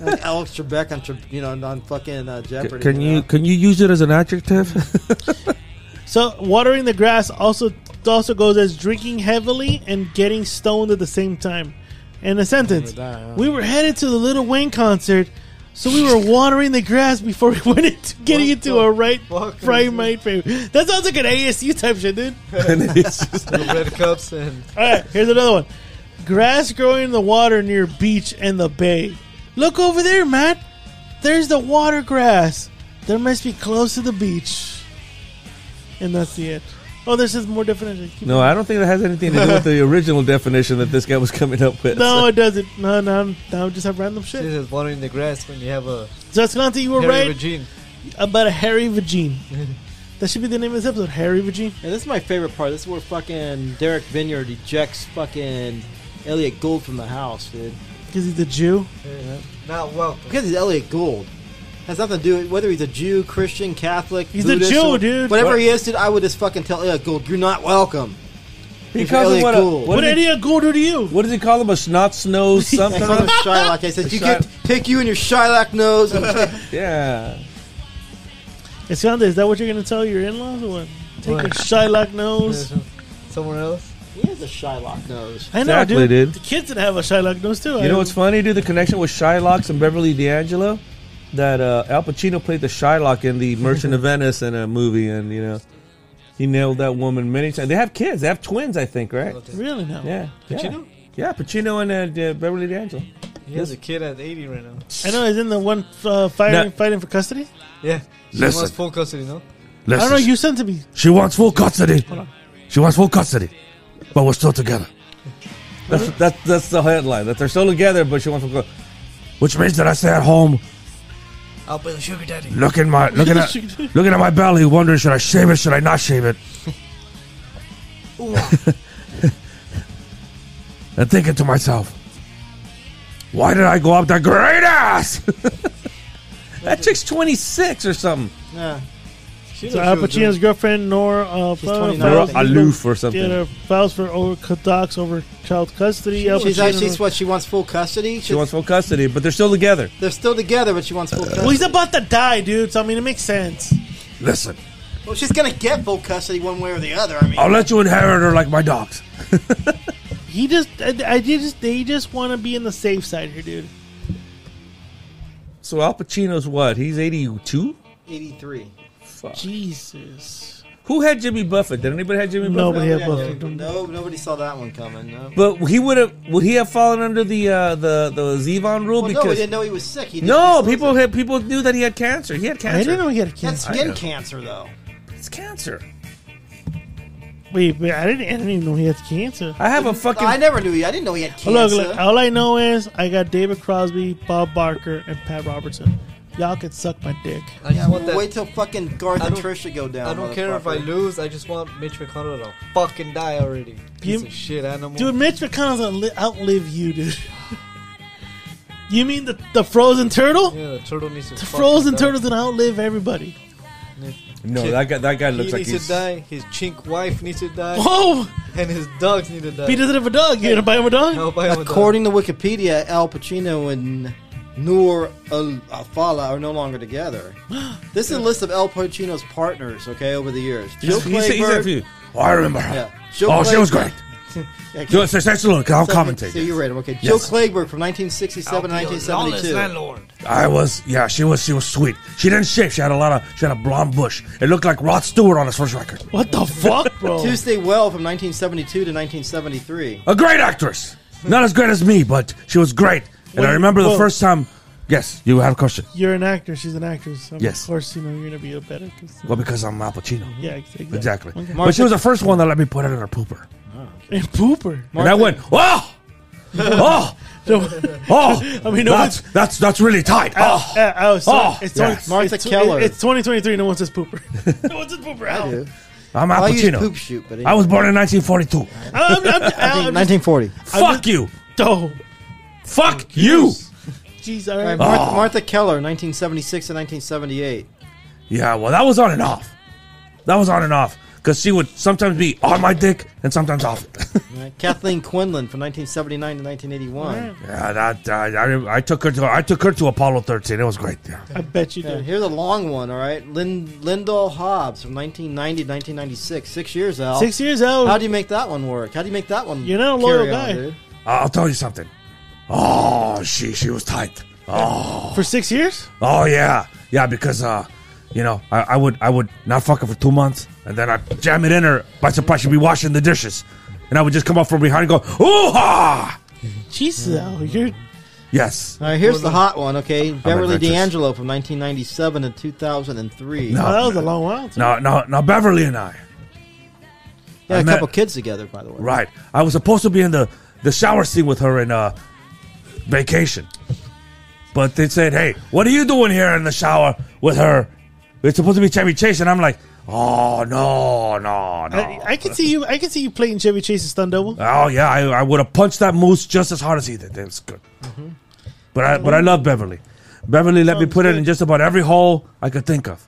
Like Alex Trebek on, Tre- you know, on fucking uh, Jeopardy. can know? you can you use it as an adjective? So watering the grass also also goes as drinking heavily and getting stoned at the same time. In a sentence, that, yeah. we were headed to the Little Wayne concert, So we were watering the grass before we went into getting into the our right fuck prime is mind frame. That sounds like an ASU type shit, dude. and it's just the red cups and All right, here's another one. Grass growing in the water near beach and the bay. Look over there, Matt. There's the water grass. There must be close to the beach. And that's the end. Oh, this is more definition. Keep- no, I don't think that has anything to do with the original definition that this guy was coming up with. No, it doesn't. No, no, no, we just have random this shit. is watering the grass when you have a So, Escalante, you were hairy right vagina. about a hairy vagine. that should be the name of this episode, hairy vagine. Yeah, this is my favorite part. This is where fucking Derek Vineyard ejects fucking Elliot Gould from the house, dude. Because he's a Jew. Yeah. Not welcome. Because he's Elliot Gould. Has nothing to do with whether he's a Jew, Christian, Catholic. He's a Buddhist, Jew, or dude. Whatever What? he is, dude, I would just fucking tell Elliot Gould, you're not welcome. he It's calls really him what, a- cool. What, what, what did he, idiot go do to you? what does he call him? A snot nose I something? call him Shylock. I said, you Shy- get pick you and your Shylock nose. And yeah. Escalante, is that what you're going to tell your in laws or what? Take a Shylock nose. Someone else? he has a Shylock nose. I know, dude. Exactly, dude. The kids that have a Shylock nose too. You know what's funny, dude? The connection with Shylocks and Beverly D'Angelo. That uh, Al Pacino played the Shylock in the Merchant of Venice in a movie, and you know, he nailed that woman many times. They have kids. They have twins, I think, right? really now? Yeah. Pacino? Yeah, yeah Pacino and uh, Beverly D'Angelo. He has a kid at 80 right now. I know. Isn't the one uh, fighting No. fighting for custody? Yeah. She Listen. wants full custody, no? I don't know. You sent to me. She wants full custody. She wants full custody. But we're still together. That's that's that's the headline. That they're still together, but she wants to go. Which means that I stay at home I'll be the sugar daddy. looking my looking at looking at my belly, wondering should I shave it, should I not shave it? and thinking to myself, why did I go up that great ass? That chick's twenty six or something. Yeah. She So knows Al she was doing- Pacino's girlfriend nor uh, files, 29, I files, think. Aloof or something. yeah, files for over docs over child custody. Al She's, Pacino- actually, she's what, she wants full custody? She wants full custody, but they're still together. They're still together, but she wants full custody. well, he's about to die, dude. So I mean, it makes sense. Listen, Well, she's gonna get full custody one way or the other. I mean, I'll let you inherit her like my dogs. He just, I, I just, they just want to be in the safe side here, dude. So Al Pacino's what? He's eighty two. eighty-three. Fuck. Jesus. Who had Jimmy Buffett? Did anybody have Jimmy No, Buffett? but he had both. No, nobody saw that one coming. No. But he would have. Would he have fallen under the uh, the the Zevon rule Well, no, we because didn't know he was sick. He didn't no, disclose people it. had people knew that he had cancer. He had I cancer. didn't know he had a That's cancer. skin cancer, though. It's cancer. Wait, but I didn't, I didn't even know he had cancer. I have a fucking. I never knew. He, I didn't know he had cancer. Look, look, all I know is I got David Crosby, Bob Barker, and Pat Robertson. Y'all could suck my dick. I just yeah, want well, that. wait till fucking Garth I and don't- Trisha go down. I don't care if I motherfucker. lose. I just want Mitch McConnell to fucking die already. Piece You- of shit animal. Dude, Mitch McConnell's gonna li- outlive you, dude. You mean the, the frozen turtle? yeah, the turtle needs to. The frozen turtle's gonna outlive everybody. no, that guy. That guy He looks like needs he's. to die. His chink wife needs to die, Whoa! and his dogs need to die. He doesn't have a dog. You gonna buy him a dog? I'll buy him a dog. According to Wikipedia, Al Pacino and Noor Al Alfala are no longer together. This is a list of Al Pacino's partners, okay, over the years. Jill He's, he's, he's, Clayburgh. he's- Oh, I remember her. yeah, Jill oh, she was Clayburgh- great. Yeah, Do it, look, I'll commentate. So this. you're right. Okay, Jill Yes. Clayburgh from 1967 to 1972. landlord. I was, yeah, she was, she was sweet. She didn't shave. She had a lot of, she had a blonde bush. It looked like Rod Stewart on his first record. What the fuck, bro? Tuesday Well from 1972 to 1973. A great actress, not as great as me, but she was great. And Wait, I remember the whoa. first time. Yes, you had a question. You're an actor. She's an actress. So Yes. Of course, you know you're gonna be a better. 'cause- Well, because I'm Al Pacino. yeah, exactly. Exactly. Okay. But she was the first one that let me put it in her pooper, And pooper. and I went, oh, oh, oh. I mean, no that's that's that's really tight. Oh, Oh, oh, so Oh, it's, yeah. 20, Martha it's, Keller. It's 2023. No one says pooper. no one says pooper. Al. do. Oh, I'm Al I use poop Pacino. shoot, but I was born in 1942. I'm, I'm, Al, I'm just, 1940. Fuck you. oh, Fuck you. jeez, all All right, right. Martha, Oh. Martha Keller, 1976 to 1978. Yeah, well, that was on and off. That was on and off because she would sometimes be on my dick and sometimes off. it. All right, Kathleen Quinlan from 1979 to 1981. yeah, that I, I, I took her to I took her to Apollo 13. It was great. Yeah. I bet you Yeah, did. here's a long one, all right? Lynn, Lyndall Hobbs from 1990 to 1996. Six years out. Six years out. How do you make that one work? How do you make that one You're not a loyal carry on, guy. dude? I'll tell you something. Oh, she she was tight. for six years. Oh yeah, yeah. Because uh, you know, I, I would I would not fuck her for two months, and then I jam it in her by surprise. She'd be washing the dishes, and I would just come up from behind and go, "Ooh ha!" Jesus, though, you're Yes. All right, here's the hot one, okay? Beverly adventurous. D'Angelo from 1997 to 2003. No. oh, that was a long while. too. Now, now, now, Beverly and I. They had I a met- couple kids together, by the way. Right. I was supposed to be in the, the shower scene with her in uh, vacation. But they said, hey, what are you doing here in the shower with her? It's supposed to be Chevy Chase. And I'm like, oh, no, no, no. I, I can see you. I can see you playing Chevy Chase and stunt double. oh, yeah, I, I would have punched that moose just as hard as he did. It was good. But, I, but I love Beverly. Beverly let me Mm-hmm. Sounds put it good. in just about every hole I could think of.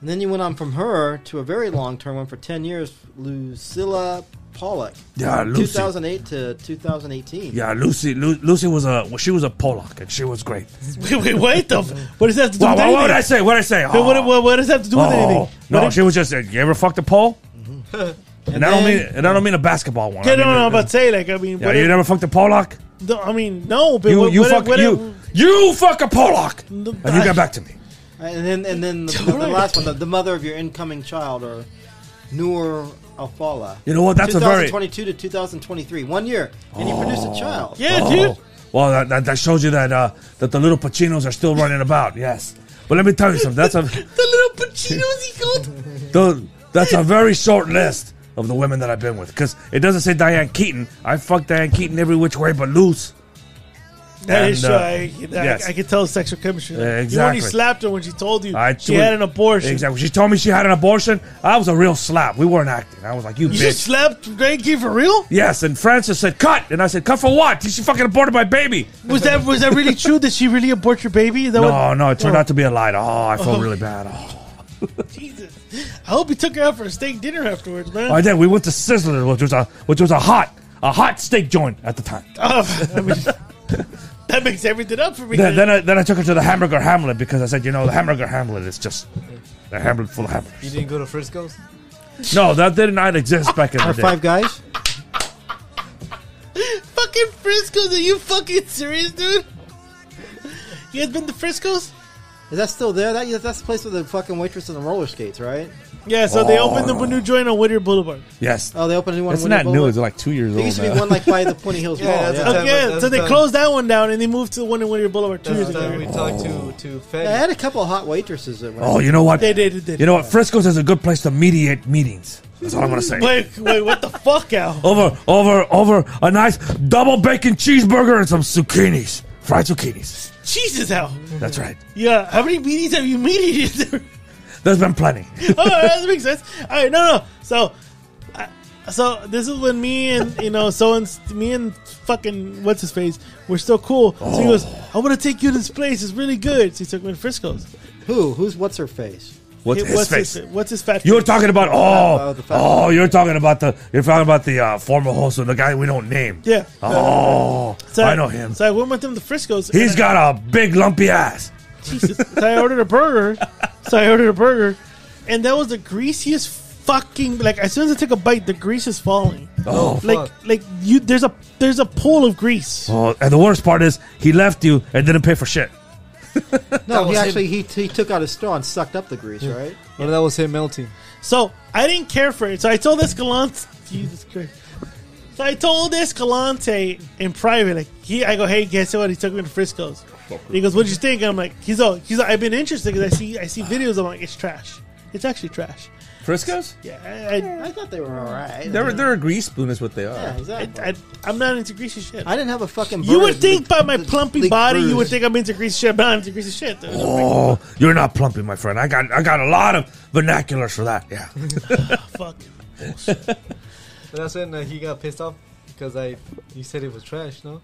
And then you went on from her to a very long term one for 10 years, Lucilla Pollock. Yeah, From Lucy. 2008 to 2018. Yeah, Lucy Lu, Lucy was a well, she was a Pollock and she was great. Wait, wait, wait. The, f- what does that have to do Wow, with wow, what anything? did I say? What did I say? Oh. Wait, what, what, what does that have to do with anything? No, What if- she was just. You ever fucked a pole? Mm-hmm. and, I then- don't mean. And I don't mean a basketball one. Yeah, I mean, no, no, uh, I'm about to say like I mean, yeah, what you if- never fucked a Pollock. no, I mean, no, but You what, you what, if- fuck what if- you you fuck a Pollock. No, and you I- got back to me. And then, and then the, the, the last one, the, the mother of your incoming child, or Noor Alfala. You know what? That's a very. 2022 to 2023. One year. And you produced a child. yeah, Oh, dude. well, that, that, that shows you that uh, that the little Pacinos are still running about. Yes, but let me tell you something. That's a The little Pacino's he called. the, that's a very short list of the women that I've been with because it doesn't say Diane Keaton. I fucked Diane Keaton every which way but loose. That And, is true. uh, I, I, yes. I could tell sexual chemistry. Yeah, You only exactly. slapped her when she told you I she told- had an abortion. Exactly. She told me she had an abortion. I was a real slap. We weren't acting. I was like, you, You bitch. just slapped Greg Key for real? yes. And Francis said, cut. And I said, cut for what? She fucking aborted my baby. Was that was that really true? Did she really abort your baby? Is that No, what- no. It turned Oh, out to be a lie. Oh, I felt really bad. Oh. Jesus. I hope you took her out for a steak dinner afterwards, man. I did. We went to Sizzler, which was a which was a hot a hot steak joint at the time. Oh, I mean, that makes everything up for me. Then, then I then I took her to the Hamburger Hamlet because I said, you know, the Hamburger Hamlet is just a hamlet full of You hamburgers. didn't go to Frisco's? No, that did not exist back in the Our day. five guys. fucking Frisco's. Are you fucking serious, dude? You guys been to Frisco's? Is that still there? That That's the place with the fucking waitress and the roller skates, right? Yeah, so Oh, they opened the new joint on Whittier Boulevard. Yes. Oh, they opened a new one. It's in Winter not new. Boulevard? It's like two years There old. used to be now. one like by the Pointy Hills Yeah, Mall. that's yeah. a- Okay, yeah, that's so they done. closed that one down and they moved to the one in Whittier Boulevard two That's years the time we ago. talked to, to I had Fed. a couple of hot waitresses that went. Oh, you know what? They did, they did. You know what? Frisco's is a good place to mediate meetings. That's all I'm gonna say. Wait, wait, what the fuck, Al? Over, over, over a nice double bacon cheeseburger and some zucchinis, fried zucchinis. Jesus, Al. That's right. Yeah, how many meetings have you mediated? There's been plenty. oh, that makes sense. All right, no, no. So, I, so this is when me and you know, so and me and fucking what's his face, we're still cool. So he goes, Oh. "I want to take you to this place. It's really good." So he took me to Frisco's. Who? Who's what's her face? What's It- his face? His, what's his fat? You're talking about Oh, oh, the fat- oh, you're talking about the you're talking about the uh, former host of the guy we don't name. yeah. Oh, So I know him. So I went with him to Frisco's. and He's I- got a big lumpy ass. Jesus. So I ordered a burger. So I ordered a burger, and that was the greasiest fucking like. As soon as I took a bite, the grease is falling. Oh, Like, like you, there's a there's a pool of grease. oh, and the worst part is he left you and didn't pay for shit. No, was he him. actually he, he took out his straw and sucked up the grease, right? Well, that was him melting. So I didn't care for it. So I told Escalante, Jesus Christ. So I told Escalante in private, like he, I go, hey, guess what? He took me to Frisco's. And he goes, what'd you think? And I'm like, he's all, he's all, I've been interested because I see, I see videos. I'm like, it's trash. It's actually trash. Frisco's? Yeah, I, I thought they were all right. They're they're a grease spoon is what they are. yeah, I, exactly. I, I, I am not into greasy shit. didn't have a fucking. you burger would think leak- by my leak plumpy bruise. body, you would think I'm into greasy shit, but I'm into greasy shit. Though. Oh, you're not plumping, my friend. I got I got a lot of vernaculars for that. Yeah. Fuck. But that's when uh, he got pissed off because I, you said it was trash, no?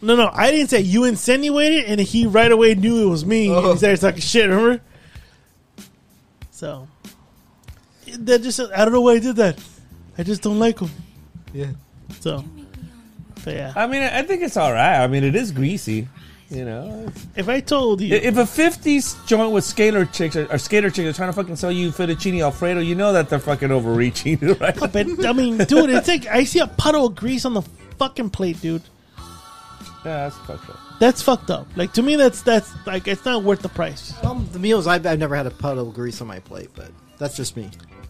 No, no, I didn't say. You insinuated, and he right away knew it was me. And Oh. he started talking shit. Remember? So that just—I don't know why I did that. I just don't like him. Yeah. So, but yeah. I mean, I think it's all right. I mean, it is greasy. You know, If I told you, I- if a '50s joint with skater chicks or, or skater chicks are trying to fucking sell you fettuccine alfredo, you know that they're fucking overreaching, right? but I mean, dude, it's like I see a puddle of grease on the fucking plate, dude. Yeah, that's fucked up. That's fucked up. Like to me, that's that's like it's not worth the price. Um, the meals I've, I've never had a puddle of grease on my plate, but that's just me.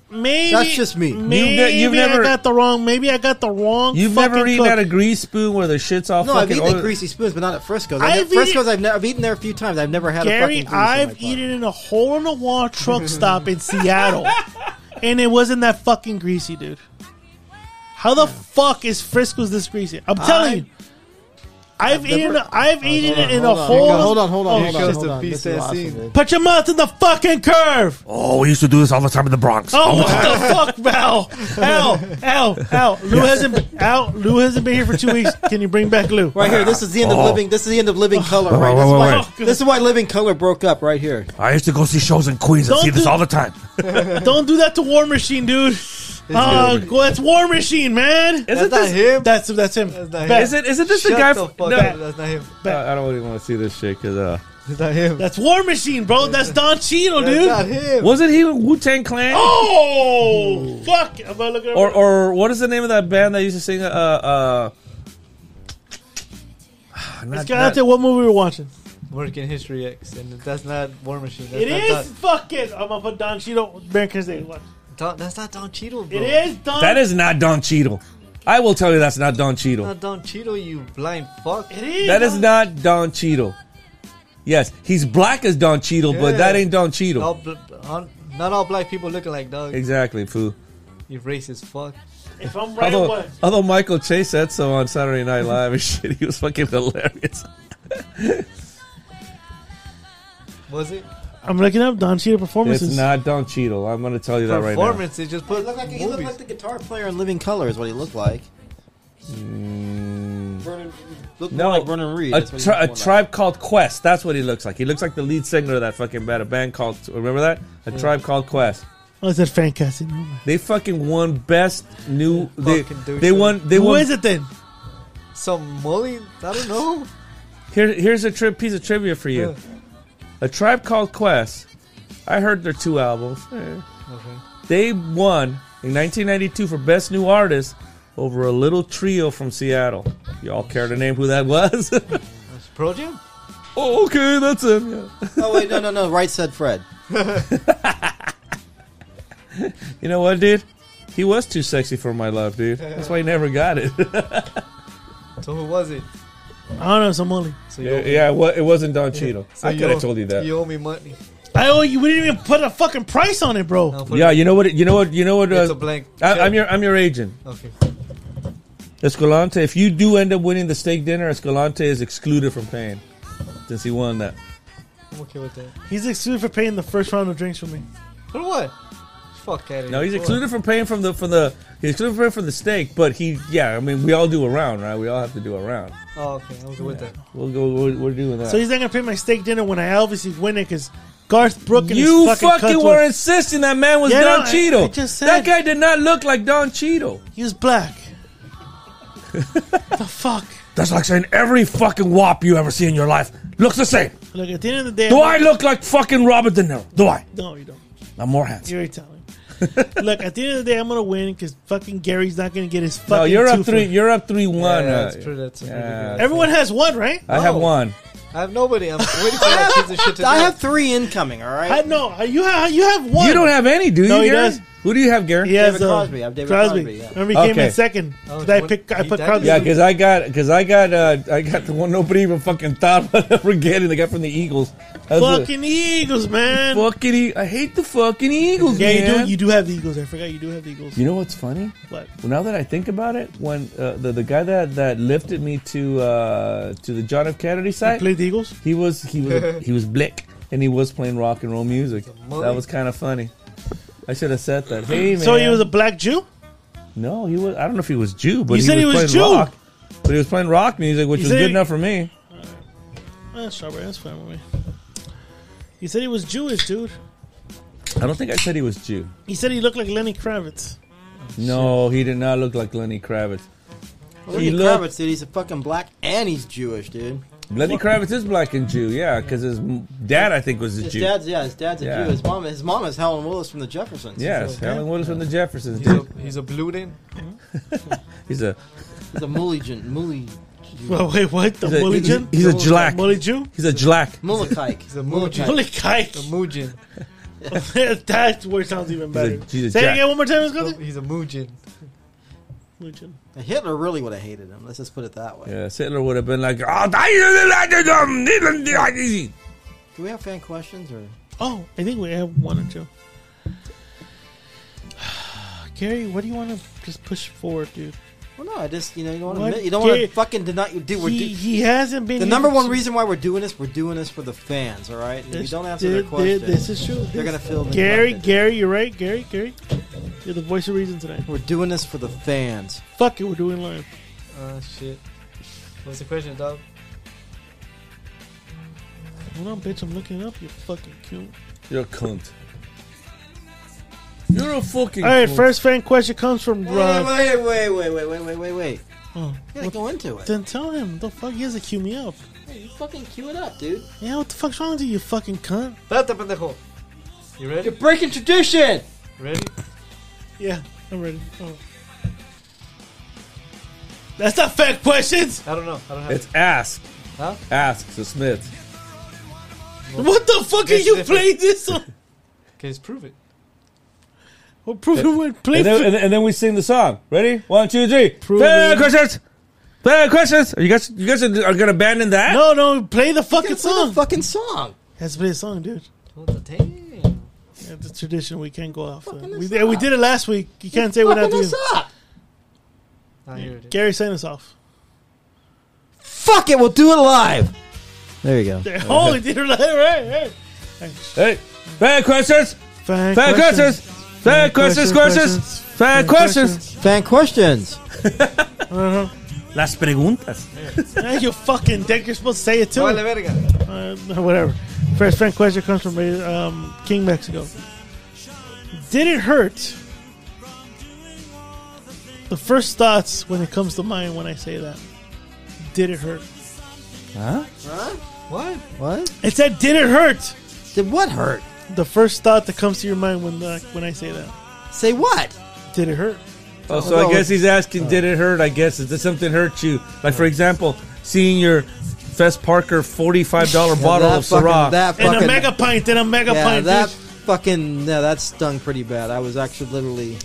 Maybe That's just me. You've Maybe ne- you've I never- got the wrong. Maybe I got the wrong. You've fucking never eaten cook. at a grease spoon where the shit's all No, I've fucking eaten at oil- greasy spoons, but not at Frisco's. I've I have eaten- Frisco's, I've, ne- I've eaten there a few times. I've never had a fucking Gary, grease on my I've plate. eaten in a hole in the wall truck stop in Seattle, and it wasn't that fucking greasy, dude. How the fuck is Frisco's this greasy? I'm telling you. I've, eaten. never- I've eaten Hold on, it in a hold on. hole. Hold on, hold on, Oh, hold on, shit. hold on. piece This is of awesome, scene. dude. Put your mouth in the fucking curve. Oh, we used to do this all the time in the Bronx. Oh, what the fuck, Val? Ow, ow, ow. Lou hasn't been, ow, Lou hasn't been here for two weeks. Can you bring back Lou? Right here, this is the end of Oh. living. This is the end of living color. Right, wait, That's wait, why- wait. This is why living color broke up. Right here. I used to go see shows in Queens and Don't see this do- all the time. Don't do that to War Machine, dude. Uh, go, that's War Machine, man. Is That's it not this? him. That's that's him. That's not Bet. him. Is it? Is it this the Shut guy? the from- fuck no, up. That's not him. I I don't even want to see this shit because uh, That's not him. That's War Machine, bro. That's Don Cheadle, That's dude. not him. wasn't he Wu Tang Clan? Oh, fuck. I'm gonna look it up. Or or what is the name of that band that used to sing? Uh, uh, it's got not, out not, there what movie we're watching. Work in History X, and that's not War Machine. That's It not is fucking. I'm gonna put Don Cheadle. America's Day. Watch. Don, Don, that's not Don Cheadle, bro. It is Don. that is not Don Cheadle. I will tell you that's not Don Cheadle. Not Don Cheadle, you blind fuck. It is. That is Don- not Don Cheadle. Yes, he's black as Don Cheadle, but Yeah. that ain't Don Cheadle. All bl- all- not all black people looking like dog. Exactly, foo. You racist fuck. If I'm right, Although, what? although Michael Chase said so on Saturday Night Live and shit, he was fucking hilarious. Was it I'm looking up Don Cheadle It's performances. not Don Cheadle. I'm going to tell you that right now. performance? They just He put looked like, he looked movies. like the guitar player in Living Color is what he looked like. Vernon- looked more Mm. No, like Vernon Reed. A, That's what he tri- a looked more like. tribe called Quest. That's what he looks like. He looks like the lead singer of that fucking band, a band called. Remember that? A tribe called Quest. Oh, is that fan casting? They fucking won best new. They, Fucking douche. they won. They Who won. is it then? some molly. I don't know. Here, here's a tri- piece of trivia for you. A Tribe Called Quest. I heard their two albums. Eh. Okay. They won in 1992 for Best New Artist over a little trio from Seattle. Y'all care to name who that was? That's Pearl Jam. oh, okay, that's it. yeah. Oh wait, no, no, no. Right said Fred. You know what, dude? He was too sexy for my love, dude. That's why he never got it. So who was it? I don't know. Some only. So you owe me, yeah, well, it wasn't Don Cheadle. so I could owe- have told you that. You owe me money. I owe you. We didn't even put a fucking price on it, bro. No, put Yeah, it- you know what? You know what? You know what? it's Uh, a blank. I, I'm check. your I'm your agent. Okay. Escalante, if you do end up winning the steak dinner, Escalante is excluded from paying since he won that. I'm okay with that. He's excluded for paying the first round of drinks for me. For what? Fuck out No, he's excluded from paying from the from the he's excluded from paying from the steak, but he yeah, I mean we all do a round, right? We all have to do a round. Oh, okay. I'm okay with that. We'll go. We're, we're doing that. So he's not gonna pay my steak dinner when I obviously win it because Garth Brooke and you his fucking, fucking, cunt were was- insisting that man was Yeah, Don no, I- Cheadle. I just said- that guy did not look like Don Cheadle. He was black. the fuck. That's like saying every fucking wop you ever see in your life looks the same. Look, at the end of the day, Do I look like fucking Robert De Niro? Do I? No, you don't. I'm more handsome. You're Italian. Look, at the end of the day, I'm gonna win because fucking Gary's not gonna get his fucking. No, you're up twofer. three. You're up three Yeah, one. that's uh, true. That's a pretty yeah. good. Everyone has one, right? I have No. one. I have nobody. I'm waiting for that piece of shit to I do. have three incoming. All right. I, no, you have you have one. You don't have any, do you? No, he Gary? does. Who do you have, Gary? He has David uh, Crosby. I'm David Crosby. Crosby, yeah. Remember, he came Okay. in second. Oh, 'Cause I what- pick I he put died? Crosby. Yeah, because I got, because I got, uh, I got the one nobody even fucking thought about ever getting. The guy from the Eagles. That's it. fucking Eagles, man. fucking, E- I hate the fucking Eagles, yeah, you man. do. You do have the Eagles. I forgot you do have the Eagles. You know what's funny? But Well, now that I think about it, when uh, the the guy that that lifted me to uh, to the John F. Kennedy you site, played the Eagles. he was he was he was blick, and he was playing rock and roll music. mullet. That was kind of funny. I should have said that. Hey man. So he was a black Jew. no. He was. I don't know if he was Jew, but You he said was he was playing Jew. rock. But he was playing rock music, which You was said good he- enough for me. Eh, strawberry. That's fine with me. He said he was Jewish, dude. I don't think I said he was Jew. He said he looked like Lenny Kravitz. No, he did not look like Lenny Kravitz. Lenny He looked- Kravitz, dude. He's a fucking black and he's Jewish, dude. Lenny Kravitz is black and Jew, yeah, because his m- dad, I think, was a His Jew. dad's yeah, his dad's a Yeah. Jew. His mom, his mom is Helen Willis from the Jeffersons. Yes, Helen Willis from the Jeffersons. He's a, Dude. he's a blue then. He's a he's a Mulligan, Mulligan. Well, wait, what? The He's a- Mully he's- Jim? he's a Jalak. Mully Jew? He's a Jalak. Mulakaik. He's a Mujin. Mully A Kike. Mujin. That word sounds even better. he's a Say it Jack. again one more time, Scotty. He's a Mujin. Hitler really would have hated him. Let's just put it that way. Yeah, Hitler would have been like, oh, die. Do we have fan questions or? Oh, I think we have one or two. Gary, what do you want to just push forward, dude? Well, no, I just you know you don't What want to you don't want gay- to fucking deny you do we're He, do- he hasn't been the here number one since- reason why we're doing this. We're doing this for the fans. All right, And if you This- don't answer their thi- thi- questions. This is true. they're gonna feel Gary, neglected. Gary, you're right. Gary, Gary, you're the voice of reason tonight. We're doing this for the fans. Fuck it, we're doing live. Oh, shit. What's the question, dog? Hold on, bitch, I'm looking up. You fucking cute. You're a cunt. You're a fucking. All right, cunt. first fan question comes from Rob. Wait, wait, wait, wait, wait, wait, wait, wait. Oh, You gotta go into it. then tell him the fuck he has to cue me up. Hey, you fucking cue it up, dude. Yeah, what the fuck's wrong with you, you fucking cunt? Plata, pendejo. You ready? You're breaking tradition. Ready? Yeah, I'm ready. Oh. That's not fact questions. I don't know. I don't have It's ask. Huh? Ask to Smith. What the fuck are It's you different. playing this on? it. Can you prove it? Well, prove it would play. And then, and, then- and then we sing the song. Ready? One, two, three. Prove Fair it. questions. Fair questions. Are you guys, you guys are gonna abandon that? no, no, play the fucking It's on song. the fucking song. Has to play the song, dude. What the damn? Yeah, the tradition we can't go off. of. Fucking We us did, we up. did it last week. You can't say we're not Fucking doing. us up. I hear it. Gary, sign us off. Fuck it, we'll do it live. There you go. Oh, we did it right, right, right. Hey. Fair questions. Fan Fair questions. Fair questions. questions, Questions. questions, Fair questions. Fan questions. Uh-huh. Las preguntas. Now Eh, you fucking dick. You're supposed to say it too. Vale verga. Uh, whatever. First friend question comes from um, King Mexico. Did it hurt? The first thoughts when it comes to mind when I say that. Did it hurt? What? What? It said, "Did it hurt?" Did what hurt? The first thought that comes to your mind when the, when I say that. Say what? Did it hurt? Oh, so I guess he's asking, did it hurt? I guess did something hurt you? Like for example, seeing your Fess Parker forty-five dollar Yeah, bottle that of fucking- Syrah. That And fucking. a mega pint. And a mega yeah, pint. that bitch. fucking. Yeah, that stung pretty bad. I was actually literally.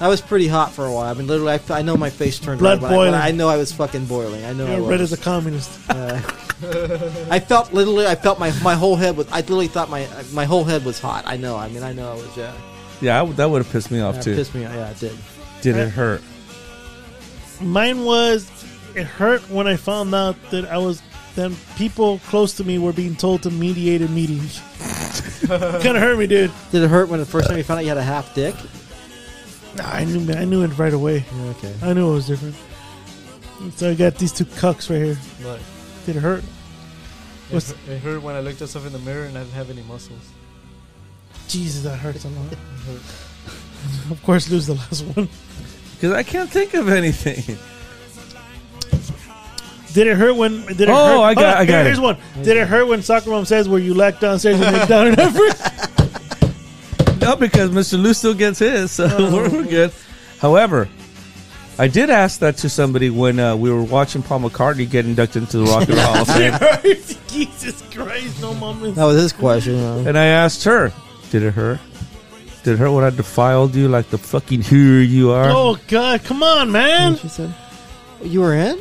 I was pretty hot for a while. I mean, literally, I, I know my face turned Blood red, but I- but boiling. I, know I was fucking boiling. I know. I You're was. red as a communist. I felt literally. I felt my my whole head was. I literally thought my my whole head was hot. I know. I mean, I know I was. Yeah. yeah, I would- that would have pissed me off That too. pissed me off. Yeah, it did. Did it hurt? Mine was it hurt when I found out that I was then people close to me were being told to mediate in meetings. kind of hurt me, dude. Did it hurt when the first time you found out you had a half dick? Nah, I knew I knew it right away. Okay. I knew it was different. So I got these two cucks right here. What? Did it hurt? It, What's- hurt, it hurt when I looked myself in the mirror and I didn't have any muscles. Jesus, that hurts a lot. of course, lose the last one. Because I can't think of anything. Did it hurt when? Did it Oh, hurt? I got- Hold on, I got here- it. Here's one. Did it hurt when soccer mom says where you lack downstairs and make down an effort? No, because Mr. Lou still gets his, so we're, we're good. However, I did ask that to somebody when uh, we were watching Paul McCartney get inducted into the Rock and Roll Hall of Fame, Jesus Christ, no mom. That was his question. you know. and I asked her, "Did it hurt? Did it hurt when I defiled you like the fucking who you are?" Oh, Oh God, come on, man. She said, "You were in."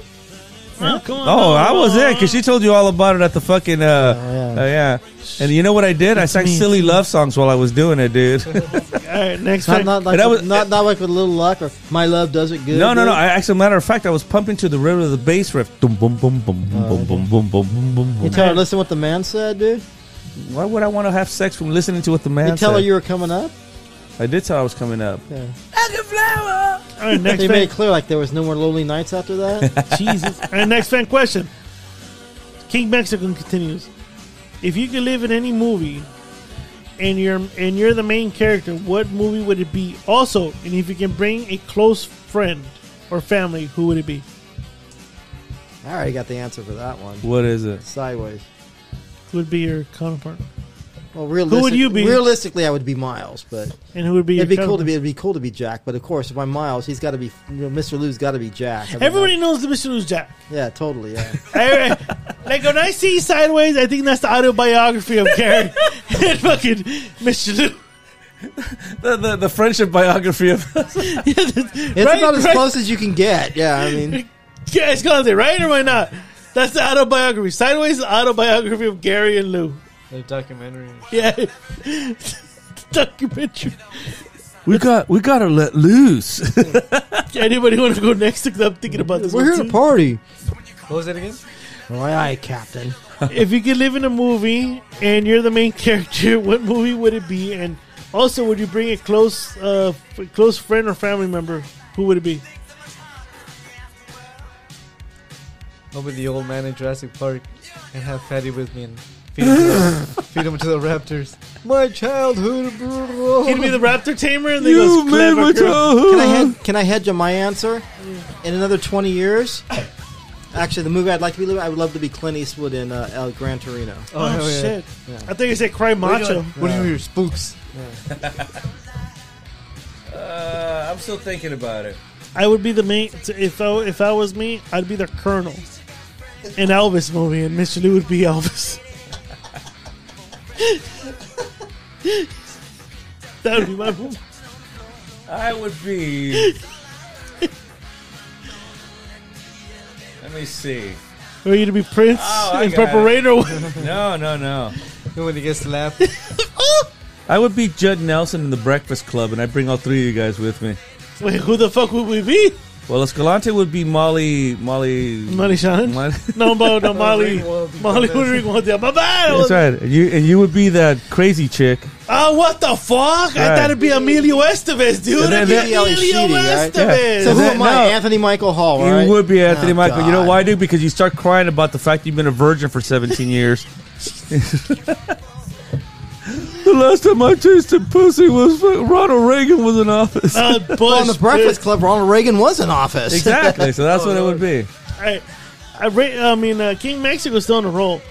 Oh, come on. I was in because she told you all about it at the fucking uh, yeah. uh, yeah. And you know what I did? I sang me. silly love songs while I was doing it, dude. All right, next Not time. not like And I with- was- not, not like with little luck or my love does it good. No, no, good. no. I, actually, matter of fact, I was pumping to the rhythm of the bass riff. Dum, bum, bum, bum, bum, Oh, bum, bum, bum, bum, bum, bum. You tell her listen what the man said, dude. Why would I want to have sex from listening to what the man You tell her said? you were coming up. I did tell I was coming up. Yeah. All right, next They made fan. it clear like there was no more lonely nights after that. Jesus. All right, next fan question. King Mexican continues. If you could live in any movie, and you're and you're the main character, what movie would it be? Also, and if you can bring a close friend or family, who would it be? I already got the answer for that one. What is it? Sideways. Who would be your counterpart? Well, realistic, would you be? Realistically, I would be Miles, but And who would be? your it'd be cool counterpart? to be it'd be cool to be Jack. But of course, if I'm Miles, he's got to be you know, Mr. Lou's got to be Jack. I mean, Everybody knows the Mr. Lose Jack. like, yeah, totally. Yeah, I- like when I see Sideways, I think that's the autobiography of Gary and fucking Mr. Lou. The, the, the friendship biography of it's Right, about as right. close as you can get. Yeah, I mean, Yeah, it's called it, right or why not? That's the autobiography. Sideways is the autobiography of Gary and Lou. The documentary. Yeah. Documentary. we got we gotta let loose. Anybody want to go next? Because I'm thinking about this. we're one here to too. party. What was that again? Aye, aye, Captain. if you could live in a movie and you're the main character, what movie would it be? And also, would you bring a close, uh, f- close friend or family member? Who would it be? I'll be the old man in Jurassic Park and have Fatty with me and feed him, to the, feed him to the raptors. My childhood. He'd be the raptor tamer, and they goes clever girl. Can I Mm-hmm. hed- can I hedge on my answer? In another twenty years, actually, the movie I'd like to be I would love to be Clint Eastwood in uh, El Gran Torino. Oh, hell yeah. shit! Yeah. I think you said cry What are you macho. doing? What are you your spooks? Uh, I'm still thinking about it. I would be the main. If I if I was me, I'd be the colonel in Elvis movie, and Mr. Lou would be Elvis. that would be my movie. I would be. Let me see. Or you'd be Prince Oh, I in got it. preparator. No, no, no. And when he gets slapped, I would be Judd Nelson in the Breakfast Club, and I bring all three of you guys with me. Wait, who the fuck would we be? Well, Escalante would be Molly. Molly. Molly Shannon? Molly- No, no, no, Molly. Ringwald. Molly Rodriguez. My bad. That's right. And you and you would be that crazy chick. Oh, what the fuck? I Right. thought it'd be Emilio Estevez, dude. And then- It'd be then- Emilio Shitty, right? Estevez. So who that- am I? no. Anthony Michael Hall. you right? would be Anthony Oh, Michael. You know God. why, dude? Because you start crying about the fact you've been a virgin for 17 years. the last time I tasted pussy was when Ronald Reagan was in office. Uh, Well, on the Bush, Breakfast bitch. Club, Ronald Reagan was in office. exactly. So that's what it would be. Oh, Alright. I, ra- I mean, uh, King Mexico's still on the roll.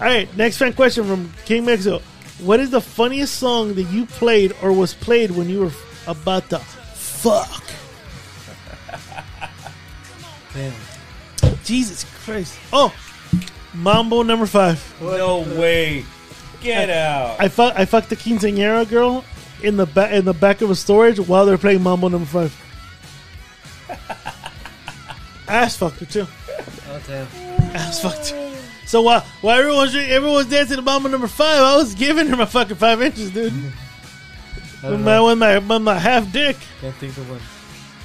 All right, next fan question from King Mexico. What is the funniest song that you played or was played when you were f- about to fuck? Jesus Christ. Oh, Mambo number five. No way. Get out. I fuck I fucked the quinceañera girl in the back in the back of a storage while they're playing Mambo Number Five. Ass fucked her too. oh damn! Ass fucked. Her. So while while everyone's everyone's dancing to Mambo Number Five, I was giving her my fucking five inches, dude. I With don't my know. with my with my half dick. Can't think of one.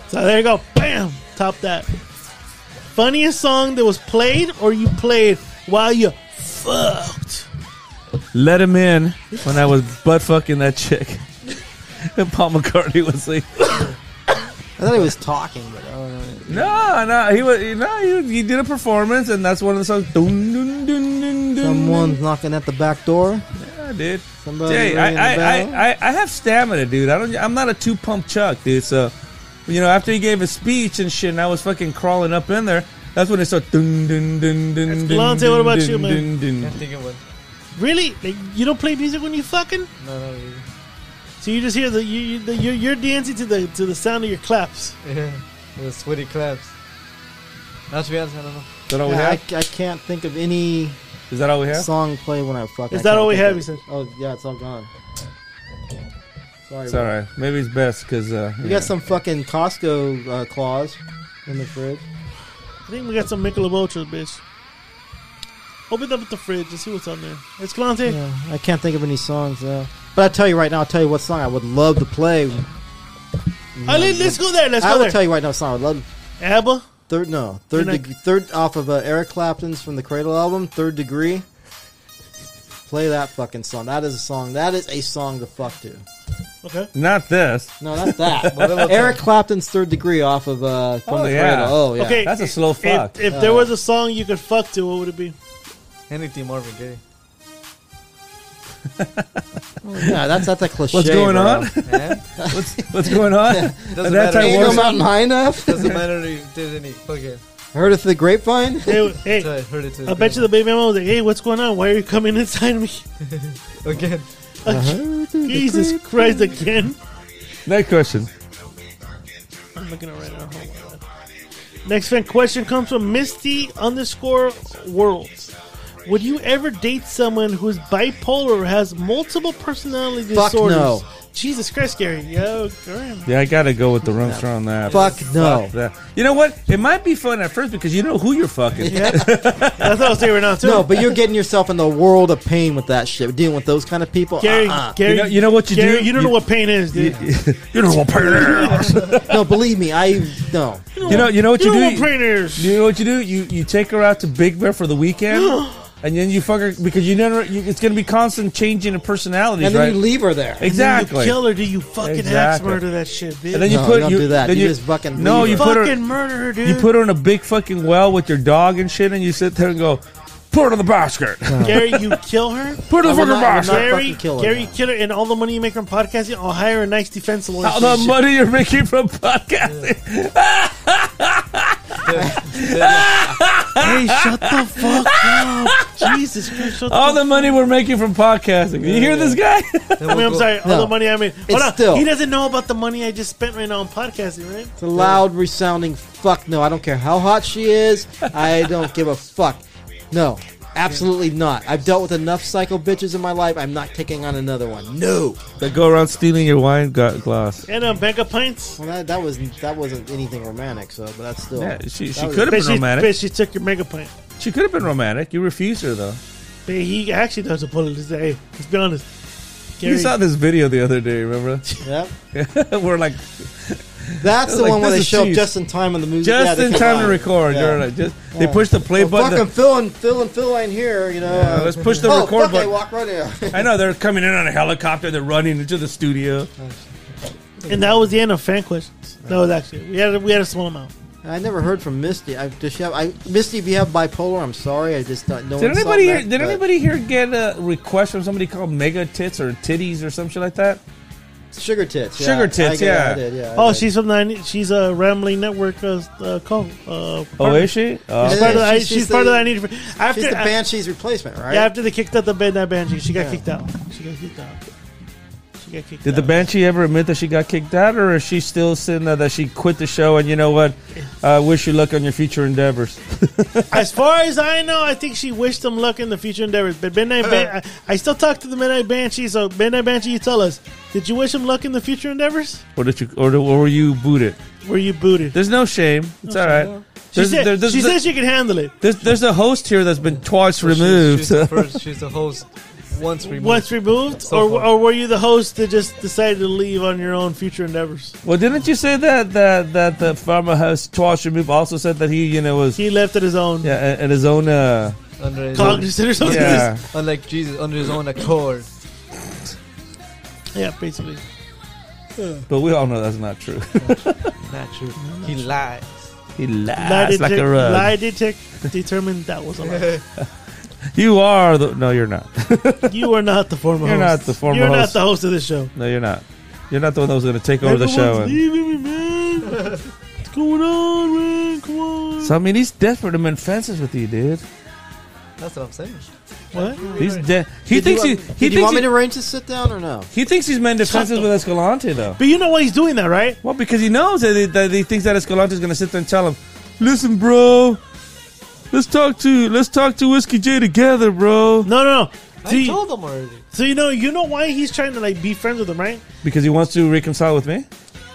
So there you go. Bam. Top that. Funniest song that was played or you played while you fucked. Let him in when I was butt fucking that chick. And Paul McCartney was like, I thought he was talking, but uh, I don't know. "No, no, he was, no, he, was- he did a performance, and that's one of the songs." Dun, dun, dun, dun, dun, Someone's knocking at the back door. yeah, dude. Somebody Hey, I, ringing the I, bell. I, I, I have stamina, dude. I don't. I'm not a two pump chuck, dude. So, you know, after he gave his speech and shit, and I was fucking crawling up in there. That's when it started. Dun, dun, dun, dun, dun, Lante, dun, what about dun, you, man? dun, dun. Can't think of one. Really? Like, you don't play music when you fucking? No, not really. So you just hear the you, you the, you're, you're dancing to the to the sound of your claps. Yeah, the sweaty claps. Not to be honest, I don't know. Is that all we Yeah, have? I, I can't think of any Is that all we have? song played when I fuck. Is I that can't all we think have, of you said? it. Oh yeah, it's all gone. Sorry. It's bro. all right. Maybe it's best because uh, We yeah. got some fucking Costco uh, claws in the fridge. I think we got some Michelob Ultra, bitch. Open up the fridge and see what's on there. It's Clante. Yeah, I can't think of any songs though. But I tell you right now, I'll tell you what song I would love to play. Oh, let, us go there. Let's I go will there. tell you right now, a song I would love. ABBA. Third, no, third, You're not- deg- third off of uh, Eric Clapton's from the Cradle album, Third Degree. Play that fucking song. That is a song. That is a song to fuck to. Okay. not this. No, not that. Modelo Eric Clapton's Third Degree off of uh, from Oh, the yeah. Cradle. Oh yeah. Okay. That's a slow If- fuck. If, there was a song you could fuck to, what would it be? Anything Marvin Gaye. Yeah, that's that's a cliche. What's going bro. on? Yeah? What's what's going on? At Doesn't that matter. time, Ain't Ain't no Warsaw- mountain high enough. Doesn't matter if there's any fucking. Heard of the grapevine? Hey, So hey I heard it. To I bet you the baby mama was like, "Hey, what's going on? Why are you coming inside me?" again. Jesus Christ again. Next question. I'm looking at it right now. Hold on. Next fan question comes from Misty underscore worlds. Would you ever date someone who is bipolar or has multiple personality Fuck disorders? no. Jesus Christ, Gary. Yo, damn. Yeah, I gotta go with the rumster on that. Fuck no. Fuck that. You know what? It might be fun at first because you know who you're fucking. That's what I was saying right now, too. No, but you're getting yourself in the world of pain with that shit. Dealing with those kind of people. Gary, uh-uh. Gary, You know- you know what you Gary, do? You don't You- know what pain is, dude. You, you know what pain is. No, believe me, I no. You know, you know what you, don't know do. what pain is. You know what you do? You you take her out to Big Bear for the weekend, and then you fuck her because you never. You, it's gonna be constant changing in personalities, And then right? you leave her there. exactly. You kill her, dude. You fucking axe Exactly. murder that shit, bitch. and then you No, put you don't you do that. Then You just fucking no. leave You her. put fucking her. murder her, dude. You put her in a big fucking well with your dog and shit, and you sit there and go, put her in the basket. Oh, Gary, you kill her. Put her I in the will not- I fucking will basket. not Gary, fucking kill her, Gary, no. you kill her, and all the money you make from podcasting, I'll hire a nice defense lawyer. All the money you're making from podcasting. Hey, shut the fuck up. Jesus Christ, shut All the the money we're making from podcasting. You hear this guy? I mean, I'm sorry. All No. the money I made. Hold It's on. still- He doesn't know about the money I just spent right now on podcasting, right? It's a loud, resounding fuck no. I don't care how hot she is. I don't give a fuck. No, absolutely not. I've dealt with enough psycho bitches in my life. I'm not taking on another one. No. They go around stealing your wine gla- glass. And a bag of pints. Well, that, that was that wasn't anything romantic. So, but that's still. Yeah, she, she that was- could have been Bitch, she, romantic. bitch, she took your mega pint. She could have been romantic. You refused her though. Bitch, he actually does apologize. Hey, let's be honest. Gary, We saw this video the other day. Remember? Yep. We're like That's the Like, one where this they is show up cheese. just in time on the music. yeah, just they in come time on. to record. Yeah. You're right. Just they push the play Well, button. fucking Phil and Phil and Phil ain't here. You know. Yeah, let's push the oh, record fuck, button. They walk right in. I know they're coming in on a helicopter. They're running into the studio. and that was the end of fan questions. That was actually we had a, we had a small amount. I never heard from Misty. I does she have? I Misty, if you have bipolar, I'm sorry. I just don't know. Did anybody? Here, did anybody here get a request from somebody called Mega Tits or Titties or some shit like that? Sugar tits. Yeah. Sugar tits, I get it, yeah. I did, yeah. I Oh, did. she's from the she's a Rambling Network uh, uh, co. Uh, Oh, partner. is she? Oh. She's part of Yeah, the, she's- she's, she's part of the- the I need for after she's the uh, Banshee's replacement, right? yeah after they kicked out the Midnight Banshee, she got Yeah. kicked out. She got kicked out. She got kicked Did out. the Banshee ever admit that she got kicked out, or is she still saying that, that she quit the show and you know what? I wish you luck on your future endeavors. As far as I know, I think she wished them luck in the future endeavors. But Midnight Ban- I, I still talk to the Midnight Banshee, so Midnight Banshee, you tell us, did you wish them luck in the future endeavors? Or did you? Or, or were you booted? Were you booted? There's no shame. It's all right. She There's, said there- there's, she, there's, said she could handle it there's, a host here that's been twice She's- removed. She's, the first, she's the host. Once removed. once removed, So or far. or were you the host that just decided to leave on your own future endeavors? Well, didn't you say that that that the farmhouse twice removed also said that he you know was He left at his own yeah at, at his own uh under his own, cognizant or something. yeah unlike Jesus, under his own accord. yeah, basically. but we all know that's not true. Not true. He lies. he Lie, lies detect, like a rug. lie detect determined that was a lie. You are the no, you're not. You are not the former You're host. not the former You're not host. the host of this show. No, you're not. You're not the one that was going to take over the show. Everyone's And, leaving me, man. What's going on, man? Come on. so I mean, he's desperate to mend fences with you, dude. That's what I'm saying. what? He's de- he Did thinks you, he, want- he did you thinks want he, me to arrange to sit down or no? he thinks he's mending Shut fences the- with Escalante though. But you know why he's doing that, right? Well, because he knows that, he- that he thinks that Escalante is going to sit there and tell him, "Listen, bro, let's talk to let's talk to Whiskey J together, bro." No, no, no. I So you, told him already. so you know, you know why he's trying to like be friends with him, right? Because he wants to reconcile with me.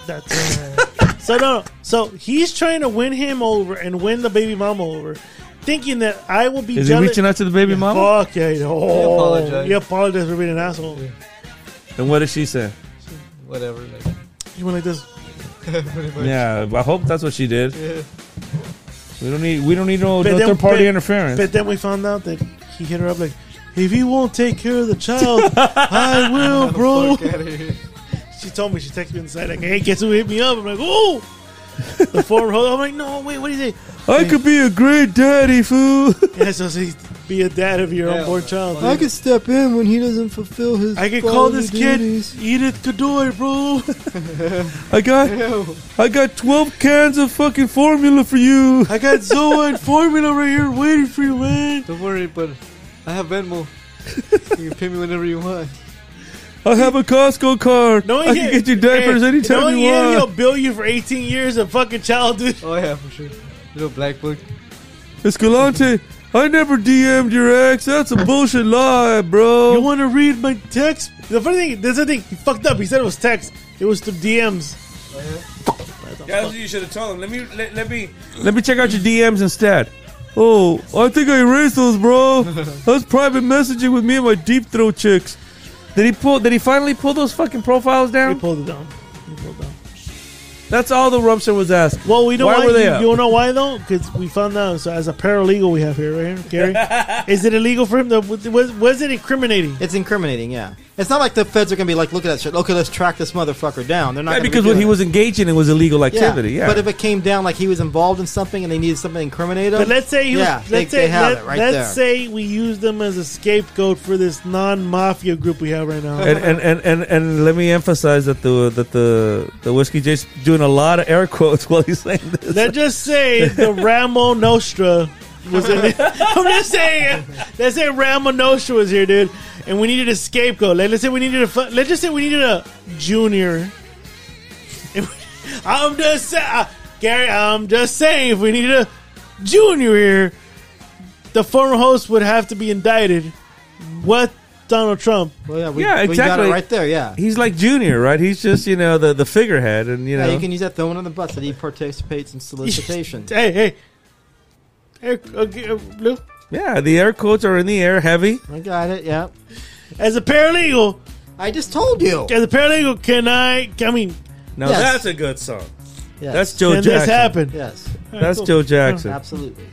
That's so no. So he's trying to win him over and win the baby mama over, thinking that I will be Is he jealous. reaching out to the baby mama? Fuck yeah! he- Oh, he apologized. apologized for being an asshole. And what did she say? Whatever. Like, He went like this. pretty much. Yeah, I hope that's what she did. Yeah. We don't need we don't need no, But no then- third party but- interference. But then we found out that he hit her up like, if you won't take care of the child, I will, bro. Fuck outta here. She told me she texted me inside like, "Hey, guess who hit me up?" I'm like, "Oh." the former host. I'm like, "No, wait, what do you think?" I could be a great daddy, fool. Yeah, so see, be a dad of your Yeah, unborn well, child. well, I could step in when he doesn't fulfill his. I can call this kid Edith Godoy, bro. I got Ew. I got twelve cans of fucking formula for you. I got Zoa and formula right here waiting for you, man. Don't worry, but I have Venmo. you can pay me whenever you want. I have a Costco card. No, I can get you diapers anytime no, you want. He'll bill you for 18 years of fucking child, dude. Oh yeah, for sure. Little black book. Escalante, I never DM'd your ex. That's a bullshit lie, bro. You want to read my text? The funny thing, there's a thing. He fucked up. He said it was text. It was through DMs. That's what you should have told him. Let me let, let me. Let me check out your DMs instead. Oh, I think I erased those, bro. That's private messaging with me and my deep throat chicks. Did he pull? Did he finally pull those fucking profiles He down? pulled it down. He pulled it down. That's all the Rumpster was asked. Well, we know Why why. were they you, up? you wanna know why though? Because we found out. So as a paralegal, we have here, right here, Gary. is it illegal for him? To, was was it incriminating? It's incriminating, yeah. It's not like the feds are going to be like, look at that shit. Okay, let's track this motherfucker down. They're not Yeah, gonna be because what doing he that. was engaging in was illegal activity. Yeah. But if it came down like he was involved in something and they needed something to incriminate him, But let's say he was, yeah, let's they, say they have let, it right us there. say we use them as a scapegoat for this non-mafia group we have right now. and, and, and, and, and let me emphasize that the that the the whiskey J's doing a lot of air quotes while he's saying this. let's just say the Ramo Nostra was in it. I'm just saying. Let's say Ramo Nostra was here, dude, and we needed a scapegoat. Let, let's say we needed a. fu- Let's just say we needed a junior. If we- I'm just saying, Gary. I'm just saying, if we needed a junior here, the former host would have to be indicted. What Donald Trump? well, yeah, we, Yeah, we got exactly. it right there, yeah. He's like Junior, right? He's just you know the the figurehead, and you yeah, know you can use that thrown on the bus that he participates in solicitation. Hey, hey. Hey, okay, uh, Lou. yeah the air quotes are in the air, heavy. I got it, yeah. As a paralegal, I just told you. as a paralegal, can I? I mean, Now Yes. that's a good song. Yes. That's Joe can this Jackson. happen? yes, That's Joe Jackson. absolutely.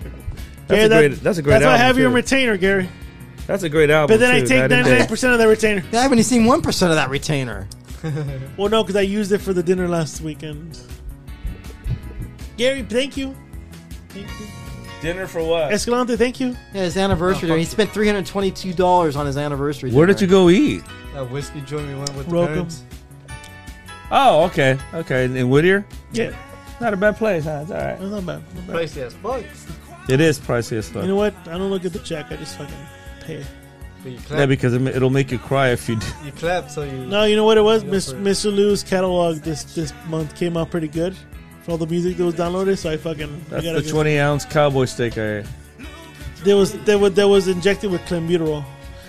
That's Yeah, a that- great. That's a great. That's why I album, have you in too. retainer, Gary. That's a great album. But then I too. take That is ninety nine percent of that retainer. I haven't even seen one percent of that retainer. Well, no, because I used it for the dinner last weekend. Gary, thank you. Thank you. it. dinner for what? Escalante, thank you. Yeah, his anniversary. he spent three hundred twenty-two dollars on his anniversary. Where did dinner. you go eat? That whiskey joint we went with the Welcome. parents. Oh, okay, okay. In, in Whittier, Yeah, not a bad place. Huh? It's all right. that's not bad. Not bad. Pricey as fuck. It is pricey as fuck. You know what? I don't look at the check. I just fucking pay. But you clap. yeah, because it, it'll make you cry if you do. you clap, so you. No, you know what it was? Go Miss, for it. Mr. Lou's catalog this this month came out pretty good for all the music that was downloaded. So I fucking I That's gotta the go- twenty ounce cowboy steak I ate. There was there was there was injected with clenbuterol.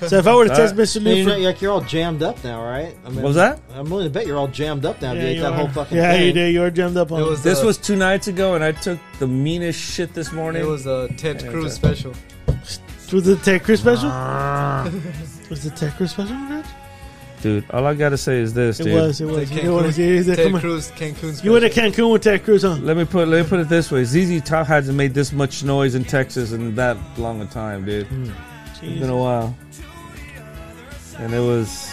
So if I were to test Mr. Hey, Lou, you're, for, not- like, you're all jammed up now, right? I mean, What was that? I'm willing to bet you're all jammed up now. if yeah, you ate you that are. whole fucking yeah, thing. you did. You are jammed up on. It it. was This a, was two nights ago, and I took the meanest shit this morning. It was a Ted Yeah, Cruz special. exactly. Was the Tech Chris special? Ah. was the Tech Chris special? Rich? dude, all I gotta say is this, It dude. was. It The was. You know what I see? Is Cancun, that- come Ted on. Cruz Cancun special. You went to Cancun with Ted Cruz, huh? Let me put let me put it this way: ZZ Top hasn't made this much noise in Texas in that long a time, dude. Hmm. It's been a Jeez. while, and it was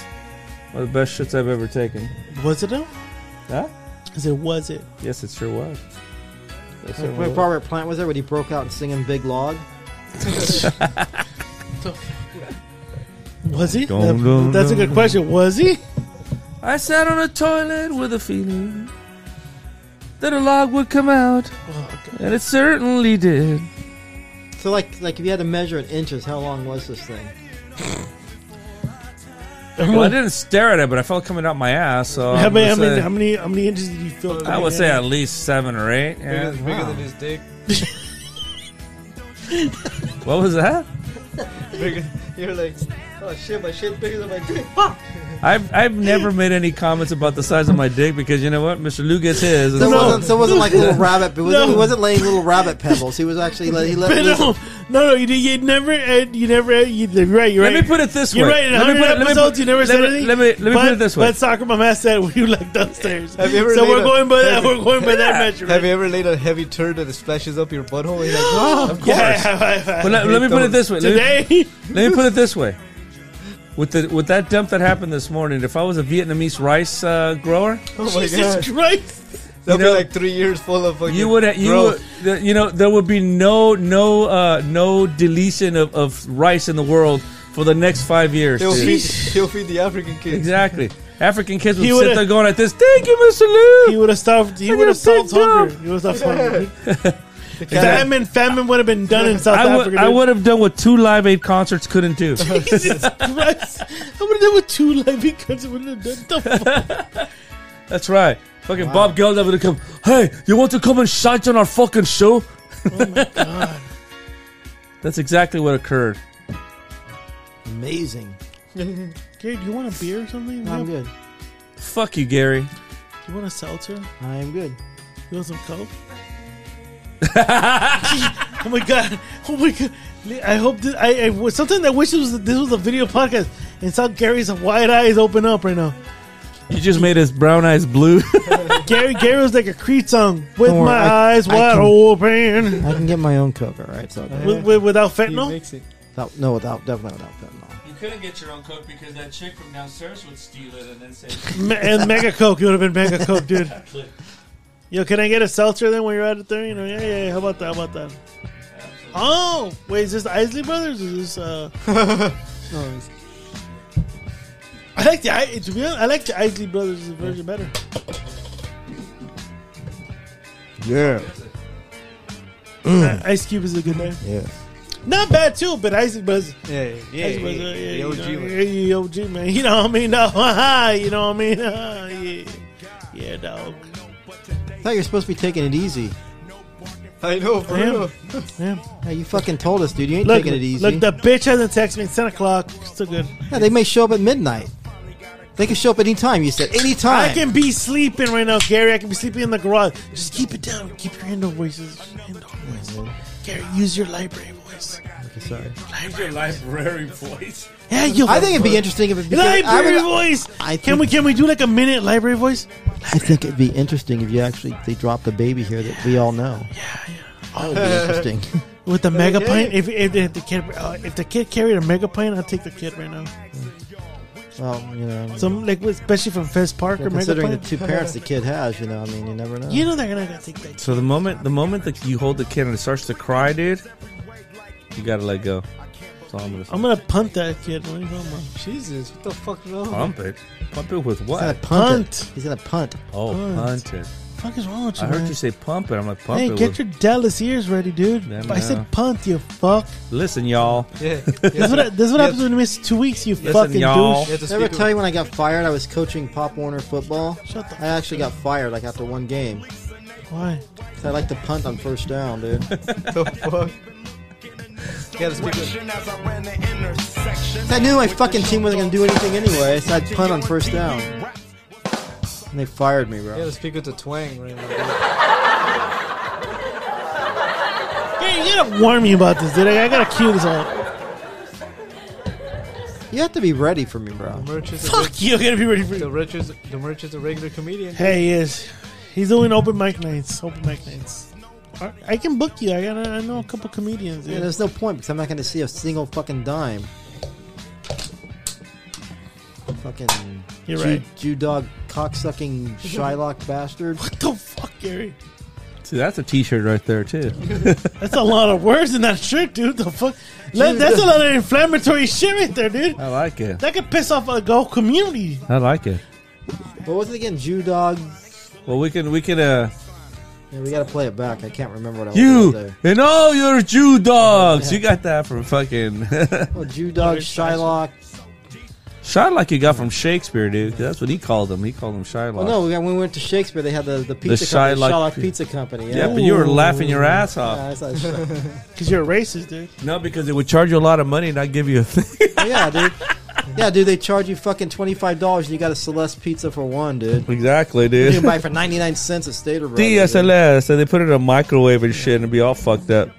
one of the best shits I've ever taken. Was it though? Huh? I said, was it? Yes, it sure was. It Like, certainly When was. Robert Plant was there, when he broke out singing "Big Log." Was he? Dun, dun, That's a dun. good question. Was he? I sat on a toilet with a feeling that a log would come out, Oh, God. and it certainly did. So, like, like if you had to measure in inches, how long was this thing? Well, I didn't stare at it, but I felt it coming out my ass. So How I'm many, how, gonna many, say- how many? How many inches did you feel? I would coming say in? at least seven or eight. Bigger, Yeah. bigger than his dick. What was that? Bigger. You're like, oh shit, my shit bigger than my dick. I've, I've never made any comments about the size of my dick because you know what? Mr. Lou gets his. So and- it wasn't, so it wasn't like little rabbit. But was No. he wasn't laying little rabbit pebbles. He was actually let, he let But loose. no, no, no, you, did- you never, Ed, you never, Ed, you, you're right, you're Let right. me put it this way. You're right. In Let me 100 put it- let me put- episodes, you never let said me- anything. Let me, let me but, put it this way. But soccer, my man said we were like downstairs. Have you ever so laid we're a- going by that. have We're going by that measure. Have you ever laid a heavy turd that splashes up your butthole? You're like, oh, Of course. But let, let me put it this way. Let me- Today, Let me put it this way: with the with that dump that happened this morning, if I was a Vietnamese rice uh, grower, oh my Jesus god. Christ! That'd know, be like three years full of fucking. you would you growth. would, the- you know there would be no no uh, no deletion of, of rice in the world for the next five years. He'll dude. feed, he'll feed the African kids. Exactly. African kids would He sit would've- there going like this. Thank you, Mr. Lou. He would have stopped. He Look would at have the big solved hunger. dump. He would have solved hunger. famine, famine would have been done in South I would Africa. I dude. would have done what two Live Aid concerts couldn't do. Jesus Christ. I would have done with two living guns. I would have done the fuck. That's right. Fucking Bob Geldof would have come. Hey, you want to come and shite on our fucking show? Oh That's exactly what occurred. Amazing. Gary, do you want a beer or something? I'm Do good. Fuck you, Gary. you want a seltzer? I'm good. You want some coke? oh my god! Oh my god! I hope that I, I sometimes I wish this was this was a video podcast and saw Gary's wide eyes open up right now. You just made his brown eyes blue. Gary Gary was like a Creed song with Don't worry, my I- eyes I wide can- open I can get my own cover, right? So with, with, without He fentanyl. makes it. without, no, without definitely without fentanyl. you couldn't get your own coke because that chick from downstairs would steal it and then say, Me- and Mega Coke. It would have been Mega Coke, dude. Yo, can I get a seltzer then when you're out of there? You know, yeah, yeah, yeah. How about that? How about that? Oh, wait, is this the Isley Brothers? Or is this, uh... I like the, I, to be honest, I like the Isley Brothers version better. Yeah. Uh, Ice Cube is a good name. Yeah. Not bad, too, but Isley Brothers. Yeah, yeah, yeah. Isley Brothers, yeah, uh, yeah, yeah, the you know, OG yeah, you OG, man. You know what I mean? No, you know what I mean? Uh, yeah. Yeah, dog. I thought you were supposed to be taking it easy. one. I know, bro. Damn. Damn. Hey, you fucking told us, dude. You ain't Look, taking it easy. look, the bitch hasn't texted me. It's 10 o'clock. Still good. yeah, they may show up at midnight. They can show up any time. You said any time. I can be sleeping right now, Gary. I can be sleeping in the garage. Just keep it down. Keep your indoor voices. Indoor voice. Gary, use your library voice. Sorry. your library voice." Yeah, you. I think it'd be interesting if it because I library would- voice. I can think- we can we do like a minute library voice? I think it'd be interesting if you actually they dropped a baby here that we all know. Yeah, yeah. That would be interesting. With the mega pint, if, if, if the kid uh, if the kid carried a mega pint, I'd take the kid right now. well, you know, Some like especially from Fez Park or mega considering the pint. two parents the kid has, you know, I mean, you never know. you know they're gonna take that. So the moment the moment that you hold the kid and it starts to cry, dude, you gotta let go. That's all I'm gonna say. I'm gonna punt that kid. What are you talking about? Jesus, what the fuck, no? pump it. Pump it with He's gonna what? punt. it. Punt. He's gonna punt. Oh, punt. punt it. The fuck is wrong with you? I heard man? you say pump it. I'm like pump Hey, it. get with- your Dallas ears ready, dude. I Yeah, man. said punt, you fuck. Listen, y'all. Yeah. That's what, this is what Yeah. happens when you miss two weeks, you Listen, fucking y'all. douche. Did I ever tell you when I got fired? I was coaching Pop Warner football. Shut the I actually got fired like after one game. Why? 'Cause I like to punt on first down, dude. the fuck? You gotta speak up. as I ran the intersection. 'Cause I knew my fucking team wasn't gonna do anything anyway, so I'd punt on first down. And they fired me, You bro. gotta speak with the twang right now. Hey, you gotta warn me about this, dude. I, I gotta cue this all. You have to be ready for me, bro. The merch is a Fuck you, I gotta be ready for the you. merch is the merch is a regular comedian. Hey, he is. He's doing open mic nights. Open mic nights. I- I can book you. I gotta. I know a couple comedians. Yeah, Dude. there's no point because I'm not going to see a single fucking dime. Fucking You're Jew, right. Jew dog cocksucking Shylock bastard. What the fuck, Gary? See, that's a T-shirt right there too. That's a lot of words in that shirt, dude. The fuck? Let- That's a lot of inflammatory shit right there, dude. I like it. That could piss off a whole community. I like it. What was it again? Jew dog. Well, we can we can uh Yeah, we got to play it back. I can't remember what I was you there. and all your Jew dogs. You got that from fucking Oh, Jew dog Shylock. Shylock. like you got from Shakespeare, dude. 'cause That's what he called them. He called them Oh, Shylock. Well, no, we got, when we went to Shakespeare, they had the the pizza company, Shylock Shylock, pi- Pizza Company. yeah, Yeah, but you were laughing your ass off. Yeah, it's like- Because you're a racist, dude. No, because it would charge you a lot of money and not give you a thing. yeah, dude. Yeah, dude. They charge you fucking twenty five dollars, and you got a Celeste pizza for one, dude. exactly, You can dude. buy it for ninety nine cents at Stater Brothers. dude. DSLS, so they put it in a microwave and shit, and it'd be all fucked up.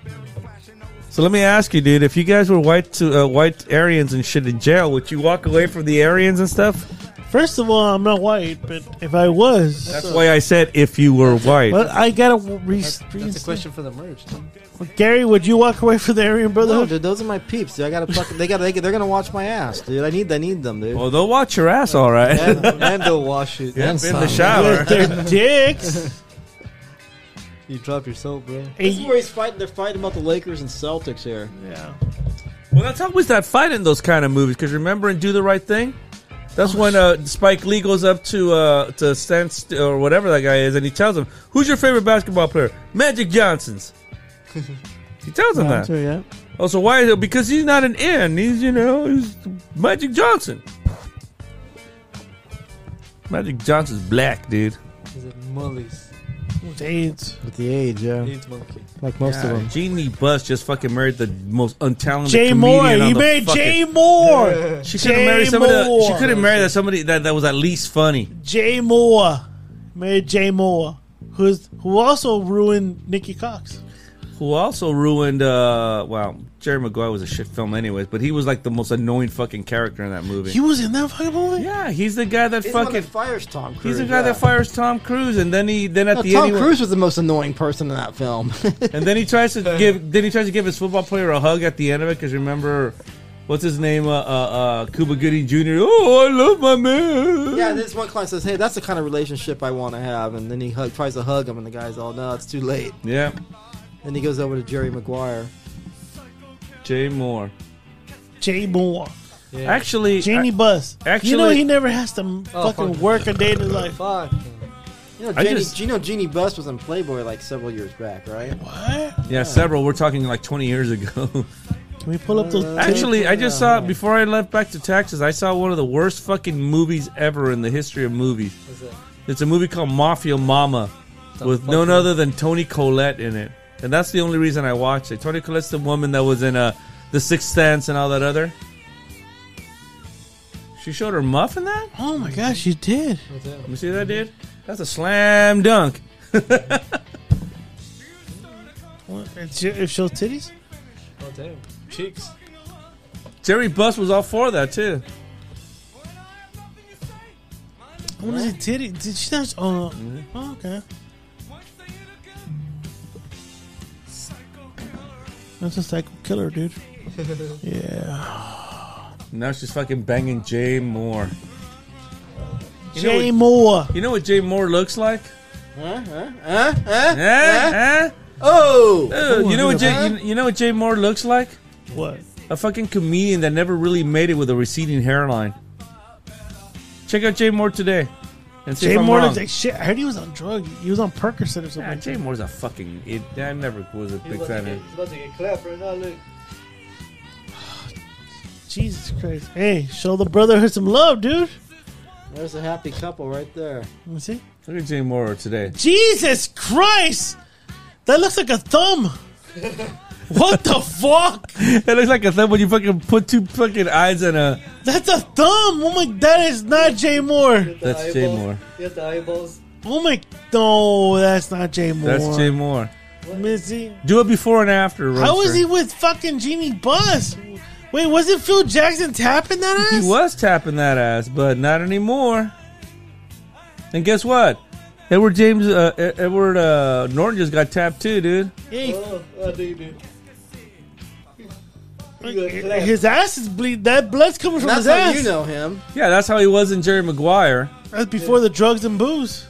So let me ask you, dude, if you guys were white to, uh, white Aryans and shit in jail, would you walk away from the Aryans and stuff? First of all, I'm not white, but if I was, That's why I said if you were white. Well, I gotta re- That's a question for the merch. Gary, would you walk away from the Aryan No, Brotherhood? dude, those are my peeps. Dude. I gotta fuck. They gotta. They, they're gonna watch my ass, dude. I need. I need them, dude. Well, they'll watch your ass, all right. And, and they'll wash it. in some. the shower. With their dicks. You drop your soap, bro. This is where he's fighting. They're fighting about the Lakers and Celtics here. yeah. Well, that's always that fight in those kind of movies. Because remember in Do the Right Thing, that's when uh, Spike Lee goes up to uh, to Stan St- or whatever that guy is, and he tells him, "Who's your favorite basketball player? Magic Johnson's." He tells him that. Sure, yeah. Oh, so why is it? Because he's not an N. He's you know he's Magic Johnson. Magic Johnson's black, dude. He's a mullies. With AIDS. With the age, yeah. AIDS monkey. Like most of them. Gene Lee Bus just fucking married the most untalented. Jay comedian Moore. on He the made fucking- Jay Moore. She couldn't Jay marry somebody. That, she Moore. couldn't marry that somebody that, that was at least funny. Jay Moore. Made Jay Moore. Who's, who also ruined Nikki Cox. Who also ruined. uh Wow, Jerry Maguire was a shit film, anyways. But he was like the most annoying fucking character in that movie. He was in that fucking movie? yeah, he's the guy that fucking. fires Tom Cruise. He's the guy that fires Tom Cruise, and then he then at No, the Tom end he, Cruise was the most annoying person in that film. And then he tries to give. Then he tries to give his football player a hug at the end of it because remember, what's his name? Uh, uh, uh, Cuba Gooding Jr. Oh, I love my man. yeah, this one client says, "Hey, that's the kind of relationship I want to have," and then he hug, tries to hug him, and the guy's all, "No, it's too late." yeah. Then he goes over to Jerry Maguire. Jay Moore. Jay Moore. Yeah. Actually, Janie I, Bus. you know actually- he never has to fucking Oh, fuck. work a day in his life. Fuck. You know, I Jeannie, just- you know, Jeannie Buss was in Playboy like several years back, right? What? yeah, several. We're talking like 20 years ago. Can we pull up those? Actually, I just saw before I left back to Texas. I saw one of the worst fucking movies ever in the history of movies. What's that? It's a movie called Mafia Mama with fuck none that? other than Tony Collette in it, and that's the only reason I watched it. Tony Collette's the woman that was in uh, The Sixth Sense and all that other. She showed her muff in that. Oh my gosh, you did. What's that? Let me see that, dude. That's a slam dunk. What? It, it shows titties. Oh damn. Cheeks. Jerry Buss was all for that too. What is it? Titty? Did she not? Oh, no. Mm-hmm. oh okay. That's a psycho killer, dude. yeah. Now she's fucking banging Jay Moore. You know Jay what- Moore. You know what Jay Moore looks like? Huh? Huh? Huh? Huh? Eh? Eh? Oh! Uh, Ooh, you know what look at Jay? You, you know what Jay Moore looks like? What? A fucking comedian that never really made it with a receding hairline. Check out Jay Moore today, and see Jay if I'm Moore wrong. looks like shit. I heard he was on drugs. He was on Percocet or um, Yeah, something. Jay Moore's a fucking. It, I never was a He's big about, to fan get, of. him. he's about to get clapped right now. Look. Jesus Christ. Hey, show the brotherhood some love, dude. There's a happy couple right there. Let me see. Look at Jay Moore today. Jesus Christ! That looks like a thumb. what the fuck? It looks like a thumb when you fucking put two fucking eyes in a. That's a thumb. Oh my, that is not Jay Moore. The That's Jay eyeballs. Moore. You got the eyeballs. Oh my, no, that's not Jay Moore. That's Jay Moore. Missy. Do it before and after. How was Roadster. he with fucking Genie Bus? Wait, wasn't Phil Jackson tapping that ass? He was tapping that ass, but not anymore. And guess what? Edward James, uh, E- Edward uh, Norton just got tapped too, dude. Hey, Oh, oh dude, dude. his ass is bleed. That blood's coming from That's his how ass. you know him. Yeah, that's how he was in Jerry Maguire. That's before the drugs and booze.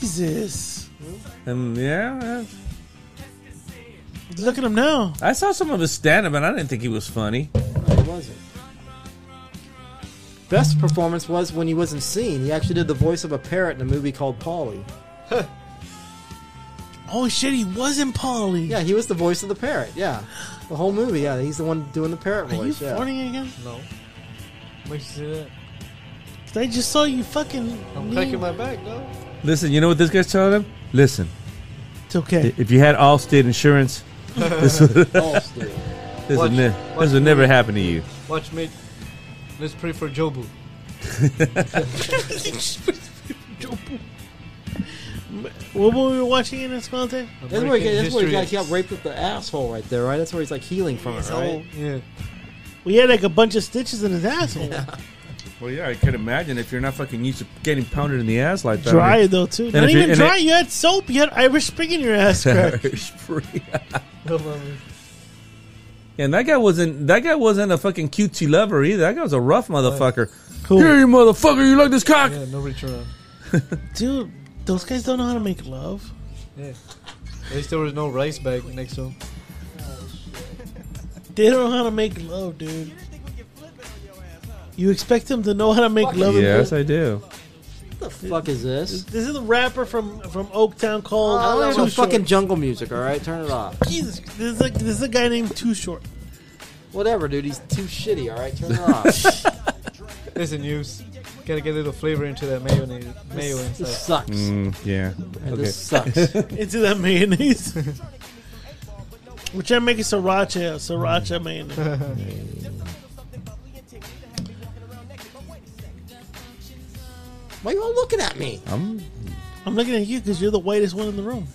Jesus. And yeah, Look at him now. I saw some of his stand-up, and I didn't think he was funny. No, he wasn't. Best performance was when he wasn't seen. He actually did the voice of a parrot in a movie called Polly. Oh shit, he wasn't Paulie. Yeah, he was the voice of the parrot. Yeah, the whole movie. Yeah, he's the one doing the parrot Are you voice. Yeah. farting again? No. Wait, you see that? 'Cause I just saw you fucking. I'm knee- cracking my back, no? Listen, you know what this guy's telling him? Listen, It's okay. i- if you had Allstate insurance, this, would- Oh, Steve. this Watch- would ne- watch this would never me. happen to you. Watch me. Let's pray for Jobu. what were we watching in Escalante? That's where, he, got- that's where he got, he got raped with the asshole right there, right? That's where he's like healing from it, right? Yeah. We had like a bunch of stitches in his asshole. Well, yeah, I could imagine if you're not fucking used to getting pounded in the ass like that. Dry though too. Not if you- even and dry. it- you had soap. You had Irish Spring in your ass crack. No, mommy. And that guy wasn't that guy wasn't a fucking cutesy lover either. That guy was a rough motherfucker. Cool. Here, you motherfucker, you like this cock? Yeah, no return. Dude, those guys don't know how to make love. Yeah. At least there was no rice bag next to him. They don't know how to make love, dude. You expect them to know how to make love? and Yes, bull- I do. The the fuck is this? This is a rapper from from Oaktown called. Oh, I don't Too know Short. fucking jungle music. All right, turn it off. Jesus, this is a, this is a guy named Too Short. Whatever, dude. He's too shitty. All right, turn it off. There's a news. Gotta get a little flavor into that mayonnaise. Mayo this inside. sucks. Mm, yeah. And This sucks. into that mayonnaise. Which I'm making sriracha, sriracha mayonnaise. Why you all looking at me? I'm, I'm looking at you because you're the whitest one in the room.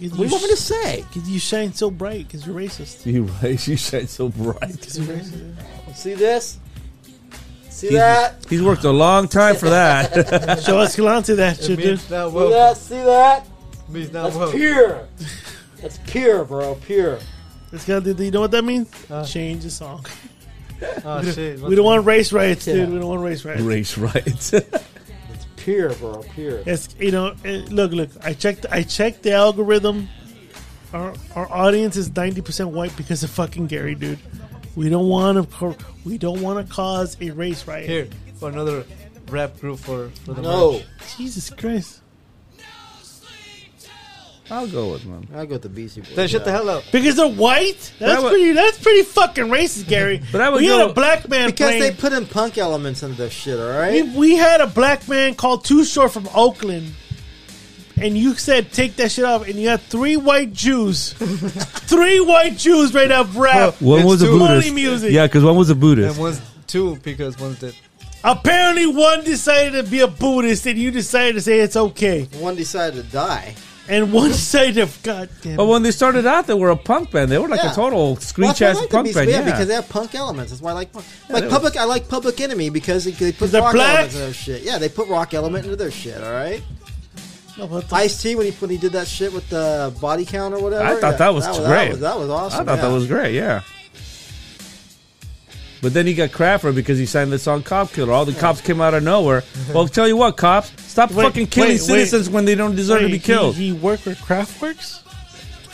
'Cause What do you want me to sh- say? 'cause you shine so bright because you're racist. you right. You shine so bright. See this? See that? He's worked a long time for that. Show Escalante that It shit, dude. means not See woke. that? See that? means not That's woke. pure. That's pure, bro. Pure. Escalante, do you know what that means? Uh. Change the song. Oh shit. We don't want race riots, dude. Yeah. We don't want race riots. Race right. Pure, bro. Pure. It's you know, eh, look, look. I checked. I checked the algorithm. Our our audience is ninety percent white because of fucking Gary, dude. We don't want to. We don't want to cause a race riot. Here for another rap group for for the No. merch. Jesus Christ! I'll go with one. I go with the BC boy. Then shut the hell up. Because they're white. That's I would- pretty. That's pretty fucking racist, Gary. But I would we had go- a black man Because they playing- put in punk elements into this shit, all we, right? we had a black man called Too Short from Oakland, and you said take that shit off, and you had three white Jews, three white Jews right up rap. One It's was a too Buddhist. holy music. Yeah, because one was a And Buddhist. one's two because one's dead. Apparently, one decided to be a Buddhist, and you decided to say it's okay, One decided to die. and one decided, to, God damn. But It. when they started out, they were a punk band. They were like Yeah. a total Well, screech that's ass why I like punk the BC, band. Yeah, because they have punk elements. That's why I like punk. they like public, I like Public Enemy because they, they put they're rock black. elements into their shit. Yeah, they put rock element into their shit. All right. No, but the- Ice T when he when he did that shit with the body count or whatever. I thought yeah, that was That great. was, that was awesome. I thought yeah. that was great. Yeah. But then he got crap for it because he signed the song "Cop Killer." All the cops came out of nowhere. Well, tell you what, cops, stop Wait, fucking killing wait, wait. citizens when they don't deserve Wait, to be killed. He, he worked with Kraftwerks.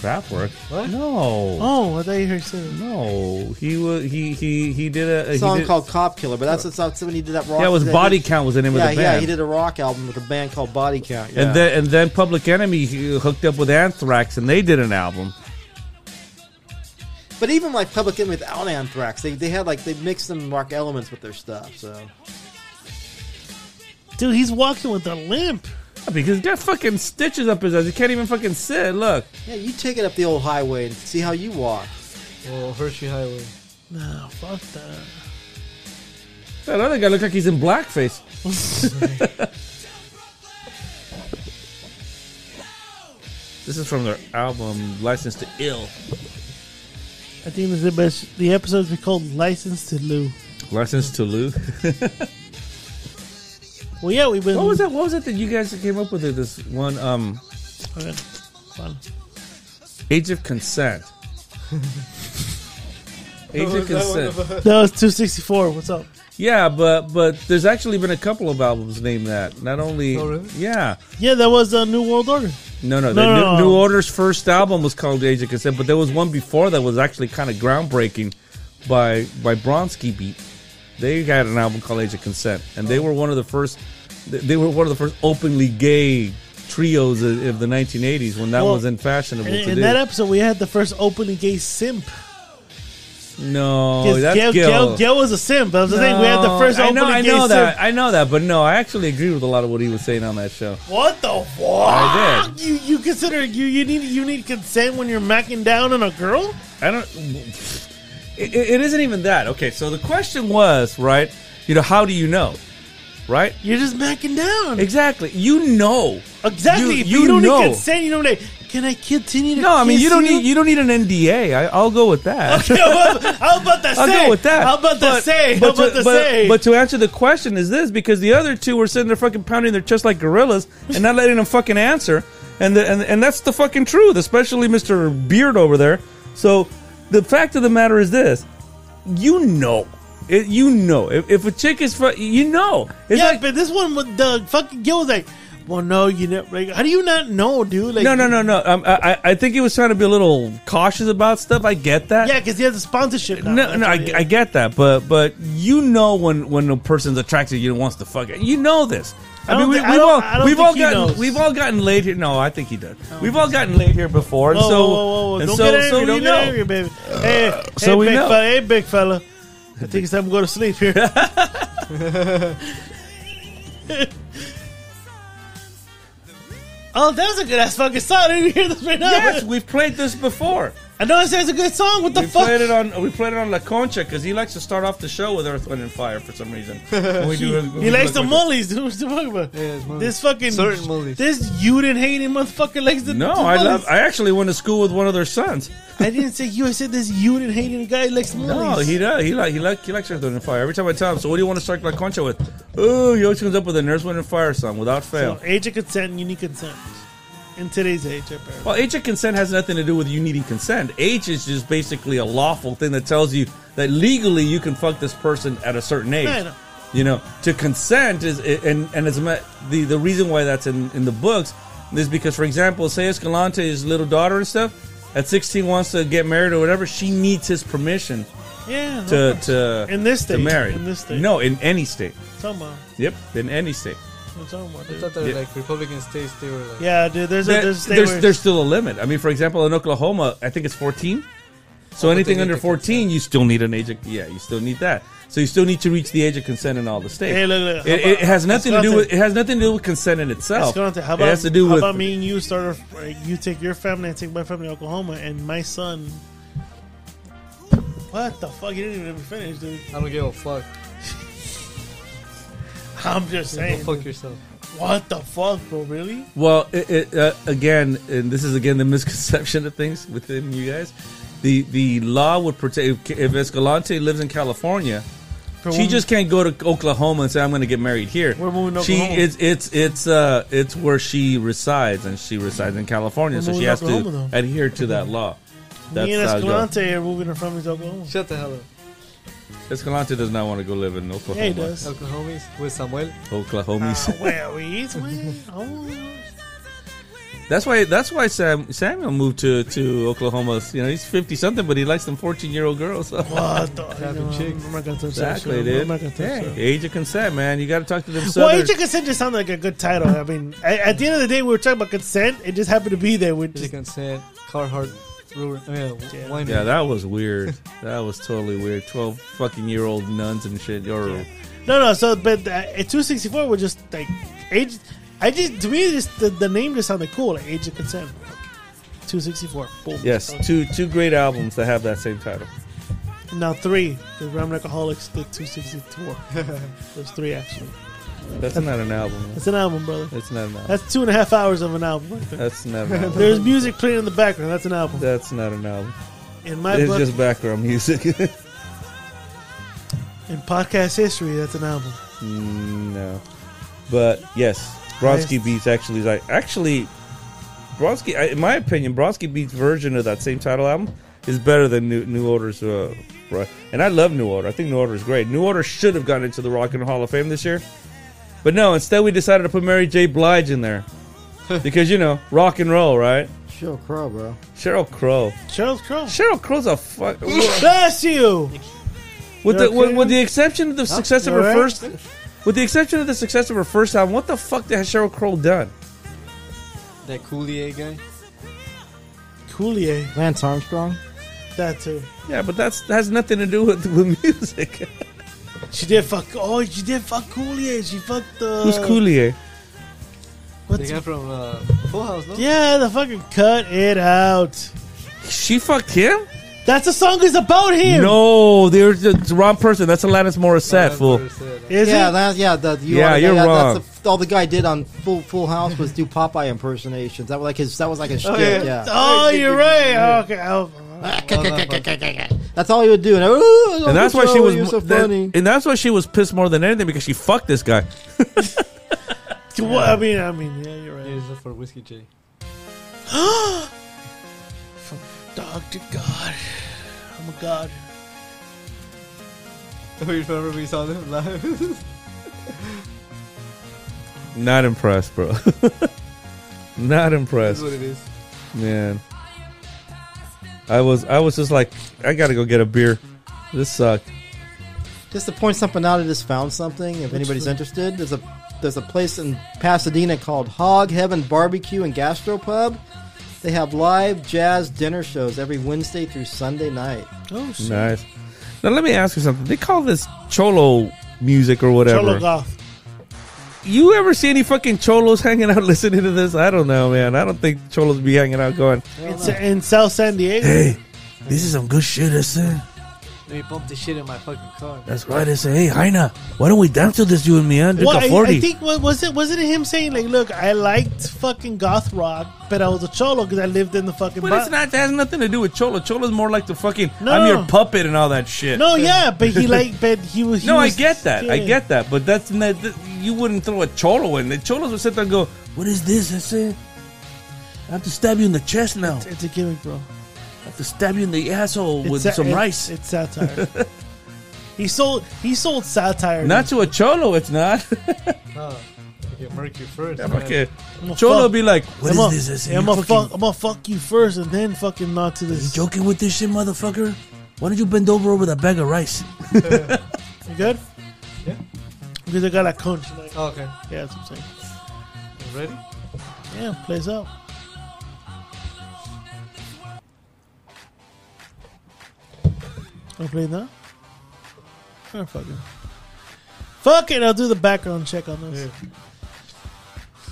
Crap work. No, Oh, I thought you heard saying. no. He wa he he he did a, he song did- called Cop Killer, but that's that's when he did that rock. Yeah, it was that- Body Count was the name Yeah, of the yeah, band. he did a rock album with a band called Body Count. Yeah. And then and then Public Enemy he hooked up with Anthrax and they did an album. but even like Public Enemy without Anthrax, they, they had like they mixed some rock elements with their stuff. So Dude, he's walking with a limp. Because he got fucking stitches up his eyes. He can't even fucking sit. Look. yeah, you take it up the old highway and see how you walk. Well, Hershey Highway. Nah, fuck that. That other guy looks like he's in blackface. this is from their album License to Ill. I think this is the best. The episode's been called "License to Lou." License to Lou. Well, yeah, we've been. what was that? What was it that you guys came up with? This one, um, Okay. Fun. Age of Consent. Age of Consent. That was 264. What's up? Yeah, but but there's actually been a couple of albums named that. Not only, Oh, really? yeah, Yeah, that was uh, New World Order. No, no, the No, New, no, no. New Order's first album was called Age of Consent, but there was one before that was actually kind of groundbreaking by by Bronski Beat. They had an album called Age of Consent, and they were one of the first. th- They were one of the first openly gay trios of, of the 1980s when that Well, wasn't fashionable And to in do. that episode, we had the first openly gay simp. no, Because Oh, that's Gail, Gil. Gail, Gail was a simp. I was the thing. We had the No, first I openly know, I gay know simp. that. I know that, but no, I actually agree with a lot of what he was saying on that show. What the fuck? I did. You you consider you you need you need consent when you're macking down on a girl? I don't. It, it isn't even that. Okay, so the question was, right? You know, how do you know? Right? You're just macking down. Exactly. You know. Exactly. You- If you don't know. need consent. You don't need. Can I continue to? No, I mean kiss you don't need you don't need an NDA. I, I'll go with that. Okay, well, how about that? I'll say? go with that. How about that? But- Say. but how about to, that? but- say. But to answer the question is this because the other two were sitting there fucking pounding their chest like gorillas and not letting them fucking answer. And, the, and and that's the fucking truth, especially Mr. Beard over there. So the fact of the matter is this: you know, it, you know, if, if a chick is, fu- you know, it's yeah, like but this one with the fucking Gil was like, well, no, you never. Like, how do you not know, dude? Like, No, no, no, no. Um, I, I- I think he was trying to be a little cautious about stuff. I get that. Yeah, because he has a sponsorship. Now. No, no, I, I get that, but but you know when when a person's attracted, to you and wants to fuck it. You know this. I, I mean, don't we, thi- I we've don't- all I don't we've think all he gotten knows. Oh. we've all gotten laid here. No, I think he does. We've all gotten laid here before, and Whoa, so whoa, whoa, whoa. and Don't so get angry. so we don't know. Uh, get angry, baby. Hey, So hey, we big know. fella. Hey, big fella. I think it's time to go to sleep here. oh, that was a good ass fucking song. Did you hear this right now? Yes, we've played this before. I know this is a good song. What the We fuck? played it on we played it on La Concha because he likes to start off the show with Earth, Wind, and Fire for some reason. When we do, when He we likes do the La Concha. mullies, dude. What you talking about? Yeah, mullies. This fucking Certain mullies. This you didn't hate him, motherfucker. Likes the No, the I mullies. love. I actually went to school with one of their sons. I didn't say you. I said this you didn't hate him guy likes mullies. No, he does. He like he like he likes Earth, Wind, and Fire. Every time I tell him, so what do you want to start La Concha with? Ooh, he always comes up with a Nurse, Wind, and Fire song without fail. So, age of consent and unique consent in today's age, apparently. well, age of consent has nothing to do with you needing consent. Age is just basically a lawful thing that tells you that legally you can fuck this person at a certain age. I know. You know, to consent is and and it's ma- the the reason why that's in in the books is because, for example, say Escalante's little daughter and stuff at sixteen wants to get married or whatever, she needs his permission yeah, no, to to In this to state. marry. In this state. no, in any state. I'm talking about, Yep, in any state. I'm talking about, I dude. thought that Yeah. like Republican states they were like Yeah, dude. There's a There- there's a there's, state where there's, still a limit. I mean, for example, in Oklahoma, I think it's 14. Oh, So but they anything need under to 14, you still need an age of yeah, you still need that. So you still need to reach the age of consent in all the states. Hey, look, look, how it, it about- has nothing to do Wisconsin- with it has nothing to do with consent in itself. Escalante, how it about, has to do how with about me and you start a, like, you take your family and take my family to Oklahoma and my son What the fuck? You didn't even let me finish, dude. I don't give a fuck. I'm just Go saying. fuck yourself. What the fuck, bro? Really? Well, it, it, uh, again, and this is again the misconception of things within you guys. The the law would protect if, if Escalante lives in California, For she women- just can't go to Oklahoma and say I'm going to get married here. We're moving to she Oklahoma. it's it's it's uh it's where she resides and she resides in California, We're so she moving to has Oklahoma, to adhere to that law. That's me and how it goes. Escalante are moving her family to Oklahoma. Shut the hell up. Escalante does not want to go live in Oklahoma. Yeah, he does. Oklahomies with Samuel. Oklahomies. Ah, where we eat, we- oh. That's why. That's why Sam Samuel moved to to Oklahoma. You know, he's fifty something, but he likes them fourteen year old girls. So. What the? Trapping you know, chicks. I'm not gonna touch that Exactly, shit. dude. I'm not gonna touch Hey, that. age of consent, man. You got to talk to them. Well, Southern- age of consent just sounded like a good title. I mean, at, at the end of the day, we were talking about consent. It just happened to be there. We're As just, you can say, Carhartt. Brewer- I mean, Yeah. wine. yeah, that was weird. that was totally weird. Twelve fucking year old nuns and shit. Or no, no. So, but uh, at 264, we're just like age. I just to me, just the, the name just sounded cool. Like age of consent. 264. Boom. yes, two two great albums that have that same title. Now three. The Ram Alcoholics. The 264. There's three actually. That's not an album. man. That's an album, brother. That's not an album. That's two and a half hours of an album. Right there. That's not an album. There's music playing in the background. That's an album. That's not an album. In my It's book, just background music. in podcast history, that's an album. Mm, No, but yes, Brodsky Nice. Beats actually is like actually Brodsky. I, in my opinion, Brodsky Beats version of that same title album is better than New, New Order's. Uh, bro- and I love New Order. I think New Order is great. New Order should have gotten into the Rock and Hall of Fame this year, but no. Instead, we decided to put Mary J. Blige in there because you know rock and roll, right? Sheryl Crow, bro. Cheryl Crow. Charles Crow. Cheryl Crow's a fuck. Bless you. With You the with, okay? with the exception of the success of You her alright? first, with the exception of the success of her first album, what the fuck has Cheryl Crow done? That Coolier guy. Coulier. Lance Armstrong. That too. Yeah, but that's that has nothing to do with, with music. She did fuck. Oh, she did fuck Coulier. She fucked the. Who's Coolier? The What's, guy from uh, Full House, no? yeah, the fucking cut it out. She fucked him? That's the song is about him. No, there's the the wrong person. That's Alanis Morissette, That's fool. what it said. uh, Is yeah, it? that, yeah, the, you Yeah, are- you're wrong. That's the, all the guy did on Full Full House was do Popeye impersonations. That was like his. That was like his shtick. yeah. Yeah. oh, you're right. Okay. Oh, that's all he would do. And, "Ooh, And that's why Joey, she was You're so that- funny. and that's why she was pissed more than anything because she fucked this guy. Well, I mean, I mean, yeah, you're right. Here's for Whiskey J. From Doctor God. I'm a god. We remember we saw them live. Not impressed, bro. Not That's impressed, what it is. man. I was I was just like, I gotta go get a beer. This sucked. Just to point something out, I just found something. If anybody's interested, there's a there's a place in Pasadena called Hog Heaven Barbecue and Gastropub. They have live jazz dinner shows every Wednesday through Sunday night. Oh, shit. Nice. Now let me ask you something. They call this cholo music or whatever. Cholo Goth. You ever see any fucking cholos hanging out listening to this? I don't know, man. I don't think cholos be hanging out going, It's in South San Diego. Hey, this is some good shit, Issa. Let me pump the shit in my fucking car. That's right, Issa. Hey, Heina, why don't we dance to this, you and me, huh? It's Well, a I, 40. I think wa- was it wasn't it him saying like, "Look, I liked fucking goth rock, but I was a cholo because I lived in the fucking." But bo- it's not. That has nothing to do with cholo. Cholo's more like the fucking No. I'm your puppet and all that shit. no, yeah, but he like, but he was. he No, I was- get that. I yeah. get that. But that's not, that, you wouldn't throw a cholo in. The cholos would sit there and go, What is this, Issa? I have to stab you in the chest now. It's a gimmick, bro. I have to stab you in the asshole It's with sa- some it's- rice. It's satire. he sold. He sold satire. not to a cholo. It's not. No, you get murky first. man. okay. I'm a Cholo fuck- be like, What I'm a- is this, Issa? I'm You gonna fucking- fuck. I'm gonna fuck you first, and then fucking knock to You this. You, joking with this shit, motherfucker? Why don't you bend over over that bag of rice? good? Yeah. Because I got a conch. Like, Okay. yeah, that's what I'm saying. You Ready? Yeah, plays out. I play now. Oh, fuck it. Fuck it. I'll do the background check on this.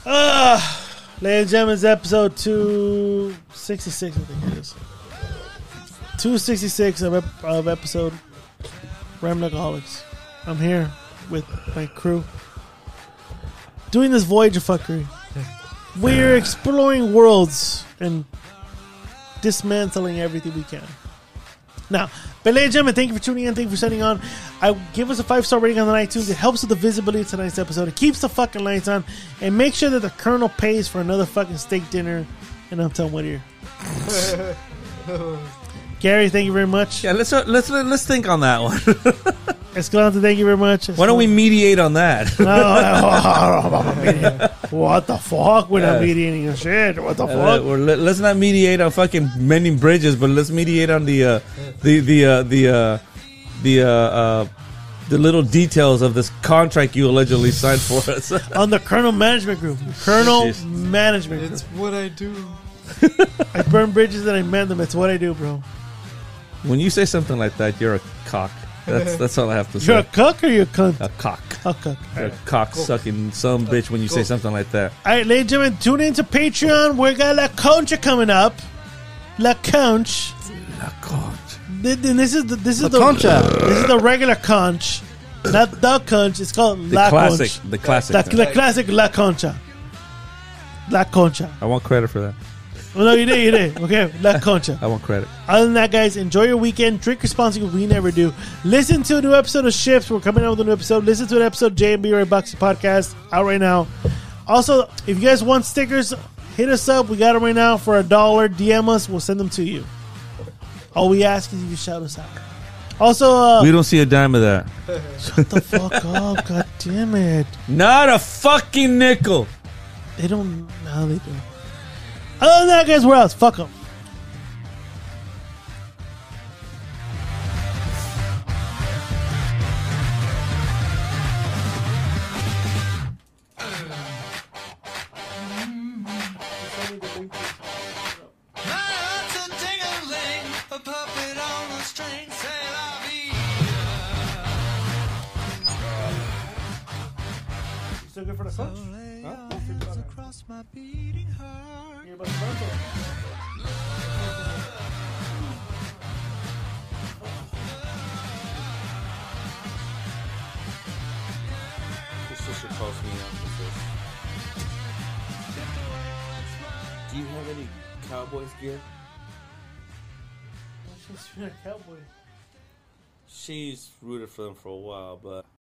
Ah, ladies and gentlemen, it's episode two sixty six. I think it is two sixty six of, ep- of episode Ramlocaholics. I'm here with my crew doing this voyage of fuckery. We're exploring worlds and dismantling everything we can. Now, but ladies and gentlemen, thank you for tuning in. Thank you for sending on. I give us a five star rating on the iTunes. It helps with the visibility of tonight's episode. It keeps the fucking lights on, and make sure that the Colonel pays for another fucking steak dinner in Uptown Whittier. Gary, thank you very much. yeah. Let's let's let's think on that one. Escalante, thank you very much. Why don't we mediate on that? what the fuck? We're not Yeah. mediating and shit. What the Uh, fuck? or let, us not mediate on fucking mending bridges, but let's mediate on the uh, the the uh, the uh, the uh, uh, the little details of this contract you allegedly signed for us. on the Colonel Management Group. Colonel Jeez. Management It's Group. what I do. I burn bridges and I mend them. It's what I do, bro. when you say something like that, you're a cock. That's that's all I have to You're a say. cuck or you're a cunt? A cock. A cuck. You're a cock sucking some bitch when you say cool. something like that. All right, ladies and gentlemen, tune into Patreon. We got La Concha coming up. La Conch. Oh, God. Th- th- This is the this is La the Concha. This is the regular conch, not the conch. It's called The La classic. Conch. The classic. The, the classic La Concha. La Concha. I want credit for that. Oh, no, you did, you did. Okay, La Concha. I want credit. Other than that, guys, enjoy your weekend. Drink responsibly. We never do. Listen to a new episode of Shifts. We're coming out with a new episode. Listen to an episode of JMB Ray Boxing Podcast out right now. Also, if you guys want stickers, hit us up. We got them right now for a dollar. DM us. We'll send them to you. All we ask is you shout us out. Also, uh, We don't see a dime of that. shut the fuck up. God damn it. Not a fucking nickel. They don't. No, they don't. Other than that, guys, we're out. Fuck them. My heart's a ding-a-ling, a puppet on a string, said I'll be Still good for the clutch? lay your hands across my beating heart. Do you have any Cowboys gear? Cowboy. She's rooted for them for a while, but